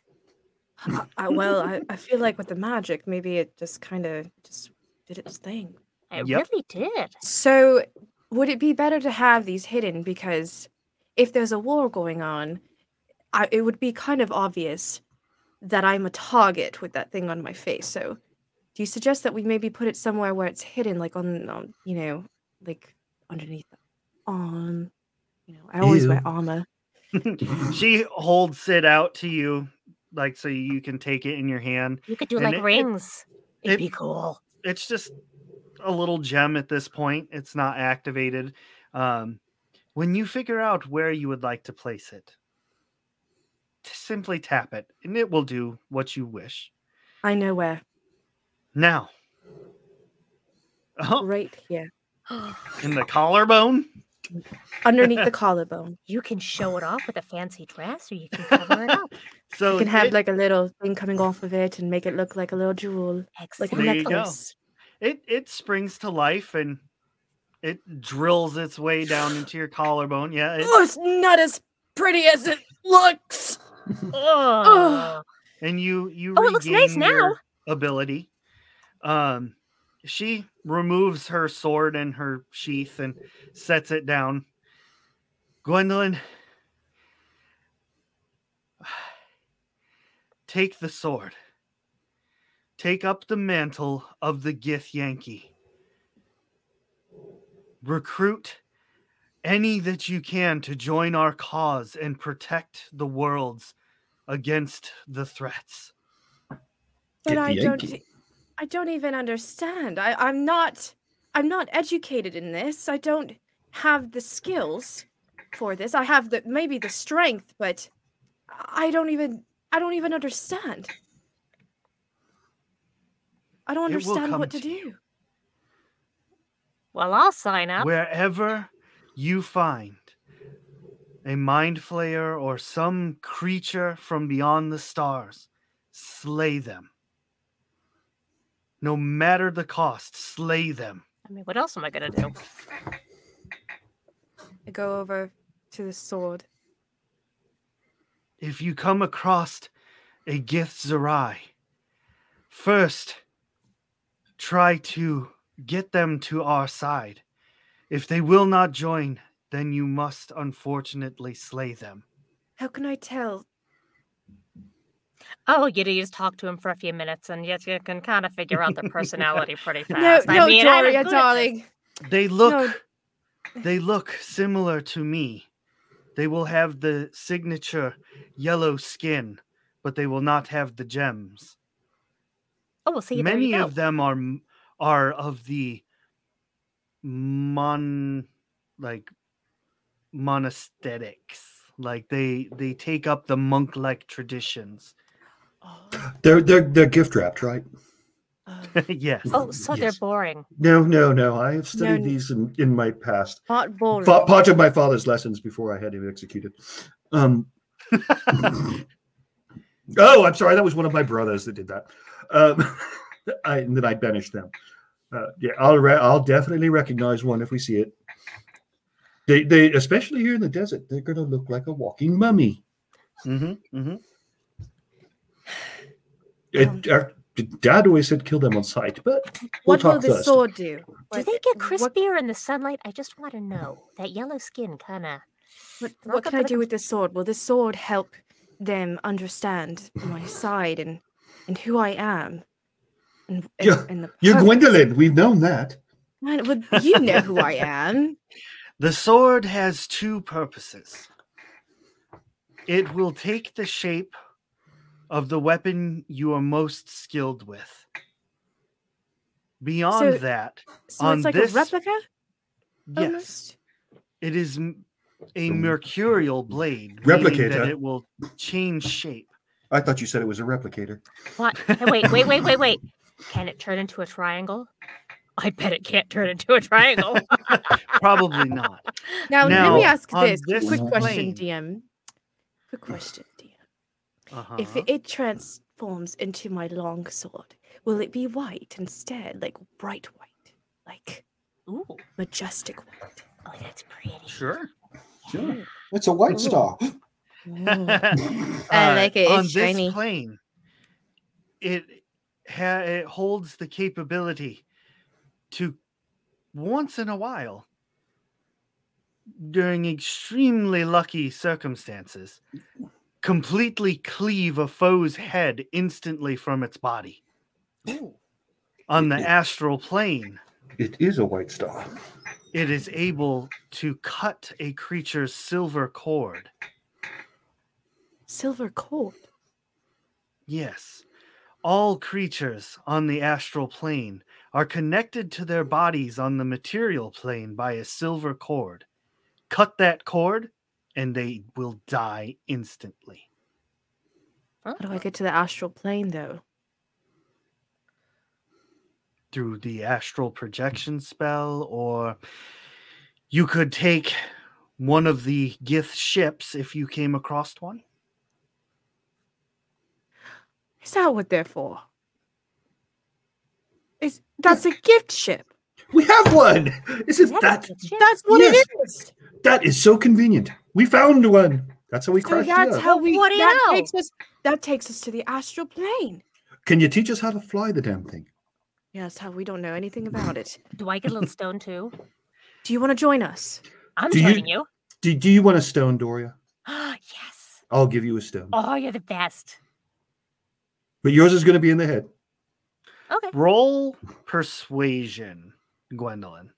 Speaker 3: I- I, well, I, I feel like with the magic, maybe it just kind of just did its thing.
Speaker 4: It
Speaker 1: Yep.
Speaker 4: really did.
Speaker 5: So
Speaker 3: Would it be better to have these hidden? Because if there's a war going on, I, it would be kind of obvious that I'm a target with that thing on my face. So, do you suggest that we maybe put it somewhere where it's hidden, like on, on you know, like underneath the arm? You know, I always wear
Speaker 2: Ew.
Speaker 3: armor.
Speaker 1: she holds it out to you, like so you can take it in your hand.
Speaker 4: You could do
Speaker 1: And
Speaker 4: like
Speaker 1: it- it-
Speaker 4: rings. It'd
Speaker 1: it- [gasps]
Speaker 4: be cool.
Speaker 1: It's just a little gem at this point. It's not activated. Um, when you figure out where you would like to place it, t- simply tap it, and it will do what you wish.
Speaker 3: I know where.
Speaker 1: Now, oh,
Speaker 3: Right here, Oh
Speaker 1: in the collarbone. [laughs]
Speaker 3: underneath the collarbone.
Speaker 4: You can show it off with a fancy dress, or you can cover
Speaker 1: [laughs]
Speaker 4: it up.
Speaker 1: So
Speaker 3: You can have
Speaker 1: it-
Speaker 3: like a little thing coming off of it and make it look like a little jewel, like a
Speaker 4: Exactly.
Speaker 1: There you go.
Speaker 3: necklace.
Speaker 1: it it springs to life and it drills its way down into your collarbone. Yeah, it,
Speaker 5: oh, it's not as pretty as it looks.
Speaker 4: Oh,
Speaker 1: [gasps] and you you
Speaker 4: Oh, it looks nice
Speaker 1: regain
Speaker 4: now.
Speaker 1: your ability um she removes her sword and her sheath and sets it down gwendolyn [sighs] take the sword take up the mantle of the gith yankee recruit any that you can to join our cause and protect the worlds against the threats
Speaker 3: But
Speaker 2: Get
Speaker 3: I
Speaker 2: the
Speaker 3: don't.
Speaker 2: Yankee.
Speaker 3: e- I don't even understand. I, I'm not. I'm not educated in this. I don't have the skills for this. I have the maybe the strength, but I don't even. I don't even understand. I don't
Speaker 1: It will
Speaker 3: understand
Speaker 1: come
Speaker 3: what to
Speaker 1: to you.
Speaker 3: do.
Speaker 4: well, I'll sign up.
Speaker 1: Wherever you find a mind flayer or some creature from beyond the stars, slay them. No matter the cost, slay them.
Speaker 4: I mean, what else am I gonna do?
Speaker 3: I go over to the sword.
Speaker 1: If you come across a Gith Zerai, first try to get them to our side. If they will not join, then you must unfortunately slay them.
Speaker 3: How can I tell?
Speaker 4: Oh, you do you just talk to him for a few minutes, and yet you can kind of figure [laughs] out their personality pretty
Speaker 5: No,
Speaker 4: fast.
Speaker 5: no,
Speaker 4: mean, I'm
Speaker 3: uh,
Speaker 5: Doria,
Speaker 4: good at this.
Speaker 5: darling.
Speaker 1: They look they look similar to me. They will have the signature yellow skin, but they will not have the gems.
Speaker 4: Oh, we'll see. there you
Speaker 1: Many
Speaker 4: go.
Speaker 1: of them are m- are of the mon like monastetics. Like they they take up the monk-like traditions. [laughs]
Speaker 3: Oh,
Speaker 2: They're they're they're gift wrapped, right?
Speaker 3: oh.
Speaker 1: yes.
Speaker 4: Oh, so
Speaker 2: Yes.
Speaker 4: they're boring.
Speaker 2: No, no, no. I have studied
Speaker 3: n-
Speaker 2: these in, in my past.
Speaker 3: [gasps] Not boring.
Speaker 2: Fa- part of my father's lessons before I had him executed. [laughs] Um, oh, I'm sorry. That was one of my brothers that did that. Um, [laughs] I, and then I banished them. Uh, yeah, I'll re- I'll definitely recognize one if we see it. They they especially here in the desert, they're going to look like a walking mummy.
Speaker 1: Mm-hmm. Mhm, mhm.
Speaker 2: It,
Speaker 3: Um,
Speaker 2: uh, Dad always said kill them on sight, but we'll
Speaker 3: What will
Speaker 2: talk
Speaker 3: the
Speaker 2: first.
Speaker 3: sword do?
Speaker 4: Do
Speaker 3: What-
Speaker 4: they get
Speaker 3: What,
Speaker 4: crispier in the sunlight? I just want to know. That yellow skin kind of.
Speaker 3: what,
Speaker 4: Look
Speaker 3: what
Speaker 4: up
Speaker 3: can I
Speaker 4: at the-
Speaker 3: do with this sword? Will this sword help them understand my side and and who I am? And, and,
Speaker 2: Yeah,
Speaker 3: and the
Speaker 2: You're
Speaker 3: purpose?
Speaker 2: Gwendolyn. We've known that.
Speaker 3: Man, well, you know
Speaker 2: [laughs]
Speaker 3: who I am.
Speaker 1: The sword has two purposes. It will take the shape of the weapon you are most skilled with. Beyond
Speaker 3: So- um,
Speaker 1: that,
Speaker 3: So
Speaker 1: On
Speaker 3: it's like
Speaker 1: this-
Speaker 3: a replica.
Speaker 1: yes,
Speaker 3: Almost?
Speaker 1: it is m- a mercurial blade. meaning
Speaker 2: Replicator.
Speaker 1: That it will change shape.
Speaker 2: I thought you said it was a replicator.
Speaker 4: What? Hey, Wait, wait, wait, wait, wait. Can it turn into a triangle? I bet it can't turn into a [laughs] triangle.
Speaker 1: Probably not.
Speaker 3: Now, let
Speaker 1: Now,
Speaker 3: me ask
Speaker 1: on
Speaker 3: this,
Speaker 1: this
Speaker 3: quick
Speaker 1: plane-
Speaker 3: question, DM. Quick question, DM.
Speaker 1: Uh-huh.
Speaker 3: If it, it transforms into my long sword, will it be white instead, like bright white, like
Speaker 4: Ooh, oh,
Speaker 3: majestic white?
Speaker 1: [laughs]
Speaker 4: that's pretty.
Speaker 3: [laughs]
Speaker 1: sure.
Speaker 2: Sure. It's a white star.
Speaker 3: Oh. I like it, it's
Speaker 1: Uh, on
Speaker 3: shiny.
Speaker 1: this plane, it ha- it holds the capability to once in a while, during extremely lucky circumstances, completely cleave a foe's head instantly from its body. On the astral plane,
Speaker 2: It is a white star.
Speaker 1: it is able to cut a creature's silver cord.
Speaker 3: Silver cord.
Speaker 1: Yes. All creatures on the astral plane are connected to their bodies on the material plane by a silver cord. Cut that cord, and they will die instantly.
Speaker 3: How do I get to the astral plane, though?
Speaker 1: through the astral projection spell, or you could take one of the Gith ships if you came across one.
Speaker 3: Is that what they're for? Is that's a gift ship?
Speaker 2: We have one. Isn't
Speaker 4: Is
Speaker 2: that
Speaker 4: that a ship?
Speaker 5: That's what
Speaker 2: Yes.
Speaker 5: it is.
Speaker 2: that is so convenient? We found one. That's how we
Speaker 3: So
Speaker 2: crashed the
Speaker 3: that's
Speaker 2: Earth.
Speaker 3: how we.
Speaker 4: What do you
Speaker 3: That
Speaker 4: know?
Speaker 3: takes us. That takes us to the astral plane.
Speaker 2: Can you teach us how to fly the damn thing?
Speaker 3: Yes, how we don't know anything about it.
Speaker 4: Do I get a little stone too?
Speaker 3: Do you want to join us?
Speaker 4: I'm
Speaker 2: Do you-
Speaker 4: joining you. [gasps]
Speaker 2: Do, do you want a stone, Doria?
Speaker 4: yes.
Speaker 2: I'll give you a stone.
Speaker 4: Oh, you're the best.
Speaker 2: But yours is going to be in the head.
Speaker 4: Okay.
Speaker 1: Roll persuasion, Gwendolyn.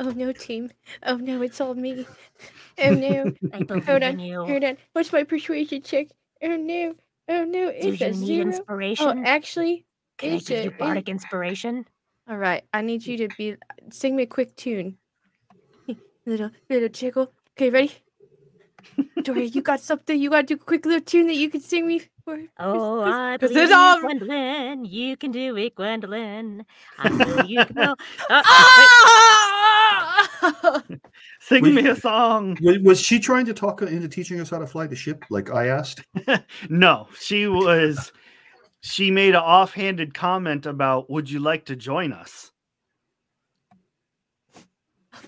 Speaker 3: Oh no, team. Oh no, it's all me. Oh [laughs] no.
Speaker 4: I believe in
Speaker 3: on,
Speaker 4: you.
Speaker 3: Hold on. What's my persuasion check? Oh no. Oh no.
Speaker 4: Do
Speaker 3: It's
Speaker 4: you
Speaker 3: a
Speaker 4: need
Speaker 3: zero. Oh,
Speaker 4: inspiration?
Speaker 3: actually.
Speaker 4: Can I
Speaker 3: it's
Speaker 4: give you
Speaker 3: a- it-
Speaker 4: bardic inspiration?
Speaker 3: All right. I need you to be sing me a quick tune. [laughs] little little jiggle. Okay, [laughs] ready? Dory, you got something? You got to do a quick little tune that you can sing me for.
Speaker 4: Oh, I
Speaker 5: is it
Speaker 4: believe in you,
Speaker 5: all-
Speaker 4: Gwendolyn. You can do it, Gwendolyn. I know
Speaker 3: [laughs]
Speaker 4: you can go. Uh, wait,
Speaker 5: Ah!
Speaker 1: Sing
Speaker 2: Wait.
Speaker 1: me a song.
Speaker 2: Was, was she trying to talk into teaching us how to fly the ship, like I asked?
Speaker 1: No, she was. She made an offhanded comment about, "Would you like to join us?"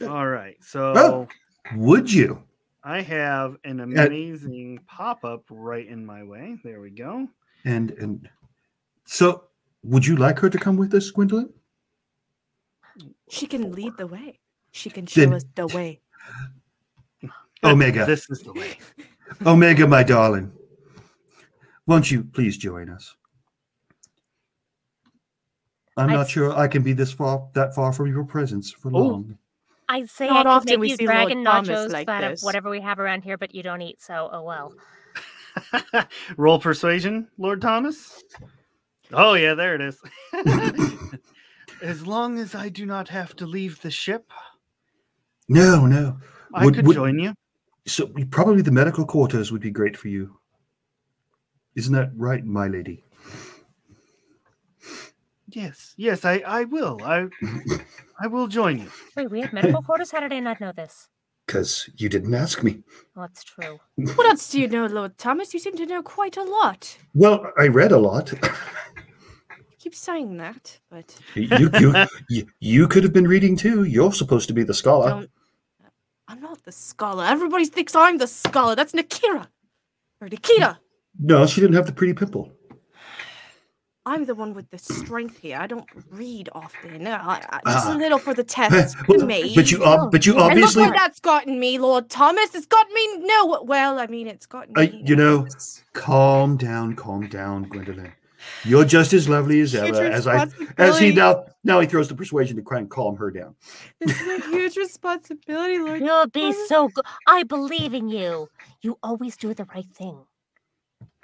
Speaker 1: All right, so.
Speaker 2: Would you?
Speaker 1: I have an
Speaker 2: Yeah.
Speaker 1: amazing pop up right in my way. There we go.
Speaker 2: And and so, would you like her to come with us, Gwendolyn?
Speaker 3: [laughs] She can lead the way. She can show
Speaker 2: Then-
Speaker 3: us the way.
Speaker 2: Omega,
Speaker 1: This is the way. [laughs]
Speaker 2: Omega, my darling, won't you please join us? I'm
Speaker 4: I-
Speaker 2: not sure I can be this far, that far from your presence for
Speaker 1: Oh.
Speaker 2: long.
Speaker 4: I say
Speaker 3: Not
Speaker 4: I
Speaker 3: often
Speaker 4: could make
Speaker 3: we
Speaker 4: you
Speaker 3: see Lord
Speaker 4: dragon
Speaker 3: Thomas
Speaker 4: nachos
Speaker 3: like
Speaker 4: out of
Speaker 3: this.
Speaker 4: whatever we have around here, but you don't eat, so oh well.
Speaker 1: Roll persuasion, Lord Thomas. Oh, yeah, there it is. [laughs] as long as I do not have to leave the ship,
Speaker 2: No, no.
Speaker 1: I
Speaker 2: Would-
Speaker 1: could
Speaker 2: would-
Speaker 1: join you.
Speaker 2: So probably the medical quarters would be great for you. Isn't that right, my lady?
Speaker 1: Yes, yes, I, I will.
Speaker 2: [laughs]
Speaker 1: I I will join you.
Speaker 4: Wait, we have
Speaker 3: [laughs]
Speaker 4: medical quarters? How did I not know this?
Speaker 2: Because you didn't ask me.
Speaker 4: Well, it's true.
Speaker 3: [laughs] What else do you know, Lord Thomas? You seem to know quite a lot.
Speaker 2: Well, I read a lot.
Speaker 3: You keep saying that, but
Speaker 2: [laughs] you, you, you, you could have been reading too. You're supposed to be the scholar.
Speaker 3: don't. I'm not the scholar. Everybody thinks I'm the scholar. That's Nakira. Or Nikita.
Speaker 2: No, she didn't have the pretty pimple.
Speaker 3: I'm the one with the strength here. I don't read often. I, I- just a little
Speaker 2: [laughs]
Speaker 3: for the test,
Speaker 2: Well,
Speaker 3: mate.
Speaker 2: Ah. but you, ob- but you
Speaker 3: and look
Speaker 2: obviously,
Speaker 3: where that's gotten me, Lord Thomas. It's gotten me no. Well, I mean, it's gotten
Speaker 2: I-
Speaker 3: me.
Speaker 2: Uh, you know, calm down, calm down, Gwendolyn. You're just as lovely as
Speaker 3: Huge
Speaker 2: ever. As I, as he
Speaker 3: responsibility.
Speaker 2: now, now he throws the persuasion to try and calm her down.
Speaker 3: This is a huge responsibility,
Speaker 2: [laughs]
Speaker 3: Lord.
Speaker 4: You'll be
Speaker 3: Thomas.
Speaker 4: so good. I believe in you. You always do the right thing.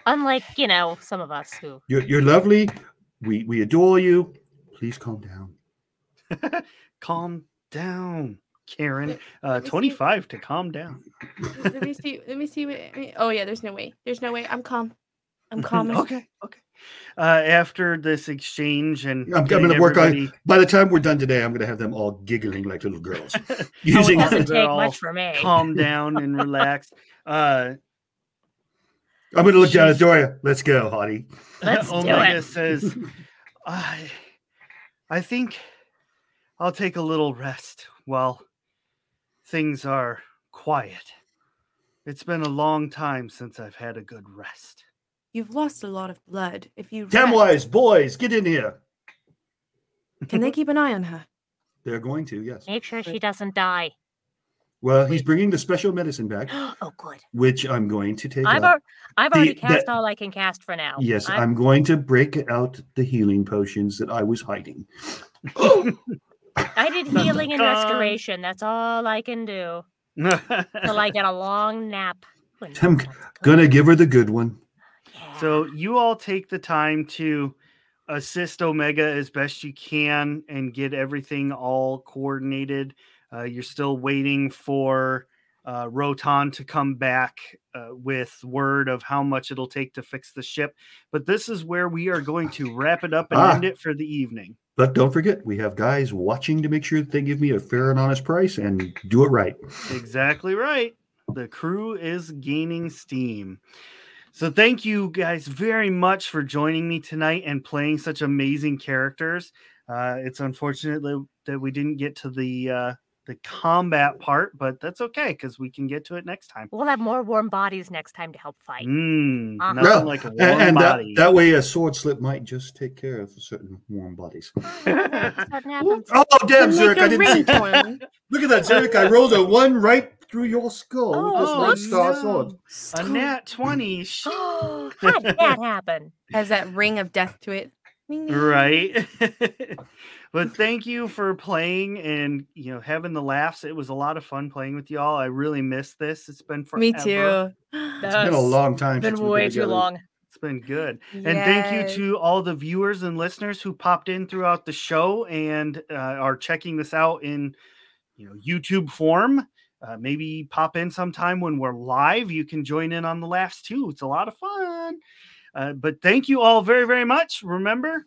Speaker 4: Unlike, you know, some of us who. oh,
Speaker 2: You're, you're lovely. We, we adore you. Please calm down.
Speaker 1: calm down, Karen. Uh,
Speaker 3: let me see.
Speaker 1: 25 to calm
Speaker 4: [laughs]
Speaker 1: down.
Speaker 3: let me see. Let me see. What, I mean- oh yeah, there's no way. There's no way. I'm calm.
Speaker 2: [laughs]
Speaker 3: I'm calm. as-
Speaker 1: okay, okay. Uh, after this exchange, and
Speaker 2: I'm- I'm
Speaker 1: getting
Speaker 2: gonna work on-
Speaker 1: everybody-
Speaker 2: By the time we're done today, I'm going to have them all giggling like little girls. using
Speaker 4: It doesn't
Speaker 1: They're
Speaker 4: take
Speaker 1: all
Speaker 4: much for me.
Speaker 1: calm down and relax. Uh,
Speaker 2: I'm going to look down at
Speaker 1: She's-
Speaker 2: Doria. Let's go, hottie.
Speaker 4: [laughs] Let's do
Speaker 1: Omega
Speaker 4: it.
Speaker 1: says, I, I think I'll take a little rest while things are quiet. It's been a long time since I've had a good rest. [laughs]
Speaker 3: You've lost a lot of blood. If you rest-
Speaker 2: Tamwise, boys, get in here.
Speaker 3: can they keep an eye on her?
Speaker 2: They're going to, yes.
Speaker 4: Make sure she doesn't die.
Speaker 2: Well, he's bringing the special medicine back,
Speaker 4: [gasps] oh, good.
Speaker 2: which I'm going to take.
Speaker 4: I've,
Speaker 2: up.
Speaker 4: al- I've
Speaker 2: The-
Speaker 4: already cast
Speaker 2: the-
Speaker 4: all I can cast for now.
Speaker 2: Yes,
Speaker 4: I'm-
Speaker 2: I'm going to break out the healing potions that I was hiding.
Speaker 4: I
Speaker 2: [laughs]
Speaker 4: did
Speaker 1: Dun,
Speaker 4: healing and
Speaker 1: dun.
Speaker 4: restoration. That's all I can do. Till I get a long nap. when that
Speaker 2: I'm g-
Speaker 4: sounds good.
Speaker 2: Gonna give her the good one.
Speaker 4: Yeah.
Speaker 1: So you all take the time to assist Omega as best you can and get everything all coordinated. Uh, you're still waiting for uh, Rotan to come back uh, with word of how much it'll take to fix the ship. But this is where we are going to wrap it up and
Speaker 2: Ah.
Speaker 1: end it for the evening.
Speaker 2: But don't forget, we have guys watching to make sure that they give me a fair and honest price and do it right.
Speaker 1: Exactly right. The crew is gaining steam. So thank you guys very much for joining me tonight and playing such amazing characters. Uh, it's unfortunate that- that we didn't get to the uh, the combat part, but that's okay because we can get to it next time.
Speaker 4: We'll have more warm bodies next time to help fight.
Speaker 1: Mm,
Speaker 4: Uh-huh.
Speaker 1: nothing
Speaker 2: Well,
Speaker 1: like a warm
Speaker 2: A- And, that,
Speaker 1: body.
Speaker 2: that way, a sword slip might just take care of certain warm bodies.
Speaker 4: [laughs] That's what happens.
Speaker 2: Oh, damn,
Speaker 3: Can
Speaker 2: Zurich!
Speaker 3: make
Speaker 2: I
Speaker 3: a
Speaker 2: didn't see-
Speaker 3: ringtone.
Speaker 2: look at that, Zurich! I rolled a one right through your skull with this
Speaker 1: Oh,
Speaker 2: red star
Speaker 1: no.
Speaker 2: sword. [laughs]
Speaker 1: a nat twenty, sh-
Speaker 4: Oh, How did that happen?
Speaker 3: Has that ring of death to it? Ring. [laughs]
Speaker 1: right? [laughs] but thank you for playing and you know having the laughs. It was a lot of fun playing with y'all. I really miss this. It's been forever.
Speaker 3: Me too.
Speaker 2: [laughs] It's been a
Speaker 4: Yes.
Speaker 2: long time.
Speaker 4: Been
Speaker 2: since we've
Speaker 4: way too
Speaker 2: together.
Speaker 4: long.
Speaker 1: It's been good. And thank you to all the viewers and listeners who popped in throughout the show and uh, are checking this out in you know YouTube form. Uh, maybe pop in sometime when we're live. You can join in on the laughs too. It's a lot of fun. Uh, but thank you all very very much. Remember,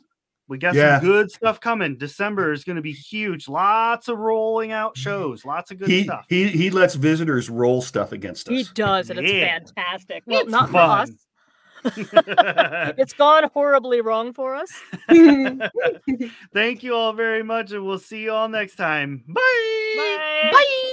Speaker 1: we got
Speaker 2: Yeah.
Speaker 1: some good stuff coming. December is going to be huge. Lots of rolling out shows. Lots of good
Speaker 2: He,
Speaker 1: stuff.
Speaker 2: he he lets visitors roll stuff against us.
Speaker 4: He does, and it's
Speaker 1: Yeah.
Speaker 4: fantastic. Well,
Speaker 1: It's
Speaker 4: not
Speaker 1: fun.
Speaker 4: for us.
Speaker 1: [laughs]
Speaker 2: [laughs]
Speaker 4: It's gone horribly wrong for us.
Speaker 1: thank you all very much, and we'll see you all next time. Bye.
Speaker 4: [laughs] Bye.
Speaker 3: Bye.